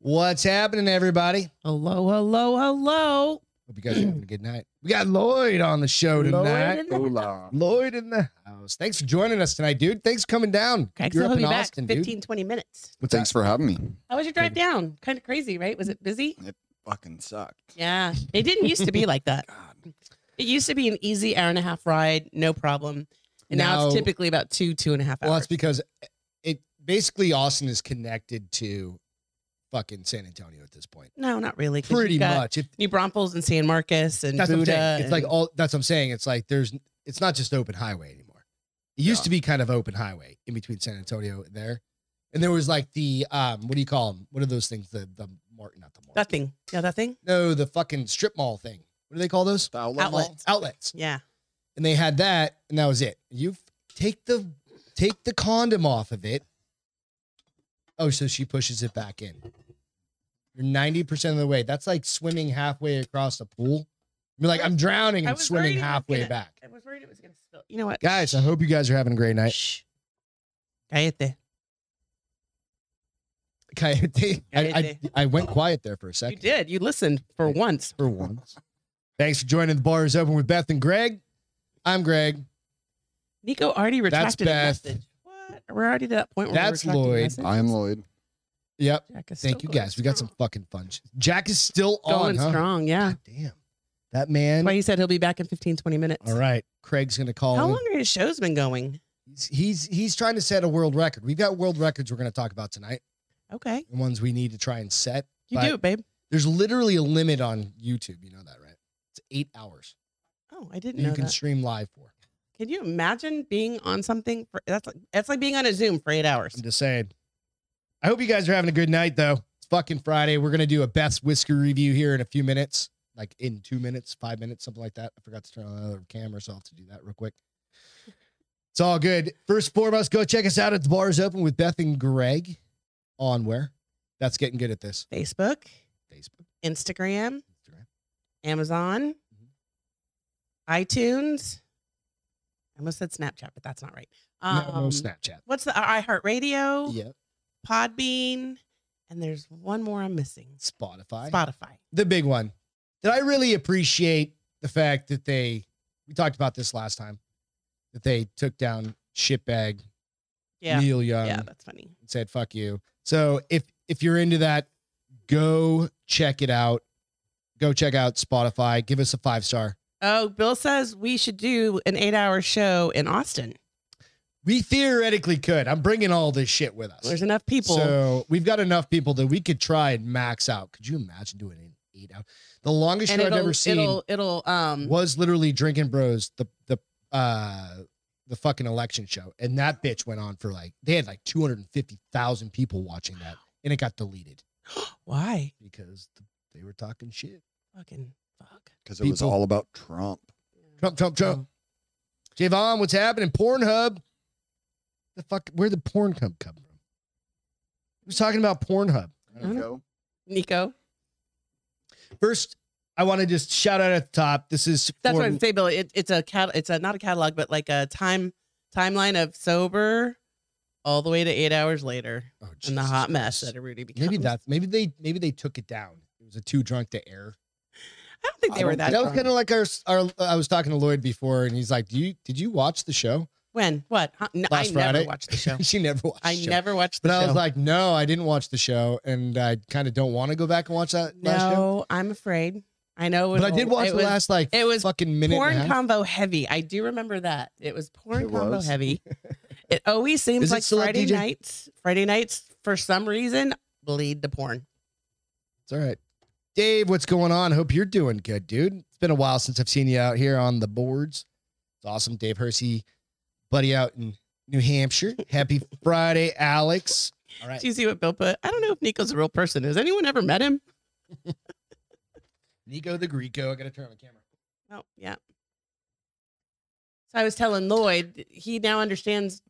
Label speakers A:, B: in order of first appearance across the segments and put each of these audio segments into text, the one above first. A: What's happening, everybody?
B: Hello, hello, hello.
A: Hope you guys are having a good night. We got Lloyd on the show tonight.
B: Lloyd in the-
C: Hola.
A: Lloyd in the house. Thanks for joining us tonight, dude. Thanks for coming down.
B: Okay, so
A: You're
B: he'll
A: up
B: be
A: in
B: back
A: Austin, dude.
B: 15, 20 minutes.
A: What's
C: Thanks for having me.
B: How was your drive down? Kind of crazy, right? Was it busy?
C: Fucking sucked.
B: Yeah. It didn't used to be like that.
C: God.
B: It used to be an easy hour and a half ride, no problem. And now, it's
A: Now-
B: typically about two, two and a half hours.
A: Well, that's because it basically Austin is connected to fucking San Antonio at this point.
B: no, not really. 'cause
A: Pretty
B: you've got
A: much. It,
B: New Braunfels and San Marcos and
A: that's what I'm
B: Buddha.
A: saying. It's like
B: and-
A: all that's what I'm saying. It's like there's it's not just open highway anymore. It used
C: Yeah.
A: to be kind of open highway in between San Antonio and there. And there was like the um what do you call them? What are those things? The the mark not the mark.
B: that thing. Yeah, that thing.
A: No, the fucking strip mall thing. What do they call those?
C: The outlet
B: Outlet.
C: mall?
A: Outlets.
B: Yeah.
A: And they had that, and that was it. You f- take the take the condom off of it. Oh, so she pushes it back in. You're ninety percent of the way. That's like swimming halfway across the pool. You're like, I'm drowning.
B: I
A: I'm
B: was
A: swimming
B: worried it was
A: halfway
B: gonna-
A: back.
B: I was worried it was going to spill. You know what?
A: Guys, I hope you guys are having a great night.
B: Shh. Cállate.
A: Coyote, I,
B: Coyote.
A: I, I went quiet there for a
B: You
A: second.
B: did. You listened for once.
A: for once. Thanks for joining the bar is open with Beth and Greg. I'm Greg.
B: Nico already retracted
A: Beth.
B: a message. What? We're already to that point where
A: That's
B: we're retracting
A: Lloyd.
B: messages?
C: I am Lloyd.
A: Yep.
B: Jack is
A: Thank you
B: still
A: guys. We
B: going
A: got some
B: strong.
A: fucking fun. sh- Jack is still
B: going
A: on. Huh?
B: strong. Yeah.
A: God damn. That
B: That's why
A: man.
B: he said he'll be back in 15, 20 minutes.
A: All right. Craig's gonna call
B: How
A: in.
B: long are his shows been going?
A: He's, he's he's trying to set a world record. We've got world records we're gonna talk about tonight.
B: Okay.
A: The ones we need to try and set.
B: You
A: But-
B: do it, babe.
A: There's literally a limit on YouTube. You know that, right? It's eight hours.
B: Oh, I didn't
A: that You
B: know
A: can
B: that.
A: stream live for.
B: Can you imagine being on something for that's like that's like being on a Zoom for eight hours.
A: I'm just saying. I hope you guys are having a good night though. It's fucking Friday. We're gonna do a Beth's whisker review here in a few minutes, like in two minutes, five minutes, something like that. I forgot to turn on another camera, so I'll have to do that real quick. It's all good. First and foremost, go check us out at the bars open with Beth and Greg on where? That's getting good at this.
B: Facebook,
A: Facebook,
B: Instagram,
A: Instagram.
B: Amazon,
A: Mhm. Mm-hmm.
B: iTunes. I almost said Snapchat, but that's not right.
A: No, no
B: Um,
A: Snapchat.
B: What's the uh, iHeartRadio,
A: Yeah.
B: Podbean, and there's one more I'm missing.
A: Spotify.
B: Spotify.
A: the big one that I really appreciate the fact that they we talked about this last time that they took down shitbag
B: Yeah.
A: Neil Young
B: yeah, that's funny.
A: and said fuck you. So if if you're into that, go check it out. Go check out Spotify. Give us a five star.
B: Oh, Bill says we should do an eight hour show in Austin.
A: We theoretically could. I'm bringing all this shit with us.
B: There's enough people.
A: So we've got enough people that we could try and max out. Could you imagine doing an eight out? The longest
B: and
A: show I've
B: it'll,
A: ever seen.
B: it'll it'll um
A: was literally drinking bros the the uh the fucking election show and that bitch went on for like they had like 250,000 people watching that and it got deleted
B: why?
A: because th- they were talking shit
B: Fucking fuck.
C: Because it was
A: People.
C: all about Trump.
A: Trump Trump Trump Javon what's happening Pornhub the fuck where the Pornhub come from who's talking about Pornhub
B: don't Nico.
A: first I want to just shout out at the top this is
B: That's
A: for-
B: what I'm saying, Bill. It, it's a cat it's a not a catalog, but like a time timeline of sober all the way to eight hours later
A: Oh,
B: and the
A: Jesus
B: hot mess
A: Christ.
B: that it really becomes.
A: maybe that's maybe they maybe they took it down it was a too drunk to air
B: I don't think they
C: I
B: were
C: don't
B: that,
A: that was
B: drunk.
A: kind of like our, our I was talking to Lloyd before, and he's like, "Do you did you watch the show
B: when? What? Huh? No, I
A: last Friday?"
B: never watched the show.
A: she never watched.
B: I
A: the show.
B: never watched the
A: But
B: show.
A: I was like, "No, I didn't watch the show, and I kind of don't want to go back and watch that last show."
B: no, I'm afraid. I know. it
A: But I did
B: was-
A: watch
B: it
A: the
B: was-
A: last like
B: It was
A: fucking minute.
B: porn
A: and a half.
B: combo heavy. I do remember that. It was porn
C: It
B: combo
C: was.
B: heavy. it always seems
A: Is it
B: like
A: still up,
B: Friday
A: DJ?
B: nights. Friday nights, for some reason, bleed to porn.
A: It's all right, Dave. What's going on? Hope you're doing good, dude. It's been a while since I've seen you out here on the boards. It's awesome, Dave Hersey, buddy out in New Hampshire. Happy Friday, Alex. All right,
B: Do you see what Bill put? I don't know if Nico's a real person. Has anyone ever met him?
A: Nico the Greco. I gotta turn on the camera.
B: Oh, yeah. So I was telling Lloyd, he now understands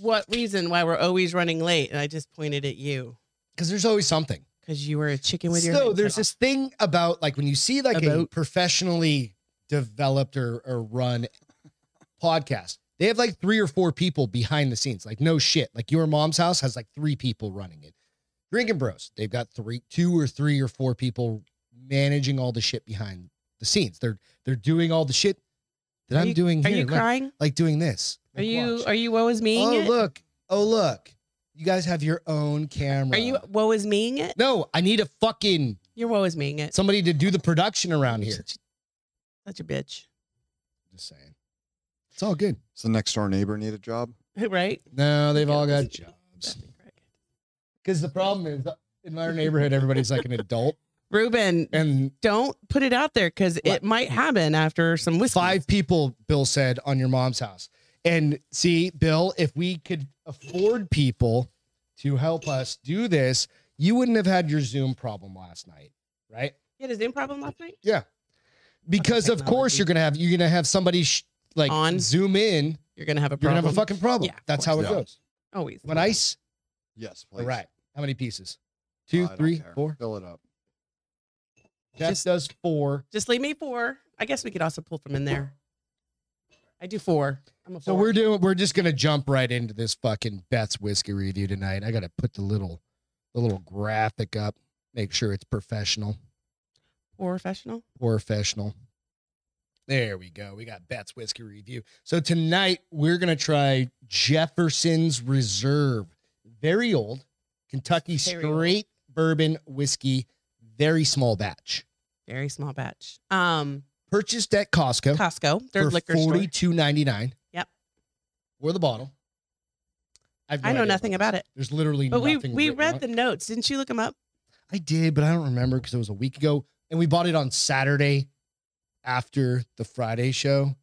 B: what reason why we're always running late. And I just pointed at you
A: Because there's always something.
B: because you were a chicken with your
A: so
B: head cut
A: there's
B: off.
A: this thing about like when you see like a
B: About-
A: professionally developed or, or run podcast they have like three or four people behind the scenes like no shit like your mom's house has like three people running it Drinking Bros. They've got three, two or three or four people managing all the shit behind the scenes. They're they're doing all the shit that
B: Are
A: I'm
B: you-
A: doing
B: Are
A: here,
B: you
A: like,
B: crying?
A: like doing this.
B: Are
A: Like,
B: you
A: watch.
B: are you woe is meing
A: oh
B: it?
A: look! Oh look! You guys have your own camera.
B: Are you woe is meing it?
A: No, I need a fucking
B: You're woe is meing it.
A: somebody to do the production around here.
B: Such, such a bitch,
A: Just saying, it's all good.
C: Does the next door neighbor need a job?
B: right?
A: No, they've
B: Yeah,
A: all got
B: that's-
A: jobs. Because the problem is, in our neighborhood, everybody's like an adult,
B: Ruben,
A: and
B: don't put it out there because
A: What?
B: it might happen after some whiskey.
A: five people, Bill said, on your mom's house. And see, Bill, if we could afford people to help us do this, you wouldn't have had your Zoom problem last night, right?
B: He had his Zoom problem last night.
A: Because of course
B: technology.
A: you're gonna have you're gonna have somebody sh- like
B: On.
A: zoom in.
B: You're gonna have a
A: You're
B: problem.
A: gonna have a fucking problem.
B: Yeah, of
A: That's how it
C: course. Yeah.
A: goes.
B: always.
A: When ice,
C: Yes,
A: all
C: please. Oh,
A: right. How many pieces?
C: I
A: Two,
C: don't
A: three,
C: care.
A: four.
C: Fill it up.
A: Jeff
B: Just-
A: does four.
B: Just leave me four. I guess we could also pull from in there. I do four. I'm a four.
A: So we're doing. We're just gonna jump right into this fucking Beth's whiskey review tonight. I gotta put the little, the little graphic up. Make sure it's professional,
B: professional.
A: professional. There we go. We got Beth's whiskey review. So tonight we're gonna try Jefferson's Reserve, very old Kentucky
B: Very old.
A: straight bourbon whiskey, very small batch,
B: Very small batch. Um,
A: purchased at Costco
B: Costco, their
A: for
B: liquor
A: forty
B: store.
A: two ninety nine.
B: Yep.
A: Or the bottle. I've
B: I know nothing about it.
A: There's literally
B: But we
A: nothing.
B: we
A: written on
B: read
A: it.
B: the notes. Didn't you look them up?
A: I did, but I don't remember because it was a week ago, and we bought it on Saturday after the Friday show.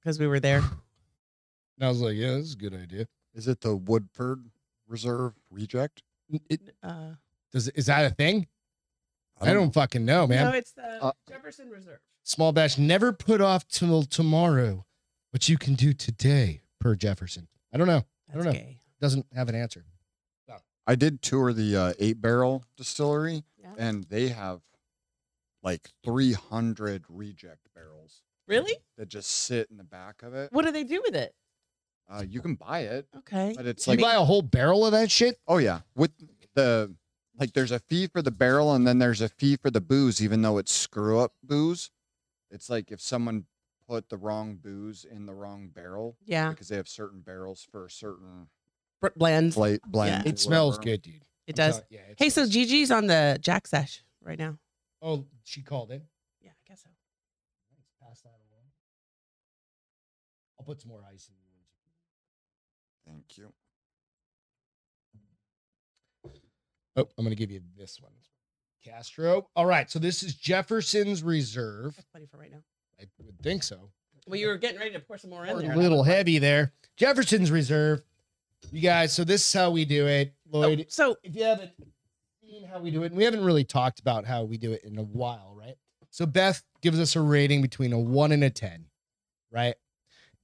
B: Because we were there.
A: And I was like, "Yeah, this is a good idea."
C: Is it the Woodford Reserve Reject?
A: N- It,
B: Uh,
A: does is that a thing? I don't, fucking know, man.
B: no, it's the
C: Uh,
B: Jefferson Reserve.
A: Small batch never put off till tomorrow, what you can do today per Jefferson. I don't know.
B: That's
A: I don't know.
B: gay.
A: Doesn't have an answer.
C: I did tour the uh, Eight Barrel Distillery,
B: Yeah.
C: and they have like 300 reject barrels
B: Really?
C: that just sit in the back of it.
B: What do they do with it?
C: Uh, you can buy it,
B: Okay.
C: but it's
A: So you
C: like,
A: buy a whole barrel of that shit.
C: oh yeah, with the like, there's a fee for the barrel, and then there's a fee for the booze, even though it's screw up booze. It's like if someone put the wrong booze in the wrong barrel
B: Yeah.
C: because they have certain barrels for a certain
B: Br- Blends.
C: flight blend.
B: Yeah.
C: or
A: It smells
C: whatever.
A: good, dude. I'm
B: It does.
A: telling- yeah, it
B: Hey, so
A: smells-
B: Gigi's on the Jack Sesh right now.
A: oh, she called in.
B: Yeah, I guess so.
A: Let's pass that along. I'll put some more ice in.
C: Thank you.
A: Oh, I'm gonna give you this one, Castro. All right, so this is Jefferson's Reserve.
B: That's plenty for right now.
A: I would think so.
B: Well, you were getting ready to pour some more
A: A
B: in there.
A: little heavy there. Jefferson's Reserve. You guys, so this is how we do it,
B: Oh,
A: Lloyd.
B: so
A: if you haven't seen how we do it, and we haven't really talked about how we do it in a while, right? So Beth gives us a rating between a one and a ten, right?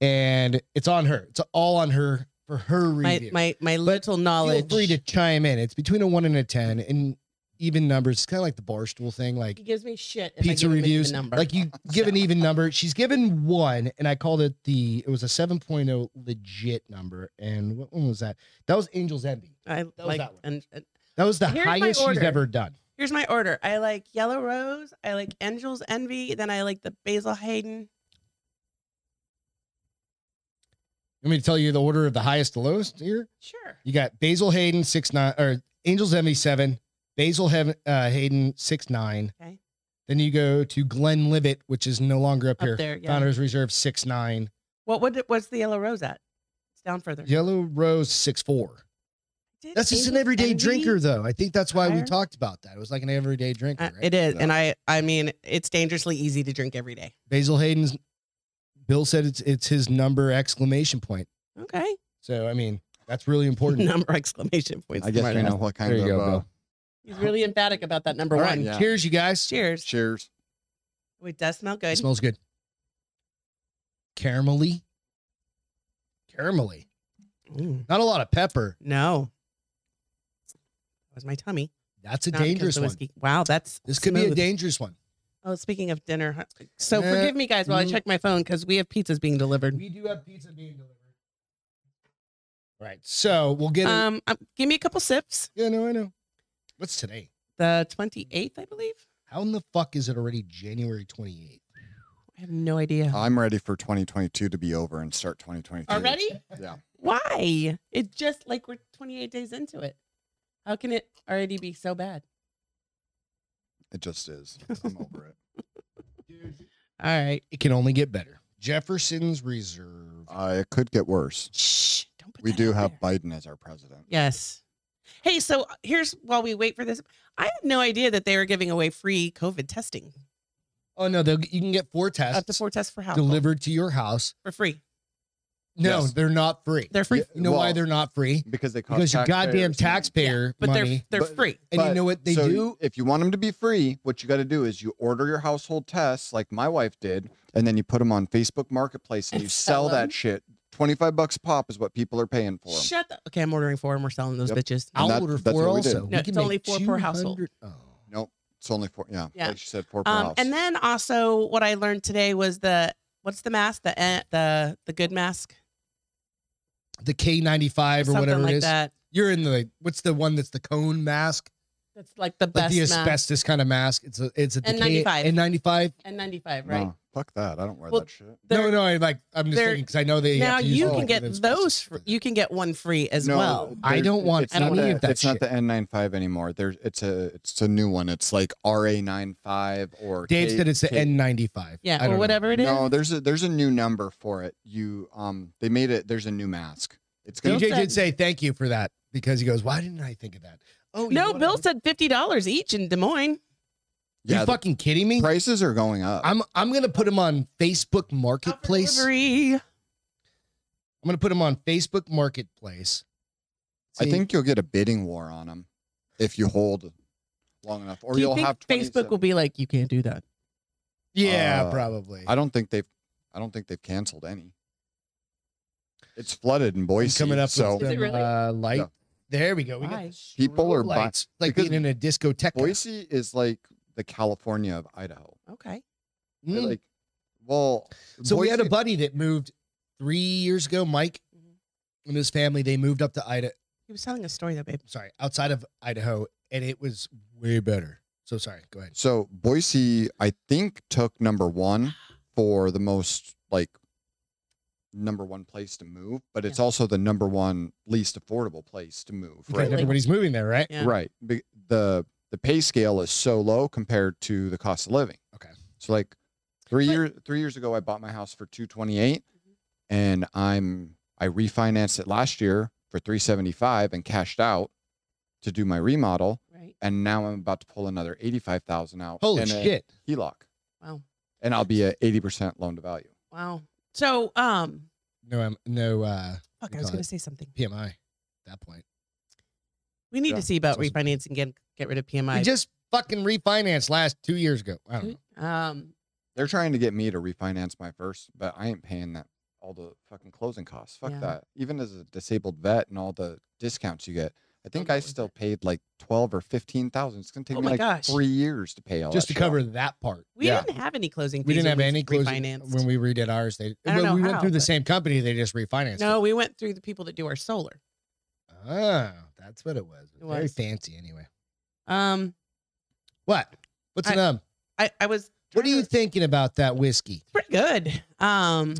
A: And it's on her. It's all on her for her
B: my
A: review.
B: my my little knowledge.
A: Feel free to chime in. It's between a one and a ten, and even numbers. It's kind of like the barstool thing, like
B: He gives me shit. If I
A: pizza
B: give him an even
A: reviews.
B: Number.
A: Like you give an even number. She's given one, and I called it the. It was a 7.0 legit number. And what one was that? That was Angel's Envy.
B: I
A: was
B: like
A: that one.
B: and, and
A: That was the
B: Here's my
A: highest she's
B: order.
A: ever done.
B: here's my order. I like Yellow Rose. I like Angel's Envy. Then I like the Basil Hayden.
A: You want me to tell you the order of the highest to lowest here?
B: Sure.
A: You got Basil Hayden six nine or Angel's Envy seven, Basil Heaven, uh, Hayden six nine.
B: Okay.
A: Then you go to Glenn Livett, which is no longer up,
B: Up
A: here.
B: there, yeah.
A: Founders Reserve six nine,
B: What what what's the Yellow Rose at? It's down further.
A: Yellow Rose six four.
B: Did
A: That's just an
B: Angel's
A: everyday
B: Envy-
A: drinker, though. I think that's why we
B: higher?
A: talked about that. It was like an everyday drinker.
B: Uh,
A: right?
B: it is,
C: No.
B: and I I mean it's dangerously easy to drink every day.
A: Basil Hayden's. Bill said it's it's his number exclamation point.
B: Okay.
A: So I mean that's really important.
B: Number exclamation points.
C: I guess
B: Smart
C: we
B: ass.
C: know what kind
A: There
C: of.
A: you go,
C: uh,
A: Bill.
B: He's really emphatic about that number
A: All
B: one.
A: right,
C: yeah.
A: cheers, you guys.
B: Cheers.
C: cheers.
B: Oh, It does smell good.
A: It smells good. Caramelly. Caramelly.
B: Mm.
A: Not a lot of pepper.
B: No. That was my tummy.
A: That's a
B: Not 'cause
A: dangerous
B: the
A: one.
B: whiskey. Wow, that's
A: This could be a
B: smooth.
A: dangerous one.
B: Oh, speaking of dinner, huh? so
A: Uh,
B: forgive me guys while I
A: mm.
B: check my phone because we have pizzas being delivered.
A: We do have pizza being delivered. All right. So we'll get it.
B: Um, um, give me a couple sips.
A: yeah, no, I know. What's today?
B: the 28th, I believe.
A: How in the fuck is it already January 28th?
B: I have no idea.
C: I'm ready for 2022 to be over and start 2023.
B: Already?
C: Yeah.
B: Why? It's just like we're 28 days into it. How can it already be so bad?
C: It just is. I'm over it.
B: All right.
A: It can only get better. Jefferson's Reserve.
C: Uh, it could get worse.
B: Shh. Don't put
C: We
B: that
C: do
B: out
C: have
B: there.
C: Biden as our president.
B: Yes. Hey, so uh, here's while we wait for this. I had no idea that they were giving away free COVID testing.
A: Oh no, they'll, you can get four tests
B: Up to four tests for how
A: delivered to your house.
B: for free.
A: No,
C: Yes.
A: they're not free.
B: They're free.
C: Yeah,
A: you know why
C: well,
A: they're not free?
C: Because they cost
A: Because your goddamn
C: taxpayers money.
A: taxpayer
B: But
A: money.
B: they're they're
C: But-
B: free.
A: and you
C: But-
A: know what they
C: so
A: do?
C: If you want them to be free, what you got to do is you order your household tests, like my wife did, and then you put them on Facebook Marketplace and,
B: And
C: you
B: sell
C: sell,
B: 'em.
C: that shit. Twenty-five bucks a pop is what people are paying for them.
B: Shut the Okay, I'm ordering four and we're selling those
C: Yep.
B: bitches.
A: I'll
C: that-
A: order
C: that's
A: four
C: what we did.
A: also.
B: No,
A: We can
B: it's only
A: make
B: four per household.
A: 200 Oh.
C: Nope, it's only four. Yeah,
B: Yeah.
C: like she said, four per
B: Um,
C: house.
B: and then also what I learned today was the what's the mask the eh, the the good mask
A: The K95 or
B: something
A: whatever
B: like
A: it is.
B: that.
A: You're in the what's the one that's the cone mask?
B: That's like the
A: Like
B: best
A: the
B: mask.
A: asbestos kind of mask. It's a it's a
B: N95.
A: And 95.
B: And 95, right?
C: No, fuck that. I don't wear
B: Well,
C: that shit.
A: No,
B: They're-
A: no, I like I'm just
B: they're-
A: thinking because I know they have
B: now
A: to use
B: you
A: them
B: can
A: for
B: get
A: the asbestos
B: those. fr-
A: thing.
B: you can get one free as
C: No,
B: well.
A: I
C: they're-
A: don't want
C: it's not
B: any
C: the-
A: of that
C: It's
A: shit.
C: not the N95 anymore. There's it's a it's a new one. It's like RA95 or
A: Dave
C: K-
A: said it's the
C: K-
A: N95. I
B: Yeah,
A: don't
B: or
A: know.
B: whatever it is.
C: No, there's a there's a new number for it. You um they made it. There's a new mask. It's gonna
A: DJ
B: said-
A: did say thank you for that because he goes, why didn't I think of that? Oh you know
B: No,
A: what?
B: Bill said fifty dollars each in Des Moines.
A: you
C: yeah. the
A: fucking kidding me?
C: prices are going up.
A: I'm I'm gonna put him on Facebook Marketplace. I'm
B: Delivery.
A: gonna put him on Facebook Marketplace.
C: I
A: See,
C: think you'll get a bidding war on them if you hold long enough, or
B: Do you
C: will
B: think
C: have
B: Facebook
C: 27
B: will be like, you can't do that?
A: yeah,
C: uh,
A: probably.
C: I don't think they've. I don't think they've canceled any. It's flooded in
A: I'm
C: Boise.
A: coming up
C: so
A: with
B: Is it
A: some
B: really?
A: uh, light.
C: Yeah.
A: There we go. We
B: Why?
A: got
C: People are
A: strobe
C: buy-
A: lights like
C: because
A: being in a discotheque.
C: Boise is like the California of Idaho.
B: Okay.
C: They're
A: Mm.
C: Like, well,
A: So we had a
C: Boise-
A: buddy that moved three years ago, Mike,
B: Mhm.
A: and his family. They moved up to Idaho.
B: He was telling a story though, babe.
A: Sorry, outside of Idaho, and it was way better. So sorry. Go ahead.
C: So Boise, I think, took number one for the most like number one place to move, but it's also the number one least affordable place to move.
A: Because
C: Right.
B: Really?
A: everybody's moving there, right?
B: Yeah.
C: Right. Be- The the pay scale is so low compared to the cost of living.
A: Okay.
C: So like three
B: But-
C: years three years ago I bought my house for two twenty eight
A: Mm-hmm.
C: and I'm I refinanced it last year for three seventy five and cashed out to do my remodel.
B: Right.
C: And now I'm about to pull another eighty five thousand out.
A: Holy
C: in a E
A: shit!
C: HELOC.
B: Wow.
C: And I'll be at eighty percent loan to value.
B: Wow. So, um,
A: No, I'm no uh,
B: fuck,
A: We
B: I was
A: got
B: going
A: it.
B: to say something.
A: PMI. At that point,
B: We need
C: Yeah.
B: to see about
A: Sounds-
B: refinancing, get get rid of
A: we
B: PMI.
A: just fucking refinanced last two years ago. I don't know.
B: um,
C: They're trying to get me to refinance my first, but I ain't paying that all the fucking closing costs. Fuck
B: Yeah.
C: that. Even as a disabled vet and all the discounts you get, I think
B: not
C: I
B: worth
C: still paid like twelve or fifteen thousand. It's gonna take
B: Oh
C: me
B: my
C: like
B: gosh.
C: three years to pay all
A: Just to
C: that shit off.
A: cover that part.
B: we
C: Yeah.
B: didn't have any closing.
A: We
B: fees
A: didn't have
B: when
A: any closing
B: refinanced.
A: when we redid ours. They
B: I don't
A: when
B: know
A: we went
B: how,
A: through the
B: but-
A: same company. They just refinanced.
B: no,
A: it.
B: we went through the people that do our solar.
A: Oh, that's what it was.
B: It
A: Very
B: was.
A: fancy, anyway.
B: Um,
A: What? What's
B: I-
A: an um?
B: I I was.
A: What are
B: trying
A: you
B: to-
A: thinking about that whiskey?
B: Pretty good. Um,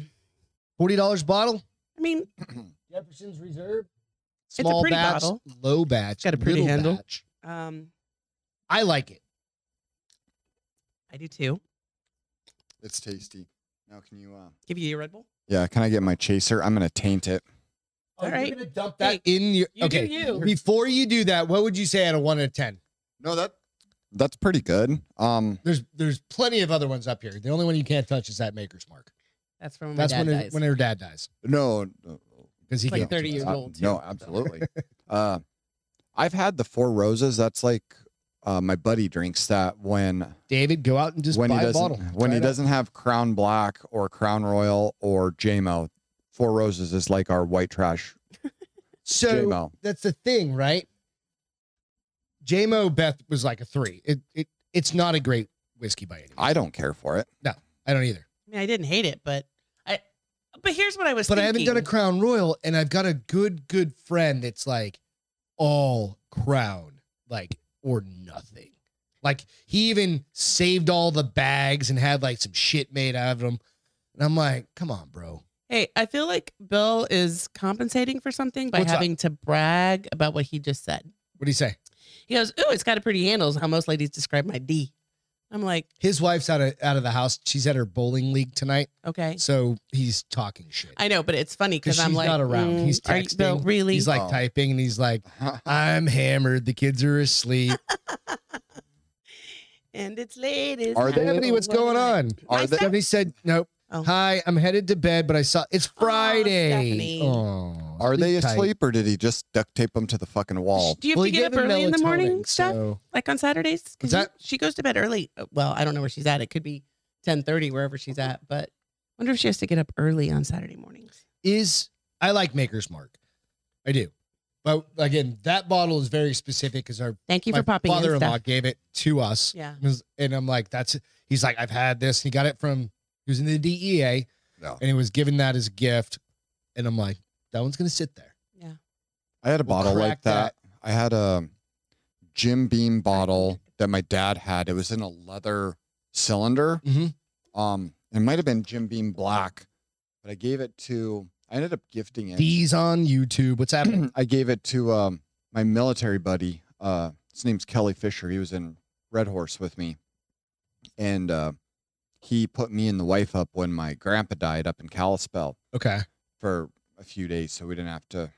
A: Forty dollars bottle.
B: I mean,
A: Jefferson's Reserve.
B: a
A: Small
B: pretty
A: batch,
B: bottle.
A: low batch.
B: got a pretty
A: middle
B: handle.
A: batch.
B: um,
A: I like it.
B: I do too.
C: It's tasty. Now can you uh
B: Give you your Red Bull.
C: Yeah, can I get my chaser? I'm gonna taint it.
B: All
A: you're
B: right.
A: gonna dump that
B: Hey,
A: in your.
B: you do
A: okay.
B: you.
A: Before you do that, what would you say out of one to ten?
C: No, that that's pretty good. Um
A: There's there's plenty of other ones up here. The only one you can't touch is that Maker's Mark.
B: That's from when
A: That's
B: Oh my dad
A: when her,
B: dies.
A: when her dad dies
C: no, no
A: because he
B: Like
A: can't do
B: 30
A: that.
B: years
C: Uh,
B: old,
C: No,
B: too.
C: absolutely. uh, I've had the four roses. That's like uh, my buddy drinks that when
A: David, go out and just
C: when he
A: buy a
C: doesn't
A: bottle. Try
C: when he
A: it out.
C: doesn't have Crown Black or Crown Royal or JMO. Four roses is like our white trash
A: So
C: JMO.
A: that's the thing, right? JMO Beth was like a three. It it it's not a great whiskey by any. means.
C: I don't care for it.
A: I don't either.
B: I mean, I didn't hate it, but I. But here's what I was.
A: But I haven't done a
B: thinking.
A: Crown Royal, and I've got a good good friend that's like all Crown, like or nothing. Like he even saved all the bags and had like some shit made out of them. And I'm like, come on, bro.
B: Hey, I feel like Bill is compensating for something by
A: What's up?
B: having to brag about what he just said.
A: What do you say?
B: He goes, "Ooh, it's got a pretty handle." is How most ladies describe my D. I'm like,
A: His wife's out of out of the house. She's at her bowling league tonight,
B: okay,
A: so he's talking shit.
B: I know, but it's funny because
A: 'Cause
B: I'm
A: she's
B: like,
A: not around.
B: "Mm,
A: He's
B: are you- Bill,
A: texting.
B: really?
A: He's like
C: Oh.
A: typing and he's like, "I'm hammered. The kids are asleep."
B: and it's late. It's
C: Are they-
A: Stephanie, what's going on?
C: Are
B: Nice
C: they-
B: stuff.
A: Stephanie said, "Nope.
B: Oh.
A: Hi, I'm headed to bed, but I saw it's Friday.
B: Stephanie.
A: Oh,
C: Are they
A: sleep tight.
C: asleep or did he just duct tape them to the fucking wall?
B: Do you have
A: Well,
B: to
A: he
B: get up
A: gave him
B: early in the
A: melatonin,
B: morning, stuff
A: so-
B: like on Saturdays? 'Cause
A: Is that-
B: you- she goes to bed early. Uh, Well, I don't know where she's at. It could be 10:30 wherever she's at, but I wonder if she has to get up early on Saturday mornings.
A: is I like Maker's Mark. I do. But again, that bottle is very specific because our
B: Thank you
A: my
B: for popping in
A: father-in-law
B: stuff.
A: gave it to us.
B: Yeah.
A: It was- And I'm like, that's it. He's like, I've had this. He got it from he was in the E DEA
C: No.
A: and he was given that as a gift. And I'm like, that one's gonna sit there.
C: I had a
A: We'll
C: bottle
A: crack
C: like that. I had a Jim Beam bottle that my dad had. It was in a leather cylinder.
A: Mhm.
C: Um, it might have been Jim Beam Black, but I gave it to. I ended up gifting it.
A: D's on YouTube. What's happening?
C: I gave it to um, my military buddy. Uh, his name's Kelly Fisher. He was in Red Horse with me, and uh, he put me and the wife up when my grandpa died up in Kalispell
A: okay.
C: for a few days, so we didn't have to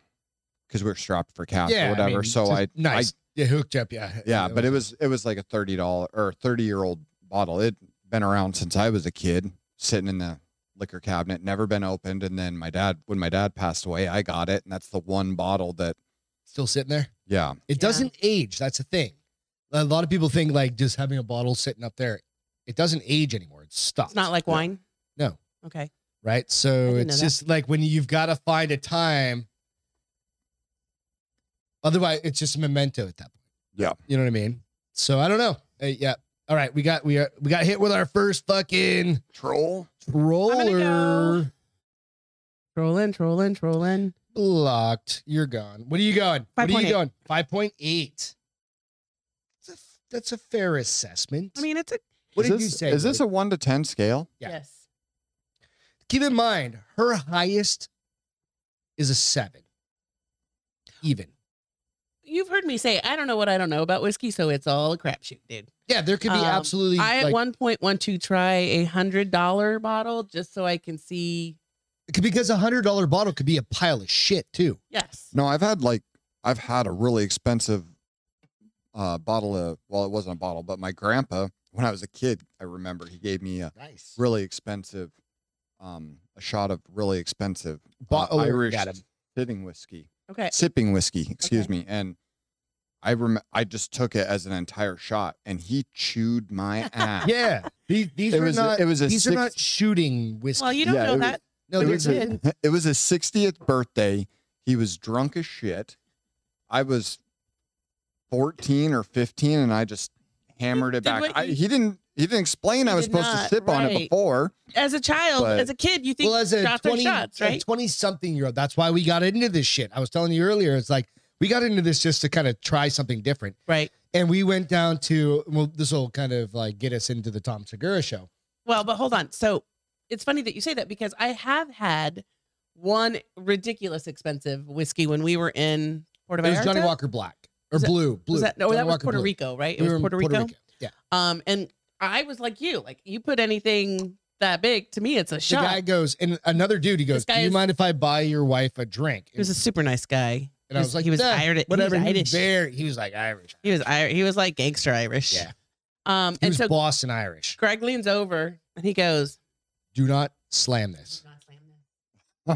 C: because we were strapped for cash
A: Yeah.
C: or
A: I
C: whatever.
A: mean,
C: so
A: just
C: I
A: nice. yeah, hooked up. Yeah.
C: yeah, but it was it was like a thirty dollar or thirty year old bottle. It'd been around since I was a kid, sitting in the liquor cabinet, never been opened. And then my dad, when my dad passed away, I got it, and that's the one bottle that
A: still sitting there.
C: yeah.
A: It
B: Yeah.
A: doesn't age. That's a thing. A lot of people think like just having a bottle sitting up there, it doesn't age anymore. It's stuck.
B: It's not like wine.
A: No.
B: Okay.
A: right?
B: I
A: So
B: didn't know
A: it's
B: that.
A: just like when you've got to find a time. Otherwise, it's just a memento at that point.
C: Yeah.
A: you know what I mean. So I don't know. Uh, yeah. All right, we got we are, we got hit with our first fucking
C: Troll.
A: roller
B: Trolling, trolling, trolling.
A: blocked. You're gone. What are you going? What are you
B: 5.8.
A: going? Five point eight. That's a fair assessment.
B: I mean, it's a
A: what
C: is
A: did
C: this,
A: you say?
C: Is this
A: Blake?
C: a one to ten scale?
A: Yeah.
B: yes.
A: Keep in mind, her highest is a seven. Even.
B: You've heard me say I don't know what I don't know about whiskey, so it's all a crapshoot, dude.
A: Yeah, there could be
B: Um,
A: absolutely.
B: I at
A: like-
B: one point want to try a hundred dollar bottle just so I can see.
A: It could- because a hundred dollar bottle could be a pile of shit too.
B: Yes.
C: No, I've had like I've had a really expensive uh, bottle of well, it wasn't a bottle, but my grandpa when I was a kid, I remember he gave me a
A: Nice.
C: really expensive, um, a shot of really expensive uh,
A: oh,
C: Irish
A: got him. Eh,
C: sitting whiskey,
B: Okay.
C: sipping whiskey, excuse me. And I rem- I just took it as an entire shot, and he chewed my ass.
A: Yeah, these, these
C: it
A: are
C: was
A: not.
C: it was a
A: these
C: six,
A: are not shooting whiskey.
B: Well, you don't
C: Yeah,
B: know
C: it was-
B: that.
A: no,
C: it
A: they're
C: was a-
A: good.
C: it was his 60th birthday. He was drunk as shit. I was 14 or 15, and I just hammered it
B: Did
C: back.
B: what
C: I,
B: you-
C: he didn't. He didn't explain I
B: You
C: was
B: did
C: supposed
B: not,
C: to sip on it
B: right.
C: before.
B: As a child,
C: But-
B: as a kid, you think
A: Well, as a
B: shots are
A: twenty,
B: shots,
A: a
B: right?
A: twenty-something year old, that's why we got into this shit. I was telling you earlier, it's like we got into this just to kind of try something different,
B: right.
A: and we went down to. Well, this will kind of like get us into the Tom Segura show.
B: Well, but hold on. So it's funny that you say that because I have had one ridiculous expensive whiskey when we were in Puerto
A: It was
B: Vallarta.
A: Johnny Walker Black or
B: Was that-
A: Blue, Blue.
B: Was that, no,
A: Johnny
B: that was
A: Walker
B: Puerto
A: Blue.
B: Rico, right? It
A: We
B: was
A: were in
B: Puerto Rico.
A: Yeah,
B: Um, and I was like you, like you put anything that big to me, it's a
A: the guy
B: shot.
A: goes, and another dude, he goes,
B: guy
A: "Do you
B: is-
A: mind if I buy your wife a drink?"
B: He was a super nice guy.
A: And I was like,
B: he was
A: "Nah,
B: Irish.
A: whatever.
B: he was
A: he
B: Irish.
A: was very, he was like Irish.
B: He was Irish. He was like gangster Irish.
A: Yeah.
B: Um,
A: He
B: and
A: was
B: so
A: Boston Irish.
B: Greg leans over and he goes,
A: Do not slam this. Yeah.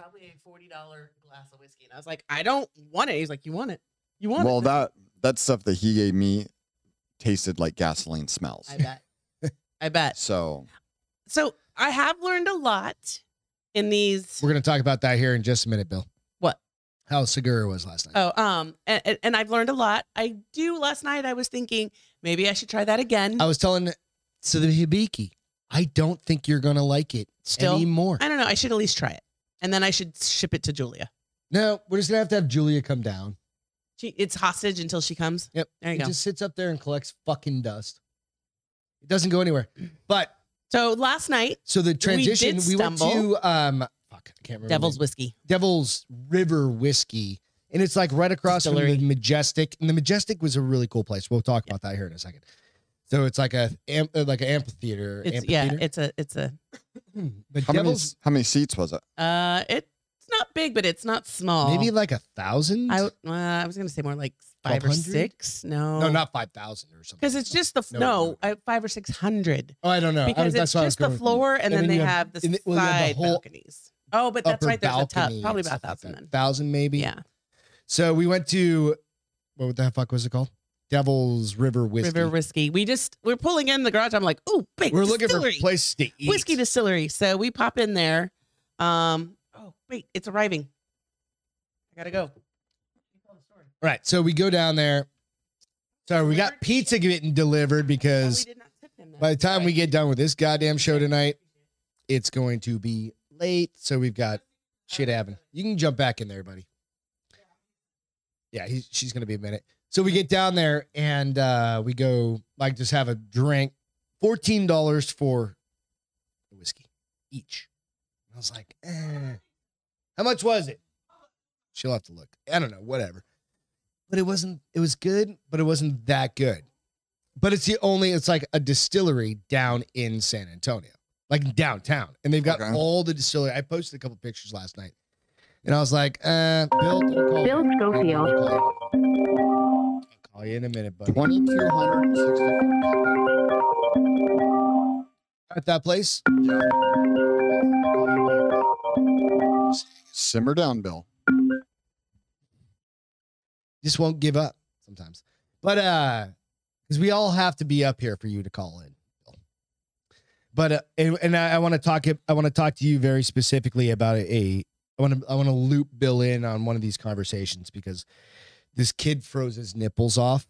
B: probably a forty dollar glass of whiskey. And I was like, I don't want it. He's like, You want it? You want
C: Well,
B: it?
C: that that stuff that he gave me tasted like gasoline smells.
B: I bet. I bet.
C: So
B: So I have learned a lot in these.
A: We're gonna talk about that here in just a minute, Bill.
B: What?
A: How Segura was last night.
B: Oh, um, and, and- and I've learned a lot. I do. Last night I was thinking maybe I should try that again.
A: I was telling to the Hibiki, I don't think you're gonna like it
B: Still,
A: anymore.
B: I don't know. I should at least try it, and then I should ship it to Julia.
A: no, we're just gonna have to have Julia come down.
B: She it's hostage until she comes.
A: Yep.
B: There you
A: It
B: go.
A: just sits up there and collects fucking dust. It doesn't go anywhere. But
B: so last night,
A: so the transition
B: did
A: we, went
B: stumble.
A: to um fuck I can't remember the
B: Devil's
A: name.
B: Whiskey.
A: Devil's River whiskey. And it's like right across
B: Distillery.
A: from the Majestic. And the Majestic was a really cool place. We'll talk about that here in a second. So it's like a am, uh, like an amphitheater.
B: It's yeah,
A: amphitheater. Hmm.
B: it's a it's a
A: but
C: How many,
A: Devil's
C: how many seats was it?
B: uh it, it's not big, but it's not small.
A: maybe like a thousand.
B: Oh. I uh, I was gonna say more like five or
A: 1200?
B: six. No,
A: no, not five thousand or something.
B: oh. because it's just the f-
A: No,
B: no,
A: no.
B: I, five or six hundred.
A: oh, I don't know. I
B: Because
A: was- that's
B: it's
A: what I was
B: just the
A: going-
B: floor, and,
A: And
B: then
A: then
B: they
A: you have-
B: have, the
A: and it- well, you have the
B: side
A: whole
B: balconies. Oh, but that's
A: upper
B: right. There's a top,
A: balcony
B: probably
A: and
B: about a
A: stuff like
B: thousand.
A: that.
B: then.
A: Thousand maybe.
B: yeah,
A: So we went to what the fuck was it called? Devil's River Whiskey.
B: River Whiskey. We just we're pulling in the garage. I'm like, oh, big.
A: We're looking for
B: distillery.
A: places to eat.
B: whiskey distillery. So we pop in there. Um, oh wait, it's arriving. I gotta go.
A: right. So we go down there. So we got pizza getting delivered
B: Oh,
A: because
B: we did not tip them that.
A: by the time we
B: Right.
A: get done with this goddamn show tonight, it's going to be late. So we've got shit happening. You can jump back in there, buddy. Yeah, he's, she's gonna be a minute. So we get down there and uh, we go like just have a drink. Fourteen dollars for the whiskey each. And I was like, eh. how much was it? She'll have to look. I don't know, whatever. But it wasn't. It was good, but it wasn't that good. But it's the only. It's like a distillery down in San Antonio, like downtown, and they've got
C: Okay.
A: all the distillery. I posted a couple pictures last night, and I was like, uh, Bill, don't call me.
D: Bill Schofield.
A: I'll call you in a minute, buddy.
C: 2,260.
A: At that place,
C: Simmer down, Bill.
A: just won't give up sometimes. But uh, because we all have to be up here for you to call in. But uh, and, and I, I want to talk. I want to talk to you very specifically about a. I want to. I want to loop Bill in on one of these conversations because this kid froze his nipples off,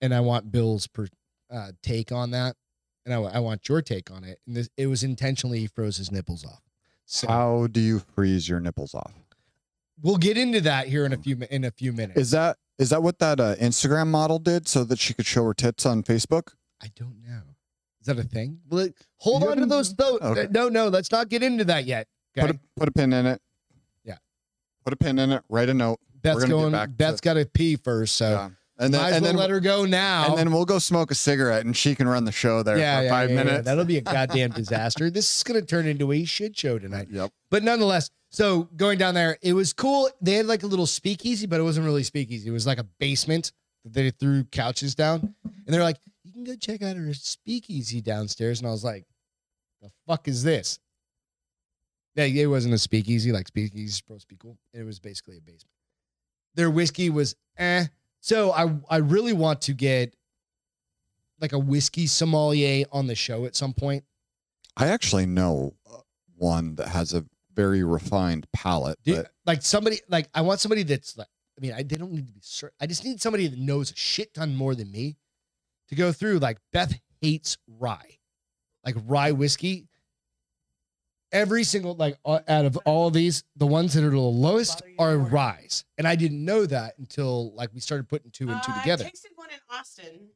A: and I want Bill's per, uh, take on that, and I, wa- I want your take on it. And this, it was intentionally he froze his nipples off. So
C: How do you freeze your nipples off?
A: we'll get into that here in a few mi- in a few minutes.
C: Is that is that what that uh, Instagram model did so that she could show her tits on Facebook?
A: I don't know. Is that a thing? Well, it- hold
C: You
A: on to
C: haven't-
A: those. Though,
C: Okay.
A: No, no, let's not get into that yet. Okay.
C: Put a, put a pin in it.
A: Yeah.
C: Put a pin in it. Write a note.
A: Beth's
C: gonna get
A: going.
C: back to-
A: Beth's got to pee first, so
C: yeah. And then
A: might as
C: and
A: well
C: then
A: let her go now.
C: and then we'll go smoke a cigarette and she can run the show there for five minutes.
A: That'll be a goddamn disaster. this is gonna turn into a shit show tonight.
C: Yep.
A: But nonetheless, so going down there, it was cool. They had like a little speakeasy, but it wasn't really speakeasy. It was like a basement that they threw couches down, and they're like, "You can go check out our speakeasy downstairs." And I was like, "The fuck is this?" Yeah, it wasn't a speakeasy. Like speakeasy is supposed to be cool. It was basically a basement. Their whiskey was eh. So I I really want to get like a whiskey sommelier on the show at some point.
C: I actually know uh, one that has a very refined palate.
A: Dude,
C: but
A: like somebody, like I want somebody that's like, I mean, I they don't need to be cer I just need somebody that knows a shit ton more than me to go through. Like Beth hates rye, like rye whiskey. Every single like o- out of all of these, the ones that are the lowest are ryes, and I didn't know that until like we started putting two and two
B: Uh,
A: together.
B: I tasted one in Austin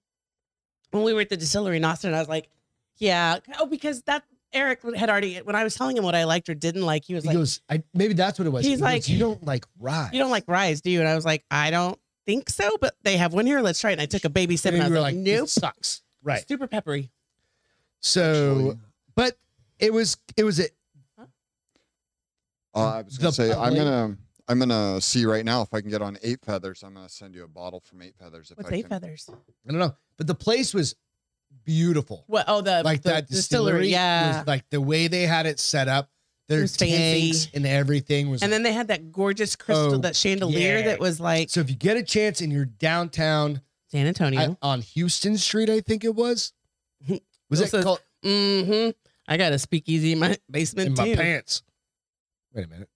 B: when we were at the distillery in Austin. I was like, yeah, oh, because that Eric had already when I was telling him what I liked or didn't like, he was
A: He
B: like,
A: goes, I, maybe that's what it was.
B: He's
A: He goes,
B: like,
A: you don't like rye.
B: you don't like rise, do you? And I was like, I don't think so, but they have one here. Let's try it. And I took a baby sip
A: And
B: and I
A: you
B: was
A: were
B: like,
A: like,
B: nope,
A: it sucks. Right.
B: super peppery.
A: So,
C: actually-
A: but it was it was a
C: Uh, I was gonna
A: The
C: say I'm
A: palate-
C: gonna I'm gonna see right now if I can get on eight feathers. I'm gonna send you a bottle from eight feathers. If
B: What's
C: I
B: eight
C: can.
B: feathers?
A: I don't know, but the place was beautiful.
B: What? Oh, the
A: like
B: the
A: that distillery, was-
B: Yeah.
A: like the way they had it set up, their
B: was fancy.
A: tanks and everything was.
B: and then they had that gorgeous crystal,
A: Oh,
B: that chandelier
A: yeah.
B: that was like
A: so if you get a chance and you're downtown
B: San Antonio.
A: I- on Houston Street, I think it was. Was it
B: Also-
A: called
B: Mm-hmm. I got a speakeasy in my basement
A: in my
B: too.
A: pants? Wait a minute.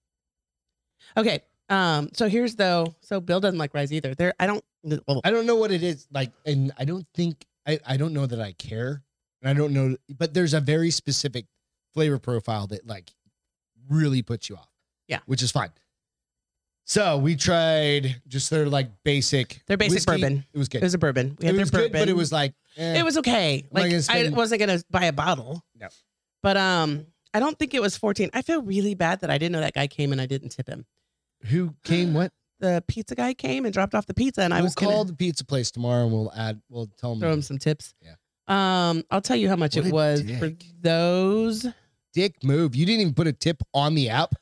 B: Okay. Um. So here's though. So Bill doesn't like rice either. There. I don't. Well,
A: I don't know what it is like, and I don't think I, I don't know that I care, and I don't know, but there's a very specific flavor profile that like really puts you off.
B: Yeah.
A: which is fine. So we tried just their like basic.
B: Their basic
A: whiskey.
B: bourbon.
A: It was good.
B: It was a bourbon. We had
A: It
B: their
A: was
B: bourbon.
A: good, but it was like eh.
B: it was okay.
A: Like,
B: Like,
A: it's
B: I
A: been-
B: wasn't gonna buy a bottle.
A: No.
B: But um, I don't think it was 14. I feel really bad that I didn't know that guy came and I didn't tip him.
A: who came what.
B: The pizza guy came and dropped off the pizza, and I
A: we'll
B: was
A: call
B: called
A: the pizza place tomorrow and we'll add. We'll tell them.
B: throw him some tips.
A: Yeah.
B: Um, I'll tell you how much
A: What
B: it
A: a
B: was for
A: dick.
B: those.
A: Dick move. You didn't even put a tip on the app.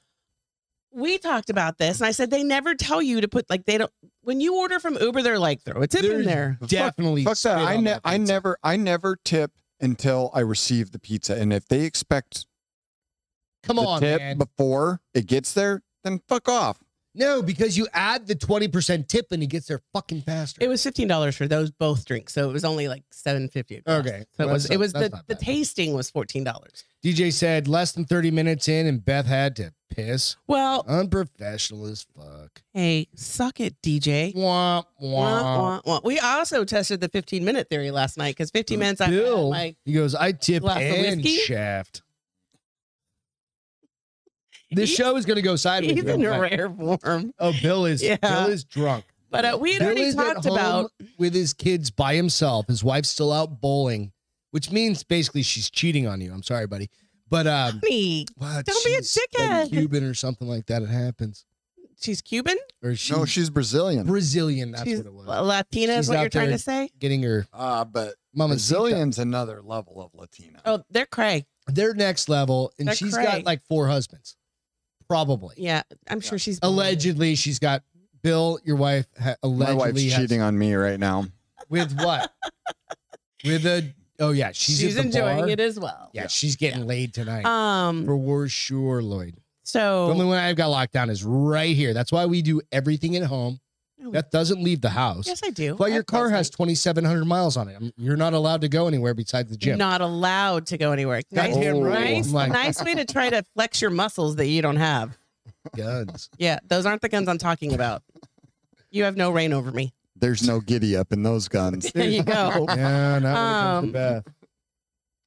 B: We talked about this, and I said they never tell you to put like they don't. When you order from Uber, they're like throw a tip in
A: There's
B: there.
A: Definitely.
C: Fuck
A: spit
C: that. I
A: on
C: ne- I
A: pizza.
C: never I never tip until I receive the pizza. And if they expect
A: Come
C: the
A: on,
C: tip
A: man.
C: before it gets there, then fuck off.
A: No, because you add the twenty percent tip and he gets there fucking faster.
B: It was fifteen dollars for those both drinks, so it was only like seven fifty.
A: Okay,
B: so
A: well,
B: it was
A: that's
B: it
A: not-
B: was
A: that's
B: the
A: not
B: the
A: bad.
B: tasting was fourteen dollars.
A: DJ said less than thirty minutes in, and Beth had to piss.
B: Well,
A: Unprofessional as fuck.
B: hey, suck it, DJ.
A: Womp
B: Wah,
A: womp.
B: wah, wah. We also tested the fifteen minute theory last night because fifteen minutes after that,
A: Uh, Bill,
B: like
A: he goes, I tip
B: glass of
A: and
B: whiskey?
A: shaft. This
B: He's-
A: show is going to go sideways.
B: he's
A: real
B: in
A: quick.
B: rare form.
A: Oh, Bill is
B: Yeah.
A: Bill is drunk.
B: But uh, we had
A: Bill
B: already
A: is at
B: talked
A: home
B: about
A: with his kids by himself. His wife's still out bowling, which means basically she's cheating on you. I'm sorry, buddy, but um,
B: me.
A: wow,
B: Don't be a
A: she's,
B: dickhead.
A: Like Cuban or something like that. It happens.
B: She's Cuban.
A: Or she's
C: no, she's Brazilian.
A: Brazilian. That's
B: she's
A: what it was.
B: Latina.
A: She's
B: is what
A: out
B: you're trying
A: there-
B: to say?
A: Getting her
C: Uh, but
A: mama
C: Brazilian's another level of Latina.
B: Oh, they're cray.
A: They're next level, and
B: They're
A: she's
B: cray.
A: got like four husbands, probably.
B: Yeah, I'm sure she's
A: Allegedly, she's got Bill, your wife, ha-
C: My
A: allegedly
C: wife's
A: has-
C: cheating on me right now.
A: with what? with a oh yeah, she's,
B: She's,
A: at the
B: enjoying
A: bar.
B: it as well.
A: Yeah, she's getting laid tonight
B: Um.
A: for war sure, Lloyd. The only
B: So
A: one I've got locked down is right here. That's why we do everything at home.
B: No.
A: That doesn't leave the house.
B: yes, I do.
A: That's why
B: I
A: your
B: have
A: car
B: those
A: has
B: things.
A: 2,700 miles on it. I'm- You're not allowed to go anywhere besides the gym.
B: Not allowed to go anywhere. Nice,
A: Goddamn
C: Oh.
A: right.
B: nice,
A: I'm like,
B: nice way to try to flex your muscles that you don't have.
A: guns.
B: Yeah, those aren't the guns I'm talking about. You have no reign over me.
C: There's no giddy up in those guns.
B: There you go.
A: Yeah, not when
B: Um,
A: it comes to Beth.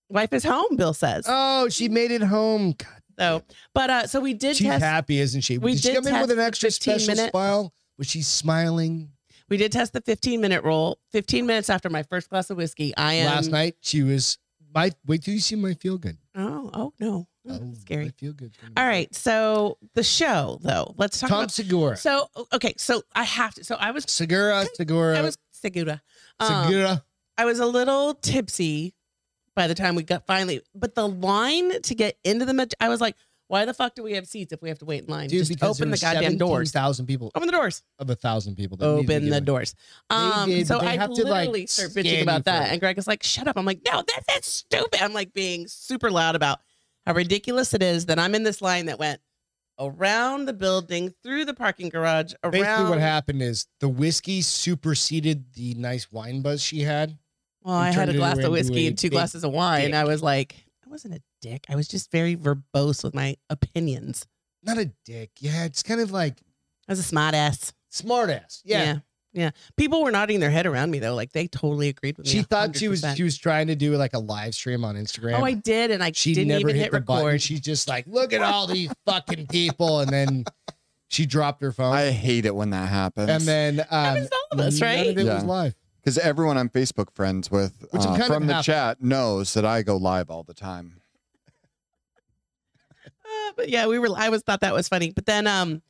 B: Wife is home, Bill says.
A: Oh, she made it home. God,
B: So, but uh, so we did
A: she's
B: test.
A: happy, isn't she?
B: we
A: did she
B: did
A: come in with an
B: test
A: extra
B: 15
A: special
B: minute-
A: smile? Was she smiling
B: we did test the 15 minute rule. 15 minutes after my first glass of whiskey, I am.
A: last night? She was. My wait till you see my feel good.
B: Oh, oh no, Oh,
A: Oh,
B: scary.
A: My feel good.
B: All right, so the show though. Let's talk
A: Tom
B: about.
A: Segura.
B: So okay, so I have to. So I was,
A: Segura. Segura.
B: I was Segura. Um,
A: Segura.
B: I was a little tipsy by the time we got finally, but the line to get into the, mat- I was like, why the fuck do we have seats if we have to wait in line?
A: Dude,
B: Just
A: because
B: open the goddamn doors.
A: Thousand people
B: Open the doors.
A: of a thousand people. that needed to
B: Open
A: get
B: the
A: in.
B: doors.
A: They
B: Um,
A: did,
B: so
A: but they
B: I
A: have to, like,
B: literally start
A: scan
B: bitching
A: you
B: about that,
A: first.
B: and Greg is like, "Shut up!" I'm like, "No, this is stupid." I'm like being super loud about how ridiculous it is that I'm in this line that went around the building, through the parking garage, around.
A: Basically, what happened is the whiskey superseded the nice wine buzz she had.
B: Well,
A: You
B: I had
A: turned
B: a
A: it
B: glass
A: into
B: of whiskey
A: a
B: and two
A: big
B: glasses of wine.
A: dick.
B: I was like, I wasn't a dick. I was just very verbose with my opinions.
A: Not a dick. Yeah, it's kind of like
B: I was a smart ass.
A: smart ass. yeah.
B: yeah. yeah. People were nodding their head around me though. Like they totally agreed with me.
A: She thought she was
B: 100%.
A: she was trying to do like a live stream on Instagram.
B: Oh, I did, and I
A: she
B: didn't
A: never
B: even
A: hit,
B: hit,
A: the button.
B: record.
A: She's just like, look at all these fucking people, and then she dropped her phone.
C: I hate it when that happens.
A: and then
B: That
A: um,
B: was all of us,
A: none
B: right?
A: of it
C: Yeah.
A: was live.
C: because everyone I'm Facebook friends with
A: Which I'm
C: uh,
A: kind of
C: from the
A: happy.
C: chat knows that I go live all the time.
B: Uh, but yeah, we were. I was thought that was funny, but then um,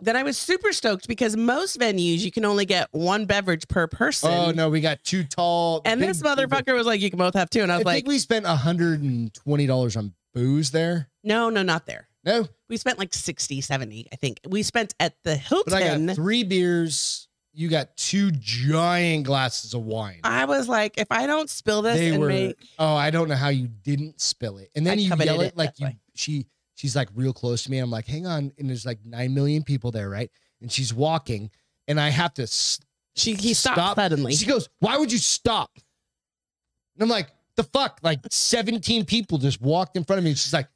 B: then I was super stoked because most venues you can only get one beverage per person.
A: Oh no, we got too tall.
B: And
A: big
B: this
A: people.
B: motherfucker was like, "You can both have two. and I
A: I
B: was like,
A: think we spent hundred and twenty dollars on booze there.
B: "No, no, not there."
A: No,
B: We spent like 60, 70, I think. We spent at the
A: but I
B: Hilton.
A: got three beers. You got two giant glasses of wine.
B: I was like, if I don't spill this
A: They
B: and
A: were-
B: make
A: Oh, I don't know how you didn't spill it. And then
B: I
A: you
B: coveted
A: yell it,
B: it,
A: like
B: that's
A: you
B: why.
A: she she's like real close to me. And I'm like, hang on. And there's like nine million people there, right? And she's walking, and I have to s-
B: she he stopped
A: Stop.
B: suddenly.
A: she goes, Why would you stop? And I'm like, the fuck? Like 17 people just walked in front of me. And she's like,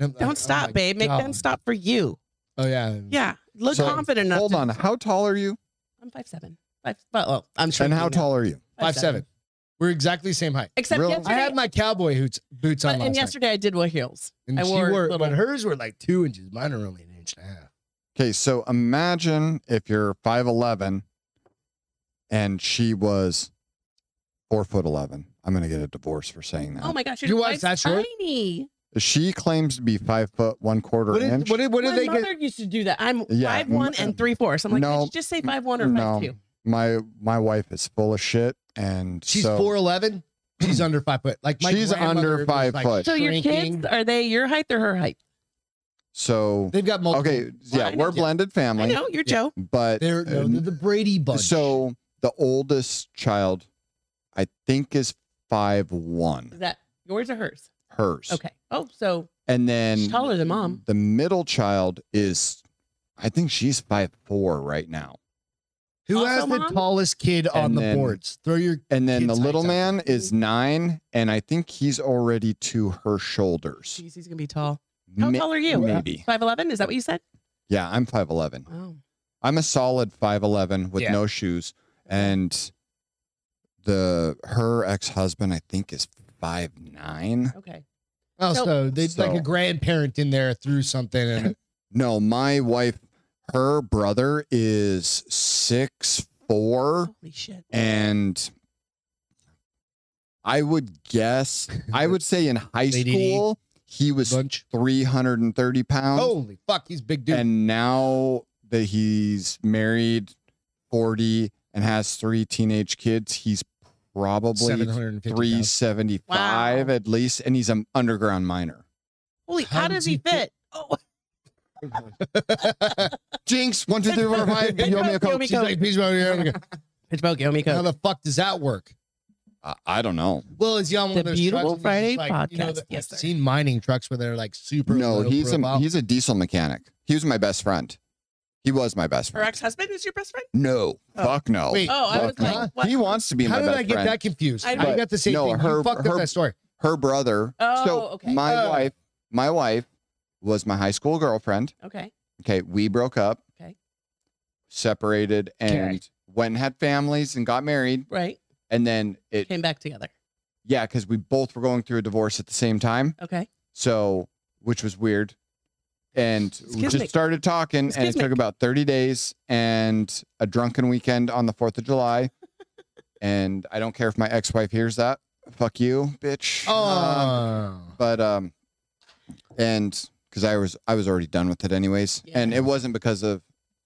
A: and I'm like,
B: Don't
A: "Oh
B: stop,
A: my
B: babe. Make them
A: God."
B: stop for you.
A: Oh yeah.
B: Yeah. Look
C: So,
B: confident enough.
C: Hold
B: to-
C: on, how tall are you?
B: I'm five seven. Five well, I'm sure.
C: And how tall are you?
A: Five seven. We're exactly the same height.
B: Except
C: Really?
B: yesterday.
A: I had my cowboy hoots boots on
B: but-
A: last
B: and
A: night.
B: yesterday I did wear heels.
A: And
B: I
A: she
B: wore
A: wore,
B: little-
A: but hers were like two inches. Mine are only an inch and a half.
C: Okay, so imagine if you're 5'11 and she was 4 foot 11. I'm going to get a divorce for saying that.
B: Oh my gosh,
A: Your
B: your
A: wife's
B: wife's
A: that short?
B: tiny.
C: she claims to be 5 foot 1 quarter
A: What did,
C: inch.
A: what did, what did
B: my
A: they
B: mother
A: get?
B: used to do that. I'm
C: Yeah,
B: five one
C: m-
B: and three four. So I'm like,
C: no,
B: did you just say five one or
C: no.
B: five two?
C: my my wife is full of shit and
A: She's
C: so
A: 4'11. She's under five foot. Like my
C: She's under
A: grandmother was,
C: five
A: like,
C: foot.
B: So your
A: shrinking.
B: kids are they your height or her height?
C: so
A: They've got multiple.
C: okay,
B: I
C: yeah,
B: know,
C: we're
B: yeah.
C: blended
B: I
C: family,
B: know you're
A: yeah.
B: Joe.
C: but
A: They're no,
C: uh,
A: they're the Brady bunch.
C: So the oldest child, I think, is five
B: Is
C: one.
B: that yours or hers?
C: Hers.
B: Okay. Oh, so
C: And then
B: She's taller than mom.
C: The middle child is, I think she's five four right now.
A: who
B: also
A: has the
B: mom?
A: tallest kid on
C: And
A: the
C: then-
A: boards? Throw your
C: And then
A: Kids
C: the little
A: height up.
C: man is
B: Mm-hmm.
C: nine, and I think he's already to her shoulders.
B: geez, he's gonna be tall. How
C: Ma-
B: tall are you?
C: Maybe.
B: Five eleven? Is that what you said?
C: Yeah, I'm five eleven.
B: Wow.
C: I'm a solid five eleven with
A: Yeah.
C: no shoes, and the her ex husband I think is five nine.
B: Okay.
A: oh,
B: So-
A: so they like a
C: So-
A: grandparent in there threw something and
C: No, my wife, her brother is six four,
B: Holy shit.
C: and I would guess, I would say in high
A: ADD.
C: school he was
A: bunch.
C: three hundred and thirty pounds,
A: Holy fuck, he's a big Oh, dude.
C: and now that he's married, forty, and has three teenage kids, he's probably
A: 750
C: three
A: pounds.
C: seventy five
B: Wow.
C: at least, and he's an underground miner.
B: Holy, how,
A: How
B: does
A: did
B: he
A: you fit-
B: fit? Oh,
C: Jinx, one, two, three, four, five. You owe me a
B: Yo,
C: coke.
B: me
A: She's like, "Please, bro, you're gonna go."
B: Pittsburgh, Yomi
A: How the fuck does that work?
C: I- I don't know.
A: Well, is y'all one
B: The
A: of those
B: Beautiful
A: trucks that's just
B: Friday
A: like, you know,
B: podcast.
A: the-
B: Yes, sir.
A: I've seen mining trucks where they're like super.
C: No,
A: low
C: he's a
A: profile.
C: he's a diesel mechanic. He was my best friend. He was my best
B: Her
C: friend.
B: ex husband is your best friend?
C: No,
B: Oh.
C: fuck no.
A: Wait,
B: Oh, I
A: what
B: was
C: Fuck
A: the-
B: like, what?
C: He wants to be
A: How
C: my
A: did
C: best
A: I get
C: friend.
A: that confused?
B: I
A: I,
B: don't-
A: got the same
C: No,
A: thing.
C: her-
A: you fucked
C: her-
A: up that story.
C: Her brother. so
B: Oh, okay.
C: my
A: Oh.
C: wife, my wife was my high school girlfriend.
B: Okay.
C: Okay, we broke up.
B: Okay.
C: Separated and
B: Okay.
C: went and had families and got married.
B: Right.
C: And then it
B: Came back together.
C: yeah, because we both were going through a divorce at the same time.
B: Okay.
C: So, which was weird. And we
B: Excuse
C: just
B: me.
C: started talking, and
B: Excuse
C: it
B: me.
C: took about 30 days and a drunken weekend on the 4th of July. and I don't care if my ex wife hears that. Fuck you, bitch.
A: Oh,
C: Um, but, um, and because I was, I was already done with it anyways. And
B: Yeah.
C: it wasn't because of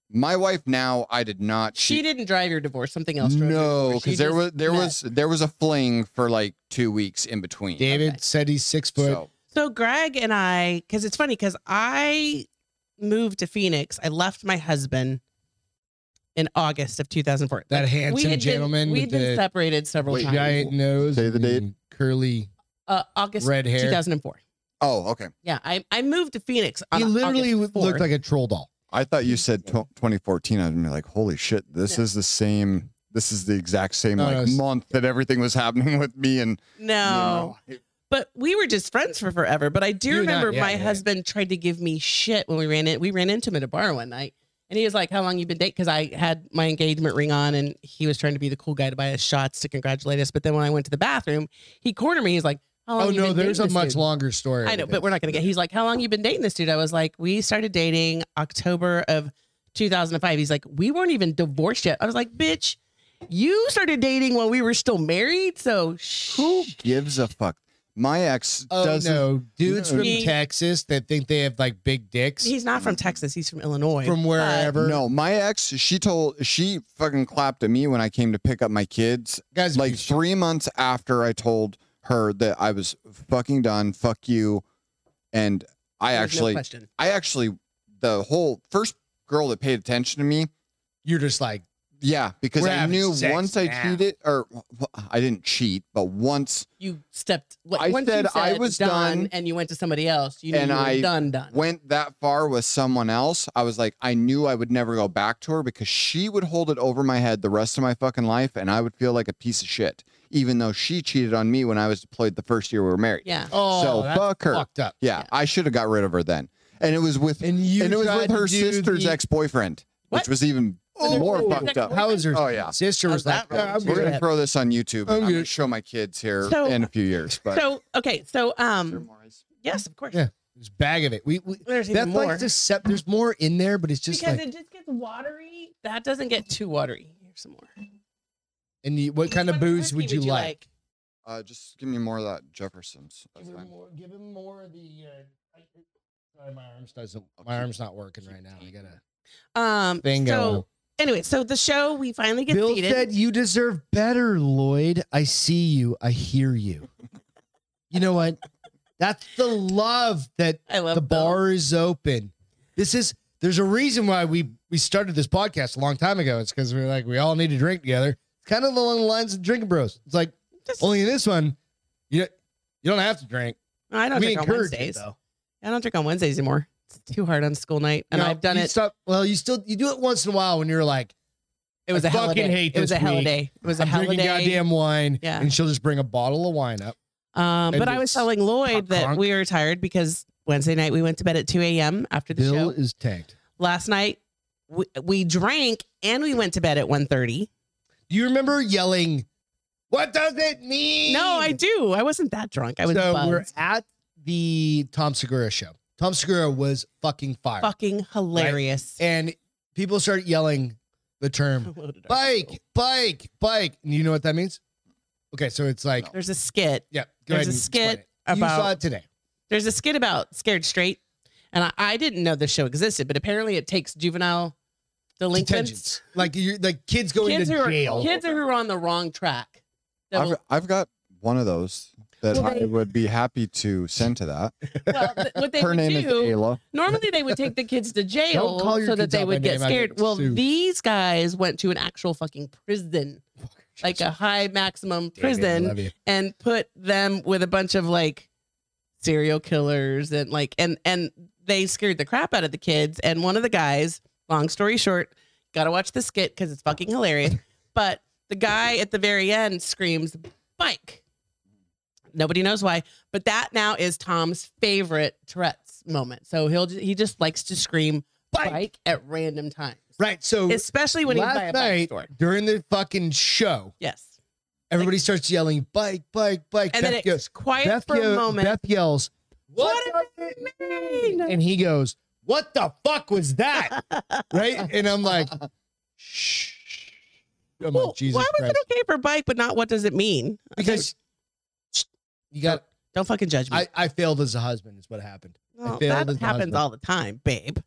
C: my wife now, I did not.
B: She didn't drive your divorce. Something else. drove your
C: No,
B: divorce. You
C: because there
B: just
C: was there
B: met.
C: was there was a fling for like two weeks in between.
A: David
B: Okay.
A: said he's six foot.
C: So
B: So Greg and I, because it's funny, because I moved to Phoenix. I left my husband in August of 2004.
A: that
B: Like,
A: handsome
B: had been-
A: gentleman
B: we'd
A: with
B: been
A: the
B: separated several
C: Wait,
B: times.
A: giant nose,
C: Say the date.
A: and curly
B: uh, August
A: red hair.
B: 2004.
C: oh, okay.
B: Yeah, I, I moved to Phoenix. On
A: He literally
B: August
A: looked
B: 4th.
A: like a troll doll.
C: I thought you said tw 2014. I'd be like, holy shit, this
B: No.
C: is the same. This is the exact same
A: No, no,
C: like
A: it's-
C: month that everything was happening with me and. you
B: no.
C: know,
B: But we were just friends for forever. But I do
A: You and I,
B: remember
A: yeah,
B: my
A: yeah, yeah.
B: husband tried to give me shit when we ran in. We ran into him at a bar one night, and he was like, "How long you been dating?" Because I had my engagement ring on, and he was trying to be the cool guy to buy us shots to congratulate us. But then when I went to the bathroom, he cornered me. He's like, "How long?"
A: Oh
B: you
A: no,
B: been
A: there's
B: dating
A: a
B: this
A: much
B: dude?
A: longer story.
B: I know, but we're not gonna get. He's like, "How long you been dating this dude?" I was like, "We started dating October of 2005." He's like, "We weren't even divorced yet." I was like, "Bitch, you started dating when we were still married, so shh."
C: Who gives a fuck? My ex
A: Oh
C: doesn't.
A: no, dudes
C: No.
A: from
B: He-
A: Texas that think they have like big dicks
B: He's not from Texas. He's from Illinois.
A: Mm-hmm. from
B: but-
A: wherever.
C: No, my ex, she told, she fucking clapped at me when I came to pick up my kids.
A: guys,
C: Like
A: you sh-
C: three months after I told her that I was fucking done, fuck you. And I
B: There's no
C: actually,
B: question.
C: I actually, the whole first girl that paid attention to me,
A: you're just like
C: Yeah, because
A: We're
C: I
A: having
C: knew
A: sex
C: once I
A: now.
C: cheated, or well, I didn't cheat, but once
B: you stepped. What,
C: I
B: once
C: said
B: you
C: I was done,
B: and you went to somebody else. You knew
C: and
B: you were
C: I
B: done, done.
C: went that far with someone else, I was like, I knew I would never go back to her because she would hold it over my head the rest of my fucking life, and I would feel like a piece of shit, even though she cheated on me when I was deployed the first year we were married.
B: yeah,
A: oh
C: So
A: that's
C: fuck her.
A: fucked up.
C: Yeah,
B: Yeah.
C: I should have got rid of her then, and it was with
A: And you
C: and it was
A: tried
C: with
A: to
C: her
A: do
C: sister's
A: the-
C: ex boyfriend, which
B: What?
C: was even
B: Oh,
C: more
B: oh,
C: fucked up.
A: How is her
C: Oh, yeah.
A: sister was
B: How's
A: like, "Oh,
B: that
A: "Yeah, I'm
C: We're
A: good."
C: gonna throw this on YouTube.
A: I'm
C: and I'm gonna
A: good.
C: show my kids here
B: So-
C: in a few years, but.
B: So okay, so
C: Is there
B: um,
C: more ice?
B: yes, of course.
A: Yeah. There's a bag of it. We, we
B: There's even
A: that's
B: more.
A: like just sep- there's more in there, but it's just
B: because
A: like
B: it just gets watery. That doesn't get too watery. Here's some more.
A: and you, what kind of booze would you, like?
C: Uh, just give me more of that Jefferson's. That's
A: Give him
C: fine.
A: more. Give him more of the. Uh, I- sorry, my arms doesn't.
C: I'll
A: My
C: keep-
A: arm's not working
C: keep
A: right now. I
C: taking
A: got
C: it.
A: a
B: Um,
A: thing going.
B: So anyway, so the show we finally get
A: Bill
B: seated.
A: said, "You deserve better, Lloyd. I see you. I hear you. you know what? That's the love that
B: I love
A: the
B: Bill.
A: bar is open. This is there's a reason why we we started this podcast a long time ago. It's because we were like we all need to drink together. It's kind of along the lines of drinking bros. It's like
B: Just-
A: only in this one, you you don't have to drink.
B: I don't
A: we
B: drink on
A: encourage it
B: Wednesdays.
A: though.
B: I don't drink on Wednesdays anymore. It's too hard on school night, and
A: No,
B: I've done
A: you
B: it.
A: Stop, well, you still you do it once in a while when you're like
B: it was
A: I
B: a
A: fucking
B: holiday.
A: hate
B: it was
A: this
B: a
A: week.
B: holiday. It was a
A: I'm
B: holiday.
A: drinking goddamn wine,
B: Yeah.
A: and she'll just bring a bottle of wine up.
B: Um,
A: And
B: but I was
A: it's
B: telling Lloyd that
A: crunk.
B: we were tired because Wednesday night we went to bed at 2 a.m. after the
A: Bill
B: show.
A: is tanked.
B: Last night we, we drank and we went to bed at 1.30.
A: Do you remember yelling, "What does it mean?"
B: No, I do. I wasn't that drunk. I was
A: so
B: buzzed.
A: we're at the Tom Segura show. Tom Segura was fucking fire,
B: fucking hilarious.
A: and people started yelling the term
B: Loaded our
A: "bike,
B: school.
A: bike, bike." And you know what that means? Okay, so it's like,
C: No.
B: There's a skit
A: yeah, go ahead
B: There's a
A: and explain
B: skit
A: it. you saw
B: about-
A: it today.
B: There's a skit about Scared Straight, and I, I didn't know this show existed, but apparently it takes juvenile delinquents,
A: Detentions, like you, like kids going
B: kids,
A: to
B: who are,
A: jail.
B: kids who are on the wrong track. That
C: I've,
B: will-
C: I've got one of those that
B: Well,
C: I
B: they-
C: would be happy to send to that.
B: well, th- what they
C: Her
B: would
C: name is
B: do
C: Ayla.
B: normally they would take the kids to jail
A: Don't call your
B: so that
A: kids
B: they
A: out by
B: would get
A: name, I'd
B: scared.
A: get
B: well,
A: sued.
B: these guys went to an actual fucking prison, like a high maximum
A: Damn it, I
B: prison,
A: love you.
B: and put them with a bunch of like serial killers and like and and they scared the crap out of the kids and one of the guys long story short gotta watch the skit because it's fucking hilarious but the guy at the very end screams bike nobody knows why but that now is tom's favorite tourette's moment so he'll ju- he just likes to scream bike,
A: Bike.
B: at random times
A: Right. So
B: especially when he's by
A: last
B: a bike
A: night-
B: store
A: during the fucking show,
B: yes
A: everybody starts yelling bike, bike, bike.
B: and then
A: Beth goes,
B: it's quiet
A: Beth,
B: for
A: yell-
B: a moment
A: Beth yells,
B: What
A: "What does it mean?"
B: mean?
A: And he goes, "What the fuck was that?" right? And I'm like, "Shh." I'm
B: Well,
A: like, Jesus
B: why was
A: Christ,
B: it okay for bike, but not what does it mean? I think-
A: because you got.
B: don't fucking judge me.
A: I, I failed as a husband. Is what happened.
B: Well,
A: failed
B: that
A: as a
B: happens
A: husband.
B: all the time, babe.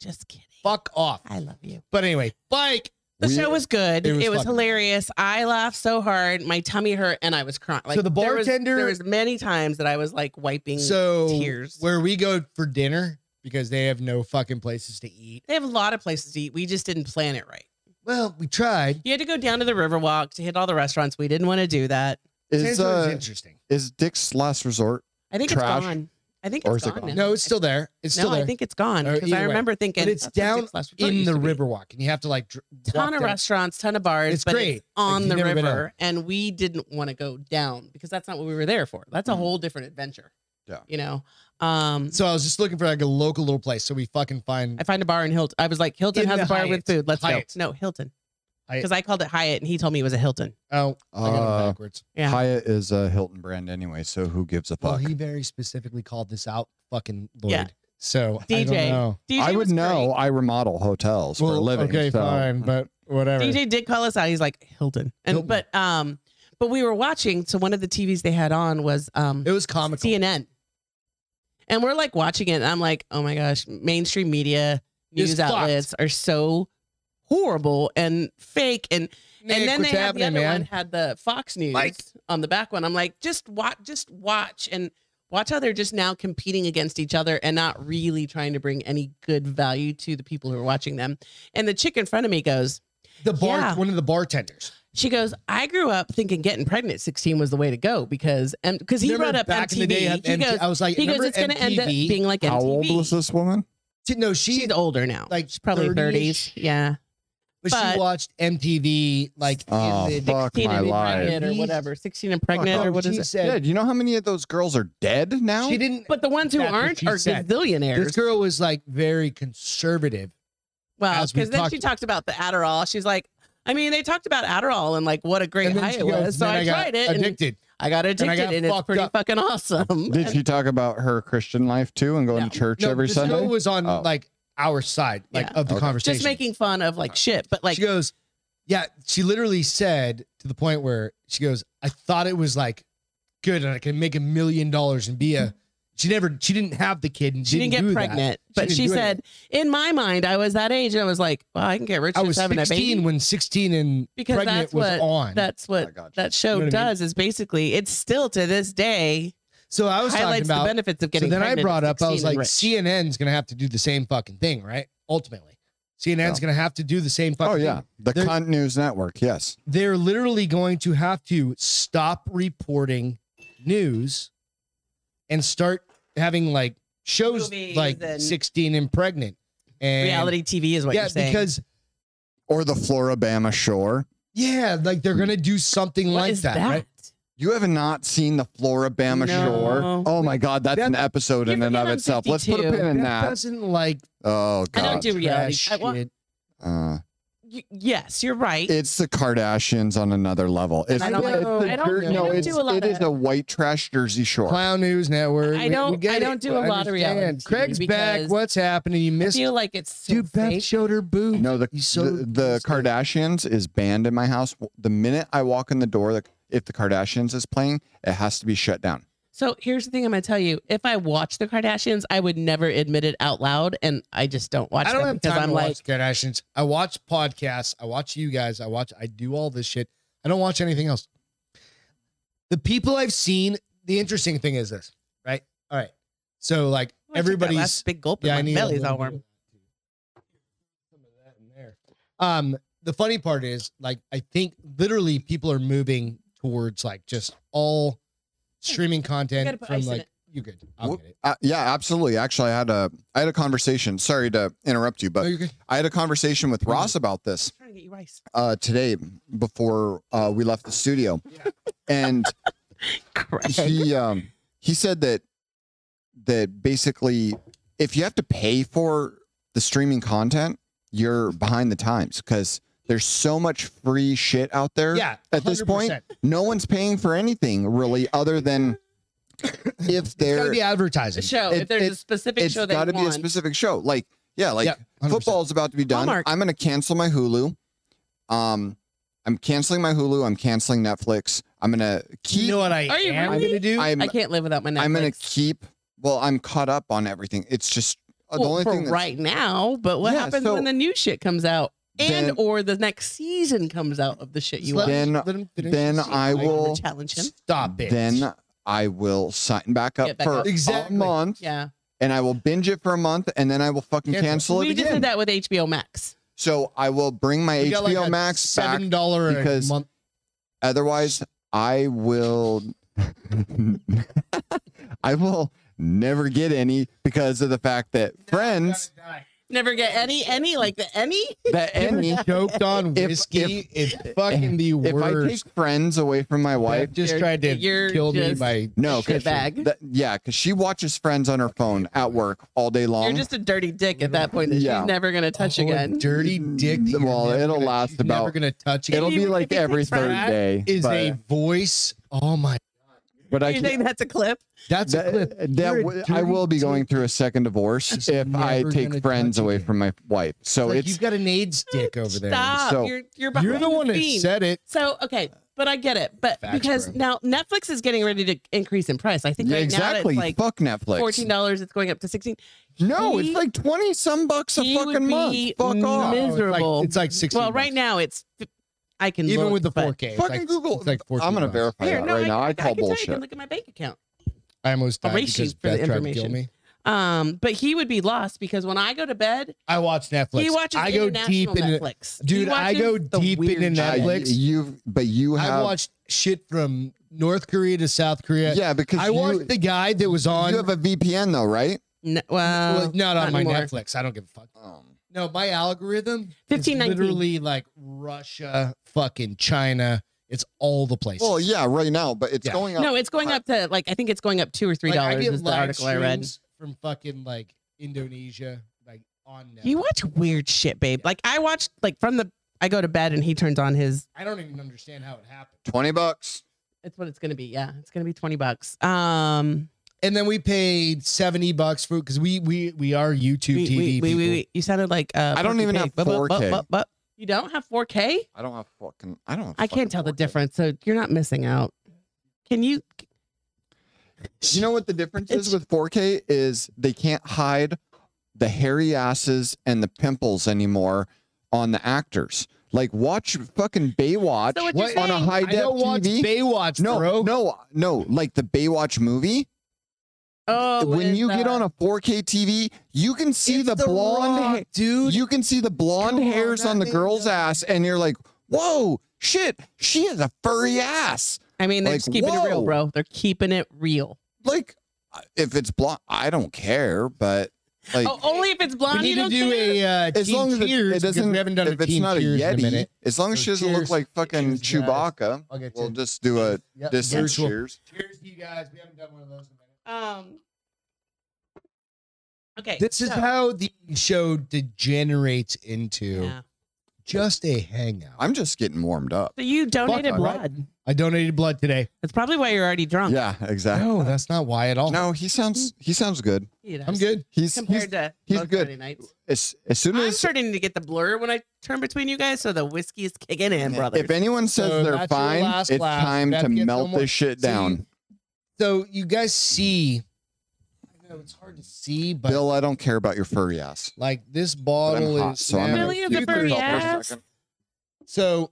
B: Just kidding.
A: Fuck off.
B: I love you.
A: But anyway, bike.
B: The
C: We-
B: show was good.
A: it
B: It
A: was
B: was,
A: fucking-
B: hilarious. I laughed so hard, my tummy hurt, and I was crying. Like
A: the
B: there was-
A: bartender-
B: there was, many times that I was like wiping.
A: So
B: tears.
A: where we go for dinner because they have no fucking places to eat.
B: they have a lot of places to eat. We just didn't plan it right.
A: Well, we tried.
B: You had to go down to the Riverwalk to hit all the restaurants. We didn't want to do that.
C: Is
A: It's
C: uh,
A: interesting.
C: is Dick's Last Resort?
B: I think
C: Trash.
B: it's gone. I think
C: Or
B: it's
C: is it
B: gone.
C: gone?
B: now.
A: No, it's still there. It's
B: no.
A: still there.
B: I think it's gone
A: Or
B: because I
A: either way.
B: remember thinking
A: But it's
B: "That's what
A: down
B: Dick's Last Resort
A: in
B: used
A: the
B: to be."
A: Riverwalk, and you have to like dr- walk
B: ton of
A: down-
B: restaurants, ton of bars.
A: It's
B: but
A: great.
B: It's
A: Like,
B: on the
A: you've never been
B: river, and we didn't want to go down because that's not what we were there for. That's a
C: Mhm.
B: whole different adventure.
C: Yeah.
B: You know,
A: Mm-hmm.
B: um,
A: So I was just looking for like a local little place, so we fucking find.
B: I find a bar in Hilton. I was like, Hilton
A: In
B: has
A: the
B: a bar
A: Hyatt.
B: with food. Let's
A: Hyatt.
B: go. No, Hilton.
A: Hyatt.
B: Because I called it Hyatt, and he told me it was a Hilton.
A: Oh, I got it
C: Uh,
A: backwards.
B: Yeah.
C: Hyatt is a Hilton brand anyway, so who gives a
A: Well,
C: fuck?
A: he very specifically called this out, fucking Lloyd.
B: Yeah.
A: So I don't
B: DJ.
A: know.
B: DJ
C: I would
B: was
C: know. I remodel hotels for a living.
A: okay,
C: so-
A: fine, but whatever.
B: great. DJ did call us out. He's like Hilton, and
A: Hilton.
B: but um, but we were watching. So one of the TVs they had on was um,
A: it was comical.
B: CNN. And we're like watching it, and I'm like, oh my gosh, mainstream media
A: It's
B: news outlets are so horrible and fake. And
A: Nick,
B: and then they
A: what's
B: had the
A: happening,
B: other
A: man?
B: one had the Fox News
A: Mike.
B: on the back one. I'm like, just watch, just watch, and watch how they're just now competing against each other and not really trying to bring any good value to the people who are watching them. And the chick in front of me goes,
A: The bar,
B: Yeah.
A: one of the bartenders.
B: she goes, I grew up thinking getting pregnant at 16 was the way to go because and because he
A: Remember
B: brought up
A: back
B: MTV.
A: in the day,
B: he
A: MT
B: goes,
A: I was like,
B: he goes,
A: remember
B: it's going to end up
A: MTV?
B: being like MTV.
C: How old was this woman?
A: She- No, she
B: She's older now.
A: like
B: She's probably
A: 30-ish.
B: 30s. Yeah.
A: but, she
B: but-
A: watched MTV like
C: Oh,
A: in the
C: fuck. my
B: and
C: life.
B: pregnant or
A: Jesus.
B: whatever. 16 and pregnant
A: Oh,
B: or what
A: she
B: is it?
A: said
C: yeah, do you know how many of those girls are dead now?
A: she didn't
B: But the ones who
A: That's what
B: aren't
A: she
B: are
A: said.
B: gazillionaires.
A: This girl was like very conservative.
B: well,
A: as we
B: because then
A: talked-
B: she talked about the Adderall. She's like, I mean, they talked about Adderall and like what a great
A: And then
B: high
A: she
B: it
A: goes,
B: was. So
A: "Then
B: I,
A: got
B: tried it. And
A: Addicted.
B: I got addicted, and,
A: got
B: it's
A: fucked
B: pretty
A: up.
B: fucking awesome.
C: Did she talk about her Christian life too and going
B: No.
C: to church
A: No,
C: every
A: this
C: Sunday?
A: girl was on
C: Oh.
A: like our side, like
B: Yeah.
A: of the
C: Okay.
A: conversation.
B: Just making fun of like shit, but like
A: she goes, yeah. She literally said to the point where she goes, I thought it was like good, and I can make a million dollars and be a. She never. She didn't have the kid, and
B: she didn't,
A: do
B: get
A: that.
B: pregnant. But
A: didn't
B: she
A: do any of
B: said, in my mind, I was that age, and I was like, well, I can get rich
A: I
B: just
A: was
B: having a baby.
A: sixteen when sixteen and
B: Because
A: pregnant
B: that's
A: was
B: what-
A: on.
B: That's what
C: I got you.
B: that
A: You
B: show
A: know what I mean?
B: does. Is basically it's still to this day
A: so I was talking
B: highlights the
A: about.
B: benefits of
A: So
B: getting.
A: then I
B: pregnant at
A: brought up. I
B: 16
A: was
B: and
A: like,
B: rich.
A: CNN's gonna have to do the same fucking thing, right? Ultimately, CNN's gonna have to do the same fucking.
C: oh
A: thing.
C: yeah, the
A: There-
C: Cunt News Network. Yes,
A: they're literally going to have to stop reporting news and start having like shows
B: Movies
A: like
B: and-
A: 16 and pregnant and
B: reality TV is what
A: yeah
B: you're saying.
A: because
C: or the Floribama Shore.
A: yeah like they're gonna do something
B: What
A: like
B: is
A: that, right
C: You have not seen the
B: No.
C: Floribama Shore. Oh my God, that's
A: That-
C: an episode in
B: You're
C: and of
B: forgetting I'm
C: itself. Let's put a
B: 52.
C: pin in
A: that
C: that.
A: doesn't like
C: Oh
B: I
C: God,
B: don't do reality.
A: trash
B: I want-
A: shit.
C: Uh,
B: Y- yes, you're right.
C: it's the Kardashians on another level. It's,
B: I don't
C: it's
B: like-
C: the
B: I don't-
C: dirt-
B: I
C: no,
B: don't
C: it's,
B: do a lot
C: it is
B: of-
C: a white trash Jersey Shore.
A: clown news network
B: I
A: We- we
B: don't-
A: get
B: I
A: it.
B: don't do a
A: I
B: lot of reality
A: understand.
B: TV
A: Craig's back
B: because
A: what's happening you
B: I
A: missed
B: feel like it's so
A: dude Beth
B: fake.
A: showed her boob
C: No, the
A: You so
C: the, the
A: disgusting.
C: Kardashians is banned in my house. The minute I walk in the door, like if the Kardashians is playing, it has to be shut down.
B: So here's the thing I'm gonna tell you. If I watch the Kardashians, I would never admit it out loud, and I just don't watch
A: I don't
B: them
A: have
B: because
A: time
B: I'm
A: to
B: like,
A: watch Kardashians. I watch podcasts. I watch you guys. I watch. I do all this shit. I don't watch anything else. The people I've seen. The interesting thing is this, right? All right. So like
B: "Oh, I took that
A: everybody's.
B: last big gulp. Yeah, my
A: a
B: belly's
A: little
B: all
A: bit
B: warm.
A: of Some of that in there. Um, the funny part is, like, I think literally people are moving towards like just all streaming
B: gotta
A: content
B: put
A: from
B: ice in
A: like
B: it.
A: you good. I'll
C: Whoop.
A: get it.
C: Uh, yeah, absolutely. Actually, I had a I had a conversation. Sorry to interrupt you,
A: No,
C: but
A: you're good.
C: I had a conversation with Ross about this.
B: I'm trying to get you rice.
C: uh, today before uh, we left the studio, and he um, he said that that basically if you have to pay for the streaming content, you're behind the times because there's so much free shit out there.
A: yeah.
C: At this point,
A: 100%.
C: no one's paying for anything really, other than if
A: it's gotta
C: they're
A: be advertising.
B: The show.
C: it-
B: if there's a
C: it-
B: specific
C: it's
B: show they
C: got to be a
B: want,
C: specific show. Like yeah, like
A: Yeah, 100%.
C: football's about to be done.
B: Hallmark.
C: I'm going to cancel my Hulu. Um, I'm canceling my Hulu. I'm canceling Netflix. I'm going to keep.
A: You know what I
B: Are you
A: am
B: really?
A: gonna do?
C: I'm
B: I can't live without my Netflix.
C: I'm going to keep. Well, I'm caught up on everything. It's just uh,
B: Well,
C: the only
B: for
C: thing. that's-
B: right now. But what
C: Yeah,
B: happens
C: so
B: when the new shit comes out, and
C: Then-
B: or the next season comes out of the shit you
A: Let-
B: want?
C: Then-
A: let him finish
C: then
A: his
C: I
A: statement.
B: I'm gonna
C: will-
B: challenge him.
A: stop it.
C: Then I will sign back up
B: Get back
C: for
B: up.
A: Exactly.
C: a month,
B: Yeah,
C: and I will binge it for a month, and then I will fucking
A: Cancel.
C: cancel, it
B: we just
C: again.
B: did that with HBO Max.
C: So I will bring my
A: We
C: HBO
A: got like a
C: Max back.
A: seven dollar a
C: because-
A: month.
C: Otherwise, I will I will never get any because of the fact that friends
B: Never get any, any like the any.
C: that any
A: Joked on
C: If-
A: whiskey is fucking the
C: if I
A: worst.
C: take friends away from my wife,
A: Beth just
B: You're-
A: tried to
B: you're
A: kill me
B: just-
A: by
C: no,
B: Shit
C: 'cause she-
B: bag.
C: that- yeah, because she watches friends on her phone at work all day long.
B: You're just a dirty dick at that point. That
C: Yeah.
B: she's never gonna touch
A: Oh, a
B: again.
A: dirty dick. that you're
C: Well,
A: never
C: it'll
A: gonna-
C: last
A: you're Never
C: about-
A: gonna touch
C: It'll
A: it.
C: be like
B: If you
C: every
B: take
C: third
B: friends-
C: day.
A: Is
C: but,
A: a voice. Oh my,
C: but I
B: you
C: can't-
B: think that's a clip?
A: that's a clip.
C: that, that
A: You're a
C: w- I
A: dirty
C: will be going
A: dick.
C: through a second divorce
A: She's
C: if I
A: never
C: take
A: gonna
C: friends
A: touch
C: away
A: again.
C: from my wife. So
A: Like,
C: it's
A: you've got an AIDS dick over there.
B: Stop.
C: So-
B: you're you're,
A: You're
B: behind
A: the one that
B: fiend.
A: said it.
B: So okay, but I get it. But
A: Facts,
B: because
A: bro.
B: now Netflix is getting ready to increase in price. I think
C: yeah,
B: right
C: exactly.
B: now it's like
C: Fuck Netflix.
B: fourteen dollars. It's going up to sixteen.
C: No,
B: He-
C: it's like twenty some bucks a
B: he would
C: fucking month.
B: be
C: Fuck off.
A: No, it's like-
B: miserable.
A: It's like sixty.
B: Well, right now it's I can
A: even
B: look,
A: with the
B: but-
A: 4K, it's
C: Fucking
A: like-
C: Google.
A: It's like 14
C: I'm gonna
A: bucks.
C: verify
B: Here,
C: that
B: no,
C: right now. I
B: I
C: call
B: can Tell you, you can
C: bullshit.
B: look at my bank account.
A: I almost died
B: Erase
A: because
B: you for the
A: Beth tried to kill
B: information.
A: me.
B: Um, but he would be lost because when I go to bed,
A: I watch Netflix.
B: he watches
A: I go
B: international
A: deep into
B: Netflix. He
A: Dude, I
B: watches
A: go
B: the
A: deep
B: weird
A: into
B: shit.
C: Uh,
A: Netflix.
C: you, but you
A: I
C: have.
A: watched shit from North Korea to South Korea.
C: yeah, because
A: I
C: you,
A: watched the guy that was on.
C: you have a VPN though, right?
B: No,
A: well,
B: well,
A: not on
B: not
A: my
B: anymore.
A: Netflix. I don't give a fuck. No, my algorithm is
B: 1519.
A: literally like Russia, fucking China. It's all the places.
C: Well, yeah, right now, but it's
A: Yeah.
C: going up.
B: no, it's going up to like I think it's going up two or three
A: Like, I
B: dollars.
A: get
B: is the
A: live
B: article I read.
A: streams from fucking like Indonesia, like on Netflix.
B: You watch weird shit, babe. Like I watched like from the I go to bed and he turns on his
A: I don't even understand how it happened.
C: Twenty bucks.
B: That's what it's gonna be. Yeah, it's gonna be twenty bucks. Um,
A: And then we paid 70 bucks for because we we we are YouTube
B: we-
A: TV.
B: we- we-
A: people.
B: we- we- you sounded like uh,
C: I don't even
B: 4K.
C: have
B: Bup, bup, bup,
C: 4K.
B: bup, bup. You don't have four K?
C: I don't have fucking. I don't. Have
B: I
C: fucking
B: can't tell the
C: 4K.
B: difference, so you're not missing out. Can you?
C: You know what the difference
B: It's-
C: is with 4K is they can't hide the hairy asses and the pimples anymore on the actors. Like watch fucking Baywatch
B: So what
A: you're
C: on a
B: saying-
C: high
A: I
C: def
A: don't watch
C: TV.
A: Baywatch,
C: no,
A: bro.
C: no, no. Like the Baywatch movie.
B: Oh,
C: when you get on a 4K TV, you can see the blonde hair.
A: dude.
C: You can see the blonde
A: Come on,
C: hairs
A: that
C: on the
A: thing
C: girl's
A: does-
C: ass, and you're like, "Whoa, shit, she has a furry ass."
B: I mean, they're
C: like,
B: just keeping it real,
C: whoa.
B: bro. They're keeping it real.
C: Like, uh, if it's blonde, I don't care, but like,
B: oh, only if it's
A: we
B: blonde.
A: need
B: you
A: to
B: don't
A: do a
B: care?
A: uh,
C: as
A: team
C: long as it,
A: cheers
C: it
A: because
C: doesn't,
A: we haven't done
C: if
A: a
C: it's
A: team
C: not a
A: cheers in a
C: yeti,
A: minute.
C: as long as
A: So
C: she doesn't look
A: cheers-
C: like fucking
A: cheers, guys.
C: Chewbacca,
A: I'll get
C: we'll
A: you.
C: just do a
A: Yep,
C: distance
A: virtual.
C: cheers.
A: Cheers to you guys. We haven't done one of those in a minute.
B: Um. Okay.
A: This is
B: so-
A: how the show degenerates into
B: Yeah.
A: just a hangout.
C: I'm just getting warmed up.
B: So you donated
C: I-
B: blood.
A: I donated blood today.
B: That's probably why you're already drunk.
C: Yeah, exactly.
A: No, that's not why at all.
C: No, he sounds he sounds good.
B: You know,
A: I'm good.
C: He's, he's
B: Compared to
C: he's
B: most
C: good.
B: Friday nights.
C: as, as soon
B: I'm
C: as
B: starting to get the blur when I turn between you guys, so the whiskey is kicking in, brother.
C: If anyone says
A: So
C: they're
A: that's your
C: fine,
A: last
C: it's
A: laugh.
C: time
A: Beth
C: to
A: gets no
C: melt
A: more-
C: this shit
A: So you-
C: down.
A: So you guys see, I know it's hard to see, but
C: Bill, I don't care about your furry ass.
A: like this
C: But
A: bottle
C: I'm hot,
A: is
C: so
A: now-
C: I'm
B: Really?
C: gonna
B: Is it
C: excuse
B: furry
C: myself for a
B: ass?
C: second.
A: so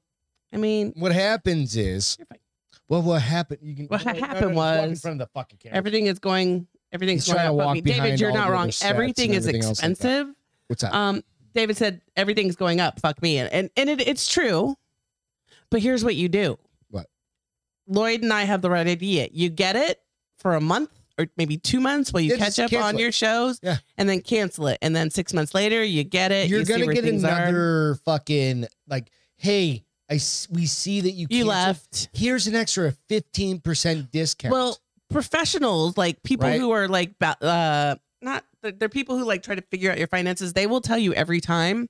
B: I mean,
A: what happens is
B: You're fine.
A: well what happened you can
B: What
A: no, no, no,
B: happened
A: just walk in
B: was
A: front of the fucking camera.
B: everything is going. Everything's
A: He's
B: going
A: trying to
B: up. I
A: walk
B: mean, David,
A: behind
B: you're
A: all
B: not
A: the
B: wrong.
A: other sets
B: Everything
A: and
B: is
A: everything else like that.
B: expensive.
A: What's up?
B: Um, David said everything's going up. Fuck me, and and, and it, it's true. But here's what you do.
A: What?
B: Lloyd and I have the right idea. You get it for a month or maybe two months while you
A: Yeah,
B: catch
A: just
B: up
A: cancel
B: on
A: it.
B: your shows,
A: Yeah.
B: and then cancel it. And then six months later, you get it.
A: You're
B: you see
A: gonna
B: where
A: get
B: things are.
A: another fucking like, hey, I s- we see that you
B: You
A: canceled.
B: left.
A: Here's an extra fifteen percent discount.
B: Well, professionals like people
A: Right.
B: who are like ba- uh not they're, they're people who like try to figure out your finances they will tell you every time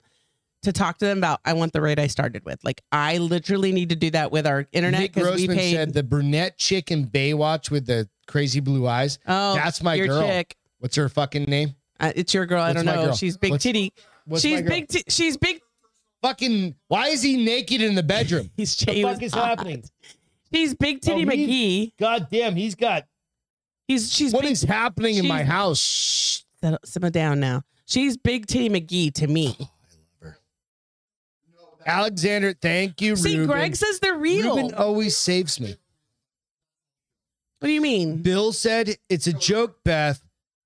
B: to talk to them about i want the rate i started with like i literally need to do that with our internet
A: Nick
B: because we
A: Grossman
B: paid
A: said the brunette chick in Baywatch with the crazy blue eyes.
B: oh
A: That's my
B: your
A: girl.
B: chick
A: What's her fucking name?
B: uh, it's your girl i
A: What's
B: don't
A: my
B: know
A: girl?
B: she's big
A: What's-
B: titty
A: What's
B: she's
A: my girl?
B: big ti- she's big
A: Fucking. Why is he naked in the bedroom?
B: he's
A: the
B: he was
A: fuck is
B: hot.
A: happening?
B: she's big titty
A: Uh, Oh,
B: mcgee
A: God damn, he's got.
B: he's she's
A: What
B: big,
A: is happening in my
B: she's-
A: house?
B: shh settle- simmer down now she's big titty mcgee to me
A: Alexander, thank you,
B: see
A: Ruben.
B: greg says they're real
A: Ruben always saves me.
B: what do you mean
A: Bill said it's a joke, Beth.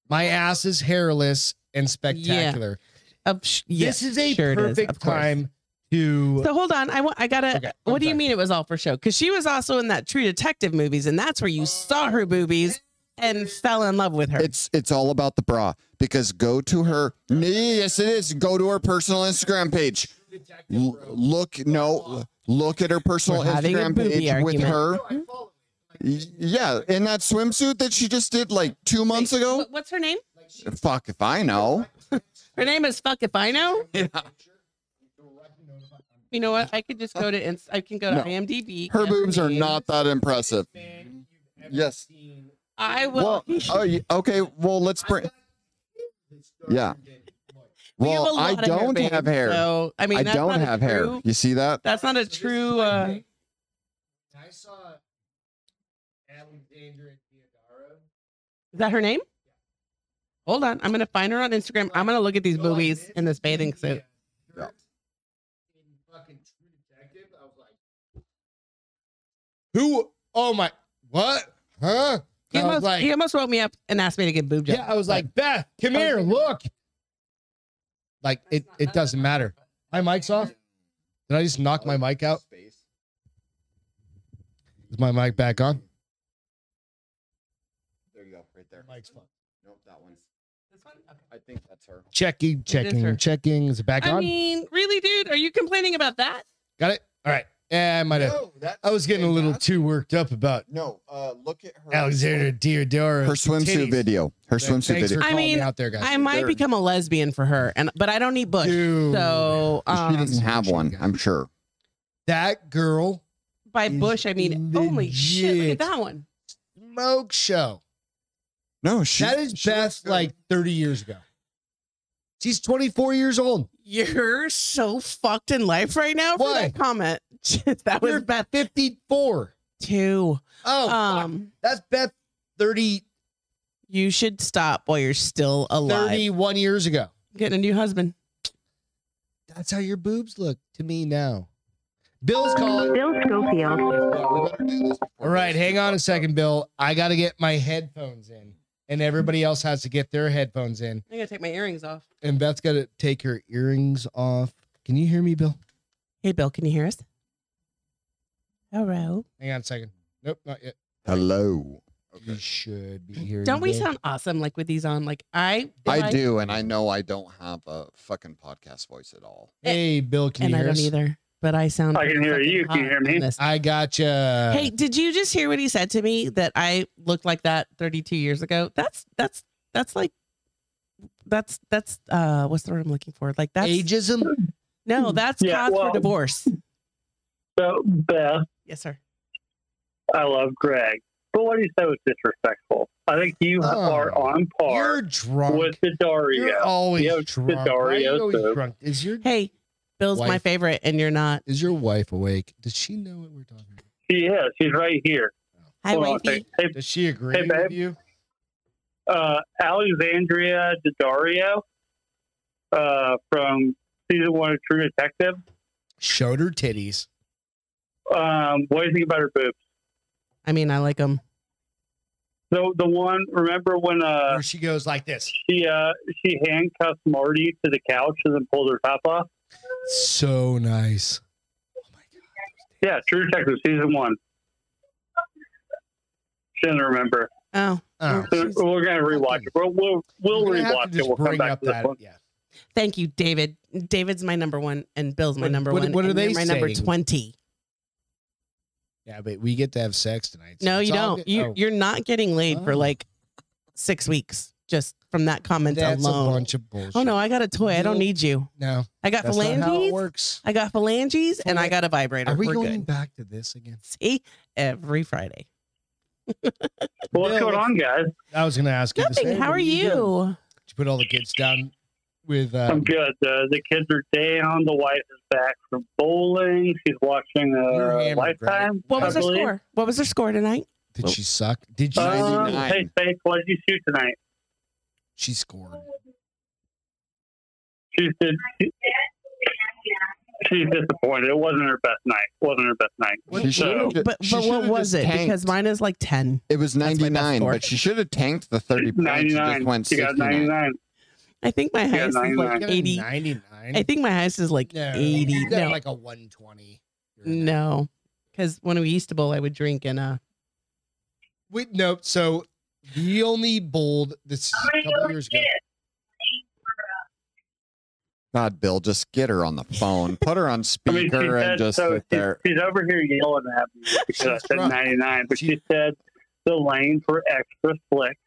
A: My ass is hairless and spectacular.
B: Of sh- yes,
A: this is a
B: sure it is,
A: perfect
B: of course.
A: time to.
B: So hold on, I wa- I gotta.
A: Okay,
B: what
A: I'm
B: do you
A: sorry.
B: mean it was all for show? Because she was also in that True Detective movies, and that's where you saw her boobies and fell in love with her.
C: It's it's all about the bra because go to her. Yes, it is. Go to her personal Instagram page. L- look, no, look at her personal
B: We're having a
C: Instagram
B: booby
C: page with
B: argument. Mm-hmm.
C: her. Y- Yeah, in that swimsuit that she just did like two months ago.
B: Wh- What's her name?
C: Fuck if I know.
B: Her name is fuck if I know.
C: Yeah.
B: You know what? I could just go to ins- I can go to
C: No.
B: IMDb.
C: Her
B: and
C: boobs are
B: name.
C: not that impressive. Yes.
B: I will.
C: Well, oh, y- okay. Well, let's bring. Yeah.
B: we have a
C: Well, I
B: lot of hair,
C: don't
B: babe,
C: have hair.
B: So I mean,
C: I
B: that's
C: don't
B: not a
C: have hair.
B: true-
C: You see that?
B: That's not a true. Uh,
A: I saw Alexander and Theodoro.
B: Is that her name? Hold on. I'm going to find her on Instagram. I'm going to look at these
A: Go like
B: boobies in this bathing suit.
A: Yeah.
C: Yeah.
A: In fucking True Detective, I was like, "Who? Oh my, what? Huh?" I
B: He
A: was
B: almost,
A: like,
B: he Oh, almost woke me up and asked me to get boob job.
A: "Yeah." I was like, "Beth, come
B: I was
A: here,
B: like-
A: look." Like it, it doesn't matter. My mic's off. Did I just knock my mic out? Is my mic back on?
C: There you go, right there.
A: Mic's fine.
C: Nope, that one.
B: This one? Okay.
C: I think that's her.
A: Checking,
B: her.
A: checking, checking. Is it back
B: I
A: on?
B: mean, really, dude? Are you complaining about that?
A: Got it. All right. Yeah, I might have. I was getting a little too worked up about
C: Oh, No, uh, look at her.
A: Alexander Diodoro.
C: Her swimsuit video. Her swimsuit
A: Thanks
C: video.
A: for
B: I
A: calling me
B: mean,
A: out there, guys.
B: I might
C: They're-
B: become a lesbian for her, and but I don't need bush.
A: Dude.
B: So,
C: she
B: um,
C: doesn't have one, I'm sure.
A: that girl
B: by
A: is
B: Bush, I mean, holy shit, look
A: legit.
B: at that one.
A: Smoke show.
C: No, she.
A: that is
C: she looks
A: Beth
C: good.
A: like 30 years ago. She's 24 years old.
B: You're so fucked in life right now for
A: Why?
B: that comment. that was
A: You're
B: Beth
A: 54.
B: too.
A: Oh, fuck.
B: um,
A: that's Beth 30,
B: you should stop while you're still alive.
A: 31 years ago.
B: Getting a new husband.
A: That's how your boobs look to me now. Bill's calling.
D: Bill Schofield.
C: Yeah, we better do this before
A: All right,
C: this-
A: hang on a second, Bill. I got to get my headphones in, and everybody else has to get their headphones in.
B: I gotta take my earrings off.
A: And Beth's got to take her earrings off. Can you hear me, Bill?
B: Hey, Bill, can you hear us? Hello.
A: Hang on a second. Nope, not yet.
C: Hello.
A: You should be here.
B: Don't we sound awesome like with these on? Like I,
C: I do, and I know I don't have a fucking podcast voice at all.
A: Hey, Bill, can
B: and
A: you
B: I
A: hear
B: don't
A: us?
B: either. But I sound.
E: I can hear
B: fucking
E: Oh, you. Can you
B: hot
E: hear me?
B: on this.
A: I gotcha.
B: Hey, did you just hear what he said to me that I looked like that 32 years ago? That's that's that's like that's that's uh what's the word I'm looking for? Like that's
A: ageism.
B: no, that's
E: Yeah,
B: cause
E: well-
B: for divorce.
E: So, Beth,
B: Yes, sir.
E: I love Greg, but what he said was disrespectful. I think you
A: Oh,
E: are on par
A: You're drunk.
E: with the Dario.
A: You're always
E: Yeah, it's
A: drunk. Why are you
E: Dario,
A: always
E: so-
A: drunk? Is your
B: Hey, Bill's my
A: Wife.
B: favorite, and you're not.
A: is your wife awake? Does she know what we're talking about?
E: She is. She's right here.
B: Hi,
E: Hold on a
B: wifey.
E: second. Hey,
A: Does she agree
E: Hey,
A: with
E: babe.
A: you?
E: uh, Alexandria Daddario uh, from season one of True Detective.
A: Showed her titties.
E: Um, what do you think about her boobs?
B: I mean, I like him.
E: The the one. Remember when uh,
A: where she goes like this.
E: she uh, she handcuffed Marty to the couch and then pulled her top off?
A: So nice. Oh my god.
E: Yeah, True Detective season one. Shouldn't remember.
B: Oh,
A: Oh.
E: We're
B: She's-
E: gonna rewatch it. We'll we'll, we'll
A: We're gonna have to
E: rewatch it.
A: just
E: We'll come
A: bring
E: back
A: up
E: to this
A: that.
E: one.
A: Yeah.
B: thank you, David. David's my number one, and Bill's my
A: What-
B: number
A: what-
B: one.
A: what are
B: and you're
A: they
B: My number
A: saying?
B: twenty.
A: Yeah, but we get to have sex tonight. so
B: No,
A: it's
B: you
A: all
B: don't.
A: good.
B: You
A: Oh,
B: you're not getting laid for
A: Oh.
B: like six weeks just from that comment
A: that's
B: alone.
A: a bunch of bullshit.
B: Oh no, I got a toy. I don't
A: No.
B: need you.
A: no,
B: I got
A: that's not how it
B: phalanges.
A: works.
B: I got phalanges, and I
A: Phalan-
B: got a vibrator.
A: Are we
B: We're
A: going
B: good.
A: back to this again?
B: See every Friday.
E: Well, what's
A: Bill,
E: going on, guys?
A: I was going to ask you. the
B: Nothing.
A: same.
B: How are
A: doing?
B: you?
A: Did you put all the kids down with?
E: I'm
A: Um,
E: good. Uh, The, the kids are down. The wife is back from bowling. She's watching
A: You're
E: uh,
A: hammered,
E: Lifetime.
B: What was
E: I
B: her
E: believe.
B: score? What was her score tonight?
A: did she suck? Did she?
E: Um,
C: 99.
E: hey, Faith, what did you shoot tonight?
A: she scored.
E: She's did. She, she's disappointed. It wasn't her best night. It wasn't her best night.
C: What- She
E: so
C: should've ju-
B: But but
C: she
B: what
C: should've
B: was
C: just
B: it? Because
C: tanked.
B: mine is like ten.
C: It was
B: That's my best
C: 99,
B: score.
C: but she should have tanked the 30 points. and
E: ninety
C: just
E: nine.
C: went
E: She got
C: 69.
E: ninety nine.
B: I think my
E: Yeah,
B: highest is like
E: 99.
B: eighty.
A: Ninety-nine.
B: I think my highest is like
A: No,
B: eighty.
A: you got
B: No,
A: like a one twenty.
B: no, because when we used to bowl, I would drink and uh.
A: Wait, no. So the only bold this is a couple years ago.
C: God, Bill, just get her on the phone. Put her on
E: I mean, she
C: speaker and
E: said-
C: just
E: so
C: sit
E: she's,
C: there.
E: she's over here yelling at me because I
A: She's
E: said
A: drunk.
E: ninety nine, but
A: She-
E: she, said the lane for extra slick.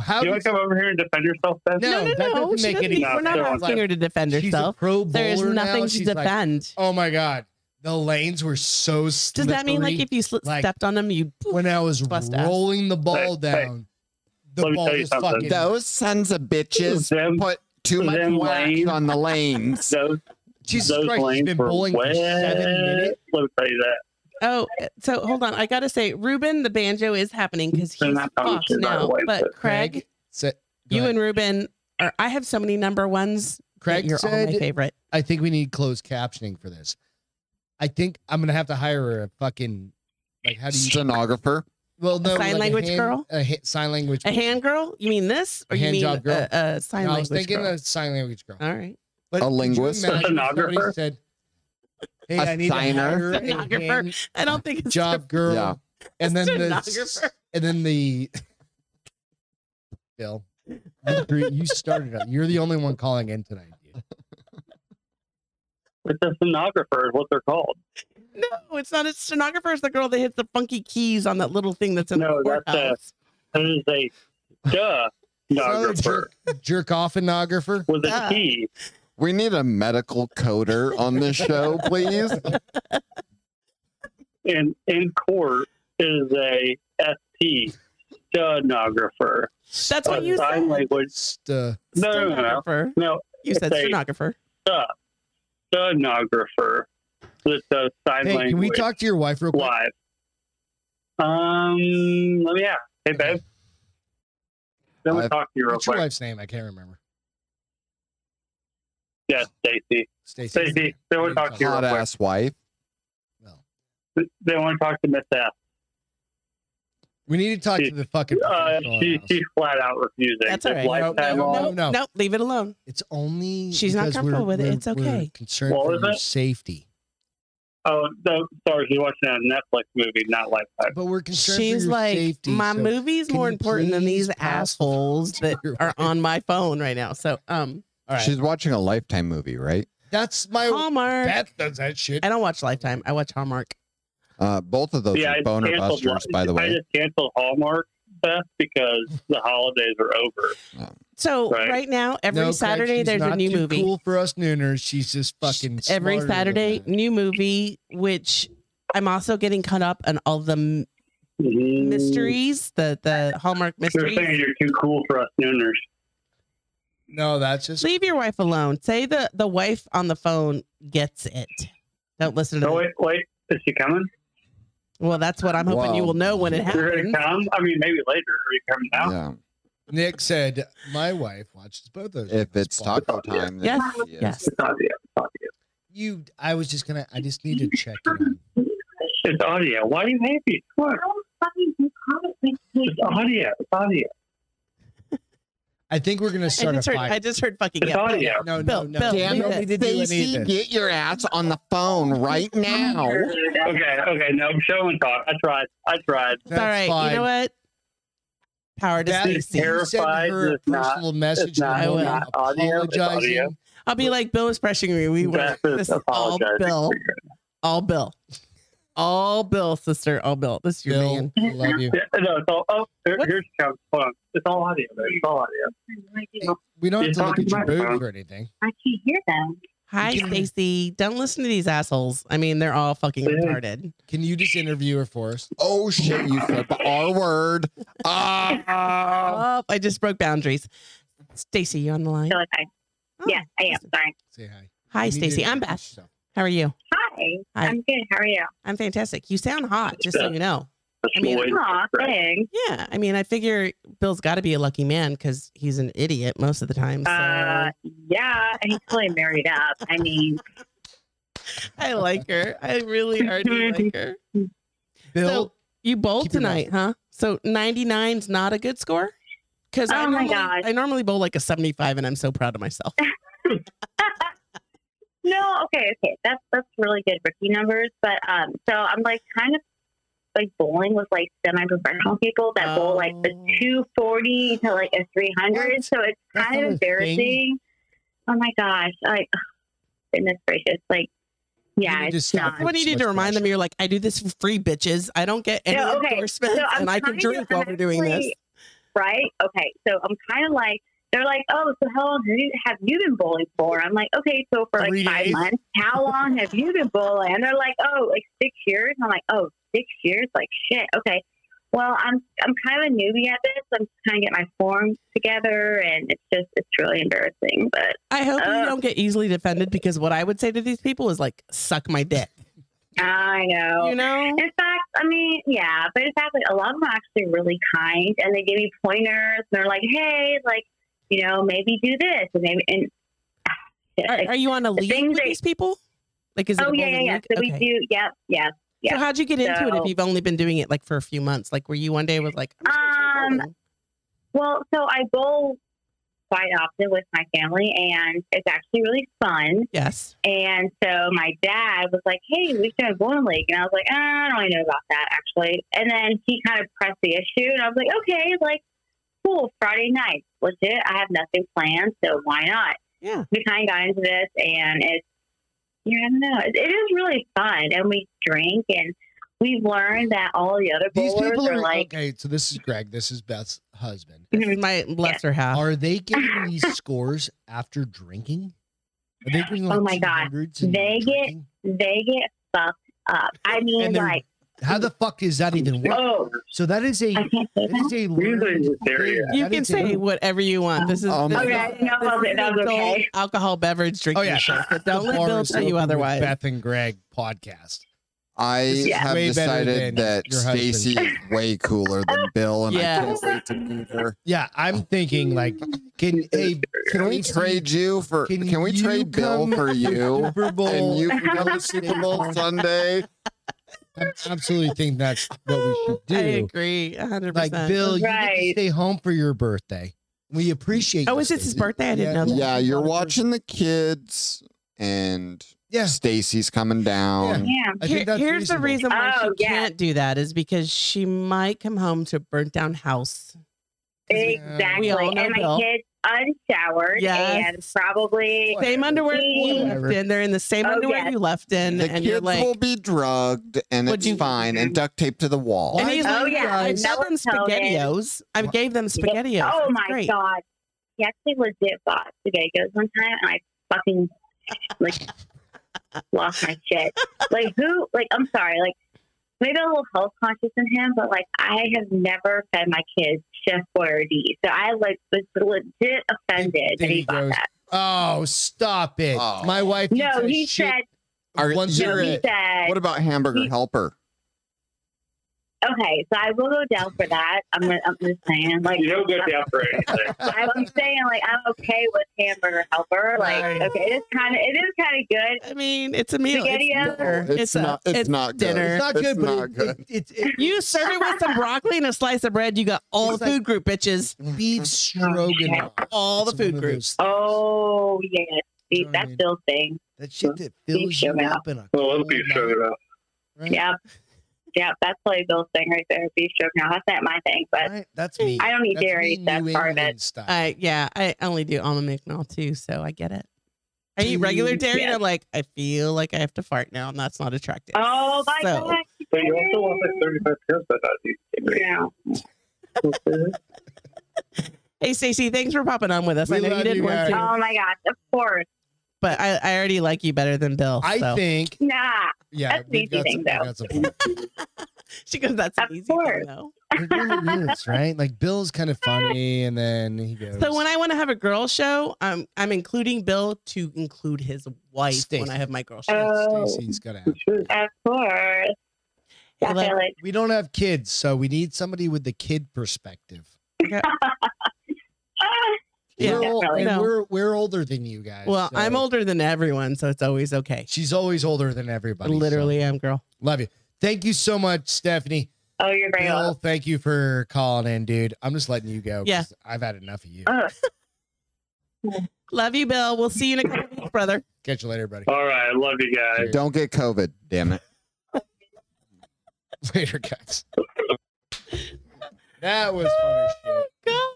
A: How
E: you
A: did
E: want to come over here and defend yourself, Beth?
A: No,
B: No, no,
A: that
B: no.
A: doesn't
B: she
A: make
B: doesn't
A: any
B: need- We're not
E: sense.
B: asking her to defend
A: she's a
B: herself.
A: pro
B: There is
A: bowler now,
B: nothing to
A: she's like,
B: defend.
A: oh my god, the lanes were so slippery.
B: Does that mean like if you sli
A: Like-
B: stepped on them, you
A: when I was
B: Bust ass.
A: rolling the ball
E: Hey, hey.
A: down, the
E: Let me
A: ball
E: tell you
A: just
E: something.
A: fucking
C: Those sons of bitches
E: Them-
C: put too much
E: them
C: wax
E: lanes.
C: on the lanes.
E: those
A: Jesus
E: those
A: Christ, she's
E: lanes
A: been
E: were
A: bowling for seven
E: wet.
A: minutes.
E: Let me tell you that.
B: Oh, so hold on. I gotta say, Ruben, the banjo is happening because
E: They're
B: he's
E: not talking
B: fucked
E: shit, by the
B: now.
E: way,
B: But
E: but-
B: Craig,
A: Craig, said, go
B: you
A: ahead.
B: and Ruben are. I have so many number ones. that
A: Craig
B: you're all my
A: said-
B: favorite.
A: I think we need closed captioning for this. I think I'm gonna have to hire a fucking like how do you
C: Stenographer.
A: well no
B: sign
A: like
B: language
A: hand-
B: girl?
A: a ha- sign language
B: A hand girl? You mean this, or
A: A
B: you
A: hand
B: mean
A: job girl.
B: A, a sign
A: No, I was
B: language
A: thinking
B: girl?
A: a sign language girl.
B: all right.
A: But
C: A
A: could you
C: linguist?
A: imagine if
E: Stenographer?
A: somebody Said, hey,
C: A
A: I need
C: signer?
A: to hire a
B: Stenographer.
A: hand
B: I don't think it's
A: job girl.
C: Yeah.
A: And then the
B: Stenographer.
A: and then the Bill, you agree- you started it. You're the only one calling in tonight. dude.
E: It's a stenographer is what they're called.
B: No, it's not. A stenographer It's the girl that hits the funky keys on that little thing that's in
E: No,
B: the
E: that's a-
B: courthouse.
E: It is a duh
A: Sorry,
E: stenographer
A: jerk, jerk offinographer.
E: with
B: Duh.
E: a T.
C: We need a medical coder on this show, please.
E: and in court is a ST stenographer.
B: That's
E: A
B: what you said.
E: sign language.
A: Just, uh,
E: No, no, no, no.
B: Stenographer.
E: No,
B: You said
E: Say-
B: stenographer.
E: stenographer that does sign
A: hey,
E: language
A: can we talk to your wife real quick?
E: live. Um, let me ask. Hey, babe. Let me
C: I've-
E: talk to you real
A: What's your
E: quick.
A: wife's name? I can't remember.
E: Yes, Stacy.
A: Stacy.
E: Stacy, they want to talk to you real
C: Hot
E: quick.
C: ass wife.
A: Well,
E: They want to talk to Miss F.
A: we need to talk to the fucking.
E: Uh,
A: professional in
E: she,
A: the house.
E: she's flat out refusing.
B: That's all
E: This
B: right.
A: No,
E: Lifetime
A: no,
E: all.
A: no.
B: Nope, leave it alone.
A: It's only
B: She's not
A: because
B: comfortable
A: we're-
B: with it.
A: we're-
B: It's
A: we're
B: okay.
A: concerned
E: What
A: for
E: was
A: your
E: it?
A: safety,
E: Oh, no, sorry. She's watching a Netflix movie, not Lifetime.
A: but we're concerned
B: She's
A: for your
B: like,
A: safety.
B: my
A: so
B: movie's
A: can
B: more
A: you
B: important than
A: please
B: these
A: pass the
B: assholes
A: to
B: that
A: your
B: are
A: wife?"
B: on my phone right now. So, um,
A: All right,
C: She's watching a Lifetime movie, right?
A: that's my.
B: Hallmark.
A: That does that shit.
B: I don't watch Lifetime. I watch Hallmark.
C: Uh, both of those
E: Yeah, I
C: are boner
E: canceled
C: busters,
E: Li-
C: by the
E: I
C: way.
E: just canceled Hallmark Fest because the holidays are over.
B: So
E: Right.
B: right, now, every
A: No, Craig,
B: Saturday
A: she's
B: there's a
A: not
B: new
A: too
B: movie.
A: Cool for us nooners. She's just fucking.
B: every
A: smarter than
B: Saturday,
A: that.
B: new movie. Which I'm also getting caught up on all the m-
E: Mhm.
B: mysteries, the the Hallmark
E: They're saying
B: mysteries.
E: you're too cool for us nooners.
A: No, that's just.
B: Leave your wife alone. Say the the wife on the phone gets it. Don't listen to.
E: Oh
B: them.
E: wait, wait, is she coming?
B: Well, that's what I'm hoping you
C: Wow.
B: will know when it
E: You're
B: happens.
E: gonna come? I mean, maybe later. Are you coming now?
C: Yeah.
A: Nick said my wife watches both those.
C: If
A: shows.
C: it's taco time, then
B: Yes,
C: she is.
B: yes.
E: It's audio. It's audio.
A: you, I was just gonna. I just need to check. It on.
E: It's audio. Why are you happy? What? It's audio. It's audio.
A: I think we're gonna
B: I
A: start a
B: just, heard, I
A: fight.
B: just heard fucking
E: It's
B: yeah.
E: audio.
A: No,
B: Bill,
A: no, no.
B: Bill,
A: we
B: leave
A: don't
B: it.
A: need to do any of this.
C: get your ass on the phone right now.
E: Okay, okay. No, show and talk. I tried. I tried.
B: It's all right. You know what? Power to
A: That
E: is
B: Stacy.
E: terrible.
A: you sent
E: terrified
A: her a
E: is not-
A: personal message
E: it's not-
A: in the morning
E: not audio, it's audio.
A: apologizing.
B: I'll be like Bill was pressuring me. We were
E: Beth is
B: this is all
E: apologizing
B: Bill,
E: for you.
B: all Bill, all Bill, sister, all Bill. This is your man.
A: Bill, I love you.
E: Yeah, no, it's all. Oh, here,
B: What?
E: here she comes. Hold on. It's all audio. babe. It's all audio.
A: We don't have
E: He's
A: to look
E: talking
A: at your
E: about it,
A: boobs
E: huh?
A: or anything.
D: I can't hear them.
B: Hi,
A: You can-
B: Stacy. Don't listen to these assholes. I mean, they're all fucking
E: Yeah.
B: retarded.
A: Can you just interview her for us?
C: Oh shit, you said the R word. Ah.
B: Oh, I just broke boundaries. Stacy, you on the line? Oh.
D: So if I,
A: Oh,
D: yes, I am. Sorry.
A: Say hi.
B: Hi,
A: You need to
B: Stacy. I'm Beth.
A: introduce yourself.
B: How are you?
D: Hi.
B: Hi.
D: I'm good. How are you?
B: I'm fantastic. You sound hot, just so you know.
E: That's
B: I mean,
E: the way-
D: Aw, thanks.
B: Yeah, I mean, I figure Bill's got to be a lucky man because he's an idiot most of the time. So
D: Uh, yeah, and he's fully married up. I mean,
B: I like her. I really already like her.
A: Bill,
B: So you bowl
A: keep your mouth
B: tonight, huh? So 99's not a good score? Because I,
D: Oh my
B: normally-
D: gosh.
B: I normally bowl like a 75 and I'm so proud of myself.
D: no, okay, okay, that's that's really good rookie numbers. But um, so I'm like kind of like bowling with like semi-professional people that bowl like a
B: Oh.
D: 240 to like a 300.
A: What?
D: So it's
A: That's
D: kind of
A: not a thing.
D: embarrassing. Oh my gosh! Like, goodness gracious! Like, yeah,
A: need to
D: it's
A: stop
D: not.
A: it.
B: What do you
A: so
B: need to
A: much
B: remind them?
A: pressure.
B: You're like, I do this for free, bitches. I don't get any
D: No, okay.
B: endorsements
D: So I'm
B: and I can
D: trying to-
B: drink while
D: I'm
B: we're doing this.
D: actually- right? Okay, so I'm kind of like, they're like, oh, so how long have you, have you been bowling for? I'm like, okay, so for like
A: Three
D: five
A: days.
D: months. How long have you been bowling? And they're like, oh, like six years. And I'm like, oh, six years? Like, shit, okay. Well, I'm I'm kind of a newbie at this. I'm trying to get my form together, and it's just it's really embarrassing. But
B: I hope you
D: Uh.
B: don't get easily defended because what I would say to these people is like, suck my dick.
D: I know.
B: You know?
D: In fact, I mean, yeah, but in fact, like, a lot of them are actually really kind, and they give me pointers. And they're like, "Hey, like, you know, maybe do this, and maybe." And ah, shit,
B: Are,
D: like,
B: are you on a league
D: things
B: with
D: that-
B: these people? Like, is it
D: oh
B: a
D: yeah, yeah,
B: bowling
D: yeah.
B: league?
D: So we
B: Okay.
D: do. Yep, yep. yeah.
B: So how'd you get into it if
D: So-
B: you've only been doing it like for a few months? Like, were you one day was like, I'm just gonna try
D: Um,
B: bowling?
D: Well, so I bowl quite often with my family, and it's actually really fun.
B: yes.
D: And so my dad was like, "Hey, we should have bowling league," and I was like, ah, "I don't really know about that actually." And then he kind of pressed the issue, and I was like, "Okay, like, cool, Friday night, legit. I have nothing planned, so why not?"
B: Yeah.
D: We kind of got into this, and it's yeah, I don't know, it, it is really fun, and we drink, and we've learned that all the other
A: These
D: bowlers
A: people
D: are,
A: are uh,
D: like,
A: okay. So this is Greg. This is Beth's husband.
D: Mm-hmm.
B: This is my lesser half.
A: Are they getting these scores after drinking? Are they getting like
D: Oh my God.
A: 200s and
D: They get-
A: drinking?
D: they get fucked up. I mean,
A: And they're
D: like
F: How the fuck is that even work?
E: Oh,
F: So that is a
D: I can't say
F: that
D: that.
F: is a
E: usually
F: learned
E: just area.
F: thing.
B: You
F: That
B: can
F: is
B: say
F: a-
B: whatever you want. This is
C: Um,
B: this is-
D: Okay, I didn't know if
B: this
D: I was-
B: is
D: that was
B: adult
D: okay.
B: alcohol beverage drinking.
A: Oh, yeah.
B: show. But don't
A: The
B: let
A: bar
B: Bill
A: is
B: tell you
A: open with
B: otherwise.
A: Beth and Greg podcast.
C: I
D: Yeah.
C: have
A: way better than
C: decided that
A: your husband.
C: Stacy is way cooler than Bill, and
B: Yeah.
C: I can't wait to meet her.
A: Yeah, I'm thinking like, can hey,
C: Can we
A: Stacy,
C: trade you for?
A: can
C: Can, we
A: you
C: trade Bill
A: come
C: for you?
A: Super
C: And
A: Bowl?
C: you can go to Super Bowl Sunday.
A: I absolutely think that's what we should do.
B: I agree, hundred
A: Like
B: percent.
A: Bill, you get to
D: Right.
A: stay home for your birthday. We appreciate.
B: Oh,
A: you,
B: is it his
A: Stacy.
B: birthday? I didn't know that.
C: Yeah, you're watching the kids, and
A: Yeah,
C: Stacy's coming down.
D: Yeah.
A: I
B: Here-
A: think that's
B: here's the
A: reasonable.
B: reason why
D: Oh,
B: she
D: yeah.
B: can't do that is because she might come home to a burnt down house.
D: Exactly.
B: We all know
D: and my
B: Bill.
D: kids unshowered
B: Yes. Oh,
D: and probably
B: Same underwear you
A: Whatever.
B: left in. They're in the same
D: Oh,
B: underwear
D: yes.
B: you left in,
C: The
B: and you're
C: kids
B: like,
C: will be drugged, and
B: Would
C: it's
B: you-
C: fine, and duct taped to the wall.
B: and he's
D: Oh,
B: like,
D: yeah,
B: I
D: and
B: fed them
D: melatonin.
B: spaghettios. I
A: What?
B: gave them spaghettios.
D: Oh
B: It's
D: my
B: great.
D: god. He actually legit bought spaghettios one time and I fucking like lost my shit. Like who like I'm sorry, like maybe I'm a little health conscious in him, but like I have never fed my kids Chef Boyardee. So I like was legit offended
A: There
D: that
A: he
D: he bought
A: goes.
D: that.
A: Oh, stop it!
C: Oh.
A: My wife. eats
D: No,
A: that
D: he
A: shit
D: said
C: Are-
A: once
D: no,
C: you're
A: a
D: he
A: week.
C: it.
D: said
C: What about Hamburger
D: He-
C: Helper?
D: okay, so I will go down for that. I'm gonna I'm just saying like
E: You'll get down for anything.
D: I'm saying like I'm okay with hamburger helper. Like
A: Right.
D: okay, it is kind of it is kind of good.
B: I mean, it's a meal.
D: Spaghettios?
B: It's, dinner.
C: No, it's
B: a-
C: not- it's not good.
B: dinner.
A: It's not
C: It's
A: good, but
C: not
A: it-
C: good.
A: It, it,
B: You serve it with some broccoli and a slice of bread. You got all
A: It's
B: the
A: like-
B: food group, bitches.
A: it beef stroganoff.
B: All the
A: It's one
B: food
A: of
B: groups.
A: those-
D: Oh yes, See,
A: know what I
D: that's
A: mean?
D: still thing.
A: That shit that fills
D: Beef
A: you
D: stroganoff.
A: up in a.
E: Well, it'll be showed up.
A: Right?
D: Yep, yep, that's probably Bill's thing right there. Beef stroke now. That's not my thing, but
A: Right? That's me.
D: I don't eat
A: That's
D: dairy.
A: me,
D: That's
A: New
D: part of it.
A: England style.
B: I yeah, I only do almond McNall too, so I get it. I eat regular
D: Mm,
B: dairy, and
D: yes.
B: I'm like, I feel like I have to fart now, and that's not attractive.
D: Oh my
B: So-
D: god!
E: But you also want like 35 pounds that I
D: Yeah.
E: do.
B: Hey, Stacey, thanks for popping on with us.
A: We
B: I know
A: love
B: you didn't
A: you
B: want
A: guys.
B: to,
D: Oh my gosh! Of course,
B: but I, I already like you better than Bill.
A: I
B: so.
A: think.
D: nah.
A: Yeah,
D: That's an
A: we've
D: easy
A: got
D: thing,
A: some-
D: though.
A: we've got some fun.
B: she goes, that's an
D: Of
B: easy
D: course.
B: thing, though.
A: It really is, right? Like Bill's kind of funny, and then he goes.
B: So when I want to have a girl show, I'm I'm including Bill to include his wife when
A: Stacey.
B: I have my girl show.
D: Oh,
A: Stacey's gotta have.
D: of course.
B: I love-
D: Definitely.
A: We don't have kids, so we need somebody with the kid perspective.
D: Ah,
B: Yeah,
A: we're, old,
D: definitely.
A: and
B: No.
A: we're we're older than you guys.
B: well,
A: so-
B: I'm older than everyone, so it's always okay.
A: She's always older than everybody. so
B: Literally, I'm girl.
A: love you. Thank you so much, Stephanie.
D: oh, you're very
A: Bill,
D: old.
A: thank you for calling in, dude. I'm just letting you go. 'cause
B: Yeah.
A: I've had enough of you.
D: Ugh.
B: Love you, Bill. We'll see you in a couple weeks, brother.
A: Catch you later, buddy.
E: All right. I love you guys.
C: Don't get COVID, damn it.
A: later, guys. that was fun as shit.
B: Oh,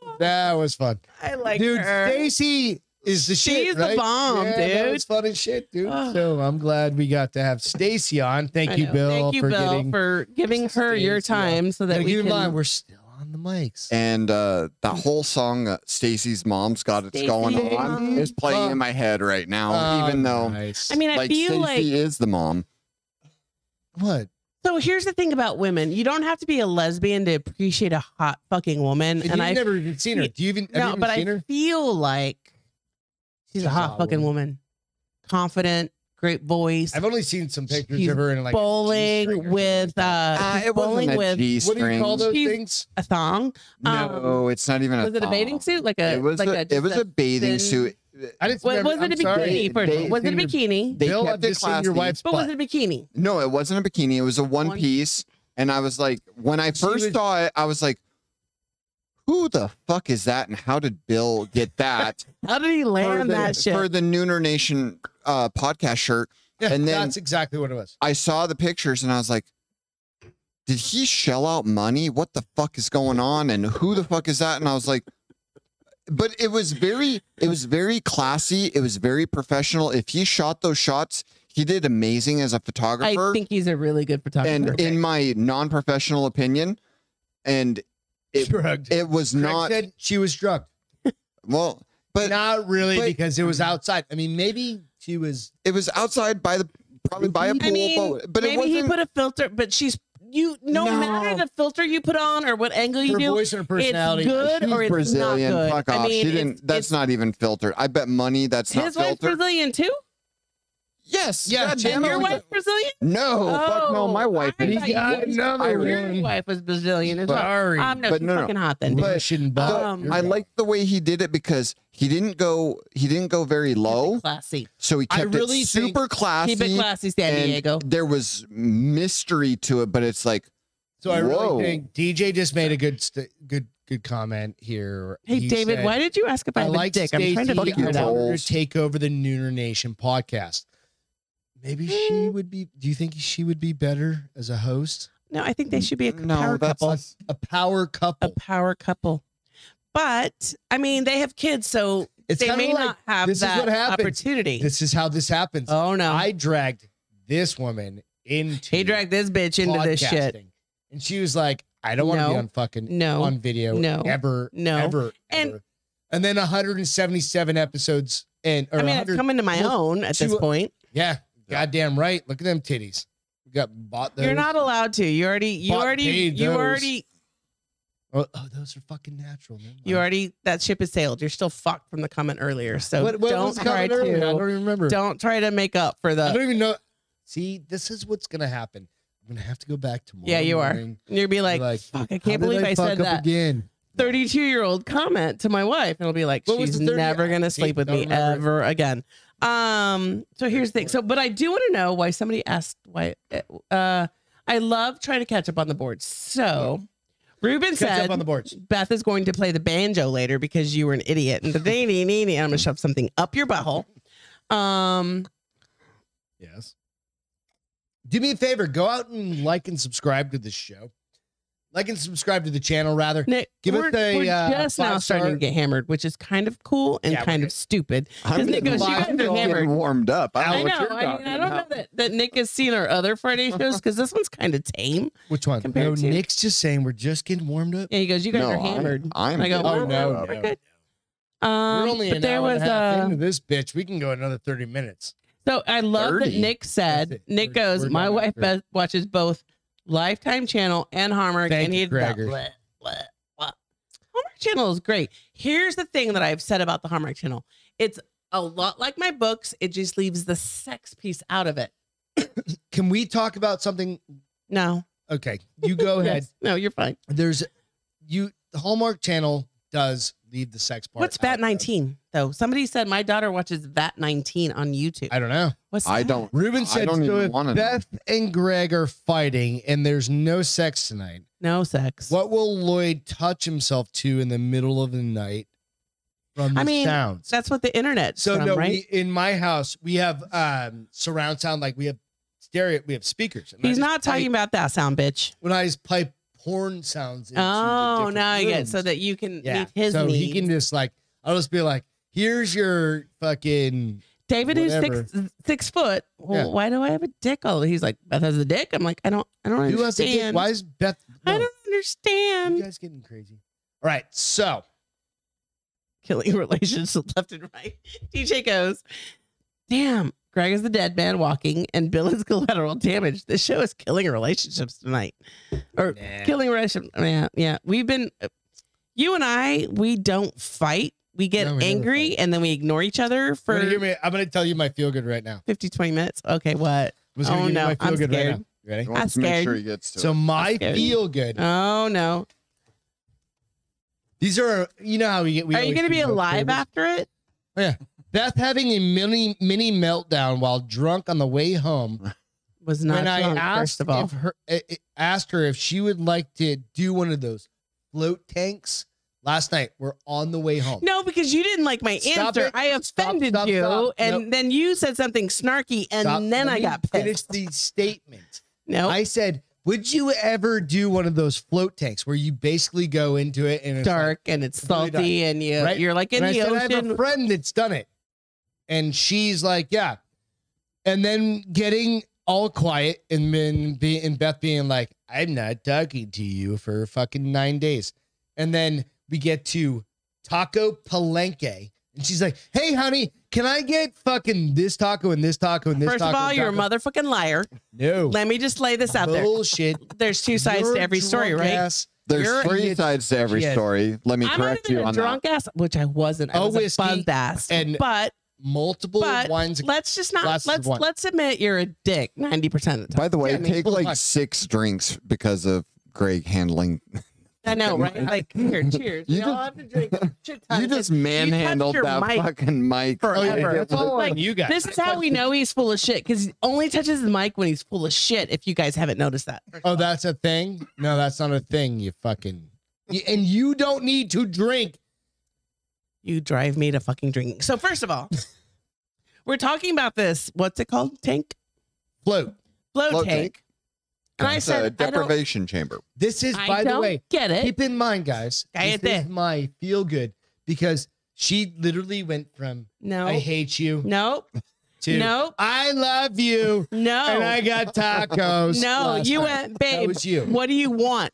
B: God,
A: That was fun,
B: I like
A: dude.
B: her.
A: Stacy is the shit.
B: She's the
A: right?
B: bomb,
A: Yeah, that
B: dude.
A: was fun as shit, dude.
B: Ugh.
A: so I'm glad we got to have Stacy on. Thank
B: I
A: you,
B: know.
A: Bill,
B: Thank you,
A: for
B: Bill,
A: getting.
B: for giving her your
A: Stacy on.
B: time so that
A: Now,
B: we
A: keep in
B: can.
A: mind, we're still on the mics.
C: And uh, the whole song uh, Stacy's Mom's Got It's
B: Stacy's
C: Going
B: Mom.
C: On is playing in my head right now,
A: Oh,
C: even though
A: nice.
B: I mean, I
C: like
B: feel
C: Stacy
B: like
C: is the mom.
A: what?
B: So here's the thing about women: you don't have to be a lesbian to appreciate a hot fucking woman.
A: And
B: and
A: you've
B: I
A: never even seen her. Do you even? Have you
B: no,
A: even
B: but I
A: seen her?
B: feel like she's, a hot, fucking woman. confident, great voice,
A: I've only seen some pictures
B: She's
A: of her in like
B: bowling
A: G-string or
B: with uh,
A: something
C: Uh,
B: she's
C: it wasn't
B: bowling
C: a
B: with
A: What do you
C: G-string.
A: call those
B: She's-
A: things?
B: a thong.
C: No, it's not even a.
B: Was it a bathing
C: thong.
B: suit? Like a
C: it was
B: like
C: a,
B: just
C: it was a bathing
B: thin-
C: suit.
A: I just
B: What,
A: never-
B: was it a
A: I'm sorry.
B: bikini? First,
C: They-
B: was it a
A: they-
B: bikini?
C: They
A: Bill,
C: kept
A: I've
C: it
A: just seen your
C: classy.
A: wife's
B: But
A: butt.
B: was it a bikini?
C: No, it wasn't a bikini. It was a one,
B: One-
C: piece. And I was like, when I
A: She
C: first
A: was-
C: saw it, I was like, who the fuck is that? And how did Bill get that
B: How did he
C: for,
B: land
C: the,
B: that shit?
C: for the Nooner Nation uh, podcast shirt?
A: Yeah,
C: and then-
A: that's exactly what it was.
C: I saw the pictures and I was like, did he shell out money? What the fuck is going on? And who the fuck is that? And I was like, but it was very, it was very classy. It was very professional. If he shot those shots, he did amazing as a
B: I
C: photographer.
B: think he's a really good photographer.
C: and in my non-professional opinion, and It-
A: drugged.
C: it was
A: Craig
C: not
A: said she was drugged.
C: well, but
A: not really
C: but-
A: because it was outside. I mean, maybe she was.
C: it was outside by the probably by a pool,
B: I mean,
C: but, but it
B: maybe he
C: wasn't.
B: put a filter, but she's you no,
C: No.
B: matter the filter you put on or what angle you
A: Her
B: do,
A: voice and her personality.
B: it's good
C: She's
B: or it's
C: Brazilian.
B: not good.
C: Fuck
B: I
C: off.
B: mean,
C: she
B: it's-
C: didn't. That's
B: it's-
C: not even filtered. I bet money. That's not
B: His wife's
C: filtered.
B: Brazilian too.
C: Yes.
A: Yeah,
C: God
A: and
C: damn
B: And
C: it.
B: your
A: we-
B: wife's Brazilian.
C: No. fuck no.
B: Oh,
C: My wife.
B: I
C: is-
A: He
B: thought you
A: got
B: was-
A: another
B: Your
A: one.
B: wife was Brazilian as well.
A: Sorry.
B: Um, no,
C: But
B: she's
C: no, no.
B: fucking hot then.
A: But
B: dude.
A: you shouldn't bother.
B: um,
A: You're
C: I
A: good.
C: like the way he did it because he didn't go. He didn't go very low.
B: classy.
C: So he
A: I
C: kept
A: really
C: it
A: think-
C: super classy.
B: Keep it classy, San
C: and
B: Diego.
C: There was mystery to it, but it's like
A: So I really
C: Whoa.
A: think DJ just made a good, st- good, good comment here.
B: Hey,
A: He
B: David,
A: said,
B: why did you ask if I,
A: I
B: have
A: like
B: a dick? I'm trying to
A: Stacey.
B: figure
A: I
B: it out.
A: want her
C: Balls.
A: to take over the Nooner Nation podcast. Maybe
B: Eh.
A: she would be. Do you think she would be better as a host?
B: No, I think they should be a
C: no.
B: power
C: that's
B: couple.
A: A power
B: A
A: couple.
B: power couple. But I mean, they have kids, so
A: It's
B: they
A: kinda
B: may
A: like-
B: not have
A: this is
B: that
A: what happens.
B: opportunity.
A: This is how this happens.
B: oh no,
A: I dragged this woman into.
B: he dragged this bitch into this shit.
A: podcasting. and she was like, "I don't want to be
B: No.
A: on fucking
B: No.
A: on video
B: No.
A: ever,
B: No.
A: ever,
B: And-
A: ever." And then 177 episodes, and or
B: I mean, I've
A: 100
B: come into my
A: Look,
B: own at
A: she
B: this
A: wa-
B: point.
A: Yeah, goddamn right. Look at them titties. We got bought those.
B: You're not allowed to. You already, you
A: Bought
B: already,
A: paid
B: you
A: those.
B: already,
A: Oh, oh, those are fucking natural. never mind.
B: you already. That ship has sailed. You're still fucked from the comment earlier. So
A: What, what
B: don't
A: was the comment
B: try
A: earlier? I
B: to.
A: don't even remember.
B: Don't uh, try to make up for
A: I
B: the.
A: don't even know. See, this is what's gonna happen. I'm gonna have to go back tomorrow.
B: Yeah, you are.
A: morning.
B: You'll be like,
A: like,
B: fuck, I
A: How
B: can't
A: did
B: believe I,
A: fuck
B: said
A: up
B: that.
A: again.
B: 32 year old comment to my wife and it'll be like
A: What was
B: she's
A: the 30
B: never going
A: I
B: to sleep with
A: don't
B: me
A: remember.
B: ever again um so here's the thing so but i do want to know why somebody asked why uh i love trying to catch up on the board so ruben
A: Catch
B: said
A: up on the boards.
B: beth is going to play the banjo later because you were an idiot and the ding, ding, ding, ding, i'm gonna shove something up your butthole um
A: Yes. Do me a favor, go out and like and subscribe to this show. Like and subscribe to the channel, rather.
B: Nick,
A: Give us
B: we're,
A: a,
B: we're
A: uh,
B: just now
A: five
B: starting
A: star.
B: to get hammered which is kind of cool and
A: Yeah, we're
B: kind
A: good.
B: of stupid
C: I'm
B: Because Nick
C: getting,
B: goes, "You
C: I'm
B: guys are hammered."
C: getting warmed up. I don't
B: I
C: know.
B: know.
C: What you're
B: I, mean,
C: talking
B: I don't know
C: about.
B: that, that Nick has seen our other Friday shows because this one's kind of tame.
A: Which one?
B: Compared
A: no,
B: to-
A: Nick's just saying we're just getting warmed up.
B: And he goes, "You guys
C: No,
B: are
C: I'm-
B: hammered."
C: I'm
B: I go,
C: getting
A: Oh,
B: "We're-
A: no,
B: we're
A: no.
B: good." Um,
A: we're only
B: but
A: an
B: there
A: hour
B: was
A: and a half
B: uh,
A: into this bitch. We can go another 30 minutes.
B: so I love
C: 30.
B: that Nick
A: That's
B: said.
A: it.
B: Nick
A: We're-
B: goes,
A: we're
B: "My
A: done.
B: wife
A: We're-
B: be- watches both Lifetime Channel and Hallmark,
A: Thank
B: and
A: you,
B: he got
A: Gregor.
B: bleh, bleh, bleh. Hallmark Channel is great. Here's the thing that I've said about the Hallmark Channel: it's a lot like my books. It just leaves the sex piece out of it.
A: Can we talk about something?
B: No,
A: Okay, you go ahead.
B: Yes. No, you're fine.
A: There's you the Hallmark Channel does leave the sex part.
B: What's
A: out,
B: VAT
A: though.
B: 19 though? Somebody said my daughter watches VAT 19 on YouTube.
A: I don't know.
B: What's
C: I
B: that?
C: don't.
A: Ruben
C: I
A: said
C: don't
A: so
C: even
A: if
C: wanna know."
A: Beth and Greg are fighting and there's no sex tonight.
B: No sex.
A: What will Lloyd touch himself to in the middle of the night from the
B: I mean,
A: sounds?
B: That's what the internet.
A: so
B: from,
A: no,
B: right?
A: we, in my house we have um surround sound, like we have stereo, we have speakers. and I
B: He's
A: just
B: not
A: pipe-
B: talking about that sound, bitch.
A: when I just pipe porn sounds. Into
B: Oh,
A: the different
B: now I get it.
A: rooms.
B: so that you can
A: yeah,
B: meet his
A: so
B: needs.
A: he can just like I'll just be like, here's your fucking.
B: David,
A: whatever.
B: who's six six foot, well,
A: Yeah.
B: why do I have a dick? All he's like Beth has a dick. I'm like I don't I don't
A: Who has to get?
B: understand.
A: Why is Beth?
B: I
A: no,
B: don't
A: You
B: understand.
A: guys getting crazy? All right, so
B: Killing relationships left and right. DJ goes, damn. Greg is the dead man walking, and Bill is collateral damage. This show is killing relationships tonight, or
A: Nah.
B: killing relationships. Yeah, yeah. We've been, you and I, we don't fight. We get
A: No, we never
B: angry
A: fight.
B: and then we ignore each other
A: I'm gonna,
B: for
A: hear me, I'm gonna tell you my feel good right now.
B: 50, 20 minutes. Okay, what?
A: I'm just gonna
B: Oh,
A: give you
B: no,
A: my feel
B: I'm
A: good right
B: scared.
A: now. You ready?
C: He wants to
B: scared.
C: make sure he gets to
A: So
C: it.
A: my
B: scared.
A: feel good.
B: Oh, no.
A: These are you know how we get. We
B: Are you
A: always
B: going to
A: do
B: be
A: those
B: alive
A: favors.
B: after it?
A: Beth having a mini mini meltdown while drunk on the way home.
B: Was not
A: when I
B: drunk,
A: asked
B: first of all.
A: if her I- I asked her if she would like to do one of those float tanks last night. We're on the way home.
B: No, because you didn't like my
A: Stop
B: answer.
A: it.
B: I
A: Stop,
B: offended
A: stop,
B: you,
A: stop.
B: and
A: Nope.
B: then you said something snarky, and
A: Stop.
B: then
A: Let
B: I
A: me
B: got pissed.
A: Finish the statement.
B: no,
A: I said, "Would you ever do one of those float tanks where you basically go into it and it's like-
B: dark and it's
A: completely dark,
B: salty, and you
A: right?
B: you're like in
A: and I
B: the
A: said, I have a
B: ocean.
A: friend that's done it. And she's like, yeah. And then getting all quiet and then be, and Beth being like, I'm not talking to you for fucking nine days. And then we get to Taco Palenque, And she's like, "Hey, honey, can I get fucking this taco and this taco and this
B: First
A: taco?"
B: of all,
A: and
B: you're a
A: taco?
B: motherfucking liar.
A: No,
B: Let me just lay this out there.
A: bullshit.
B: There's two sides
A: You're
B: to every story,
A: drunk
B: right?
A: ass.
C: There's
A: You're-
C: three
A: you-
C: sides to every
A: yeah.
C: story. Let me
B: I'm
C: correct
B: not even
C: you
B: a
C: on
B: drunk ass, which I wasn't. I
A: A
B: was a
A: Oh, whiskey
B: buzzed ass.
A: and-
B: but
A: Multiple
B: But
A: wines.
B: let's just not
A: glasses of
B: let's
A: wine.
B: let's admit you're a dick ninety percent of the
C: that.
B: time.
C: By the way,
A: Yeah, I mean,
C: take
A: full of
C: like
A: luck.
C: six drinks because of Greg handling.
B: I know, right? Like here, cheers.
C: You
B: we all
C: just-
B: have to
A: Oh,
B: drink a shit ton
C: You
B: of
C: just
B: it
C: manhandled
B: your
C: that
B: mic
C: fucking mic.
A: Oh, yeah,
B: forever.
A: that's all
B: Like,
A: on you guys.
B: This is how we know he's full of shit because he only touches the mic when he's full of shit. If you guys haven't noticed that,
A: Oh, that's a thing? No, that's not a thing. You fucking. You- And you don't need to drink.
B: you drive me to fucking drinking. So first of all, we're talking about this. What's it called? Tank
A: Float.
B: blow
C: Float
B: tank. And I
C: It's a
B: said, I don't,
C: deprivation chamber.
A: This is,
B: I
A: by the
B: don't
A: way,
B: get it.
A: keep in mind, guys.
B: Cállate.
A: This is my feel good because she literally went from I
B: no,
A: hate you
B: no,
A: to
B: no,
A: I love you
B: no.
A: and I got tacos.
B: No,
A: last
B: you
A: night.
B: went,
A: That
B: babe.
A: was you.
B: What do you want?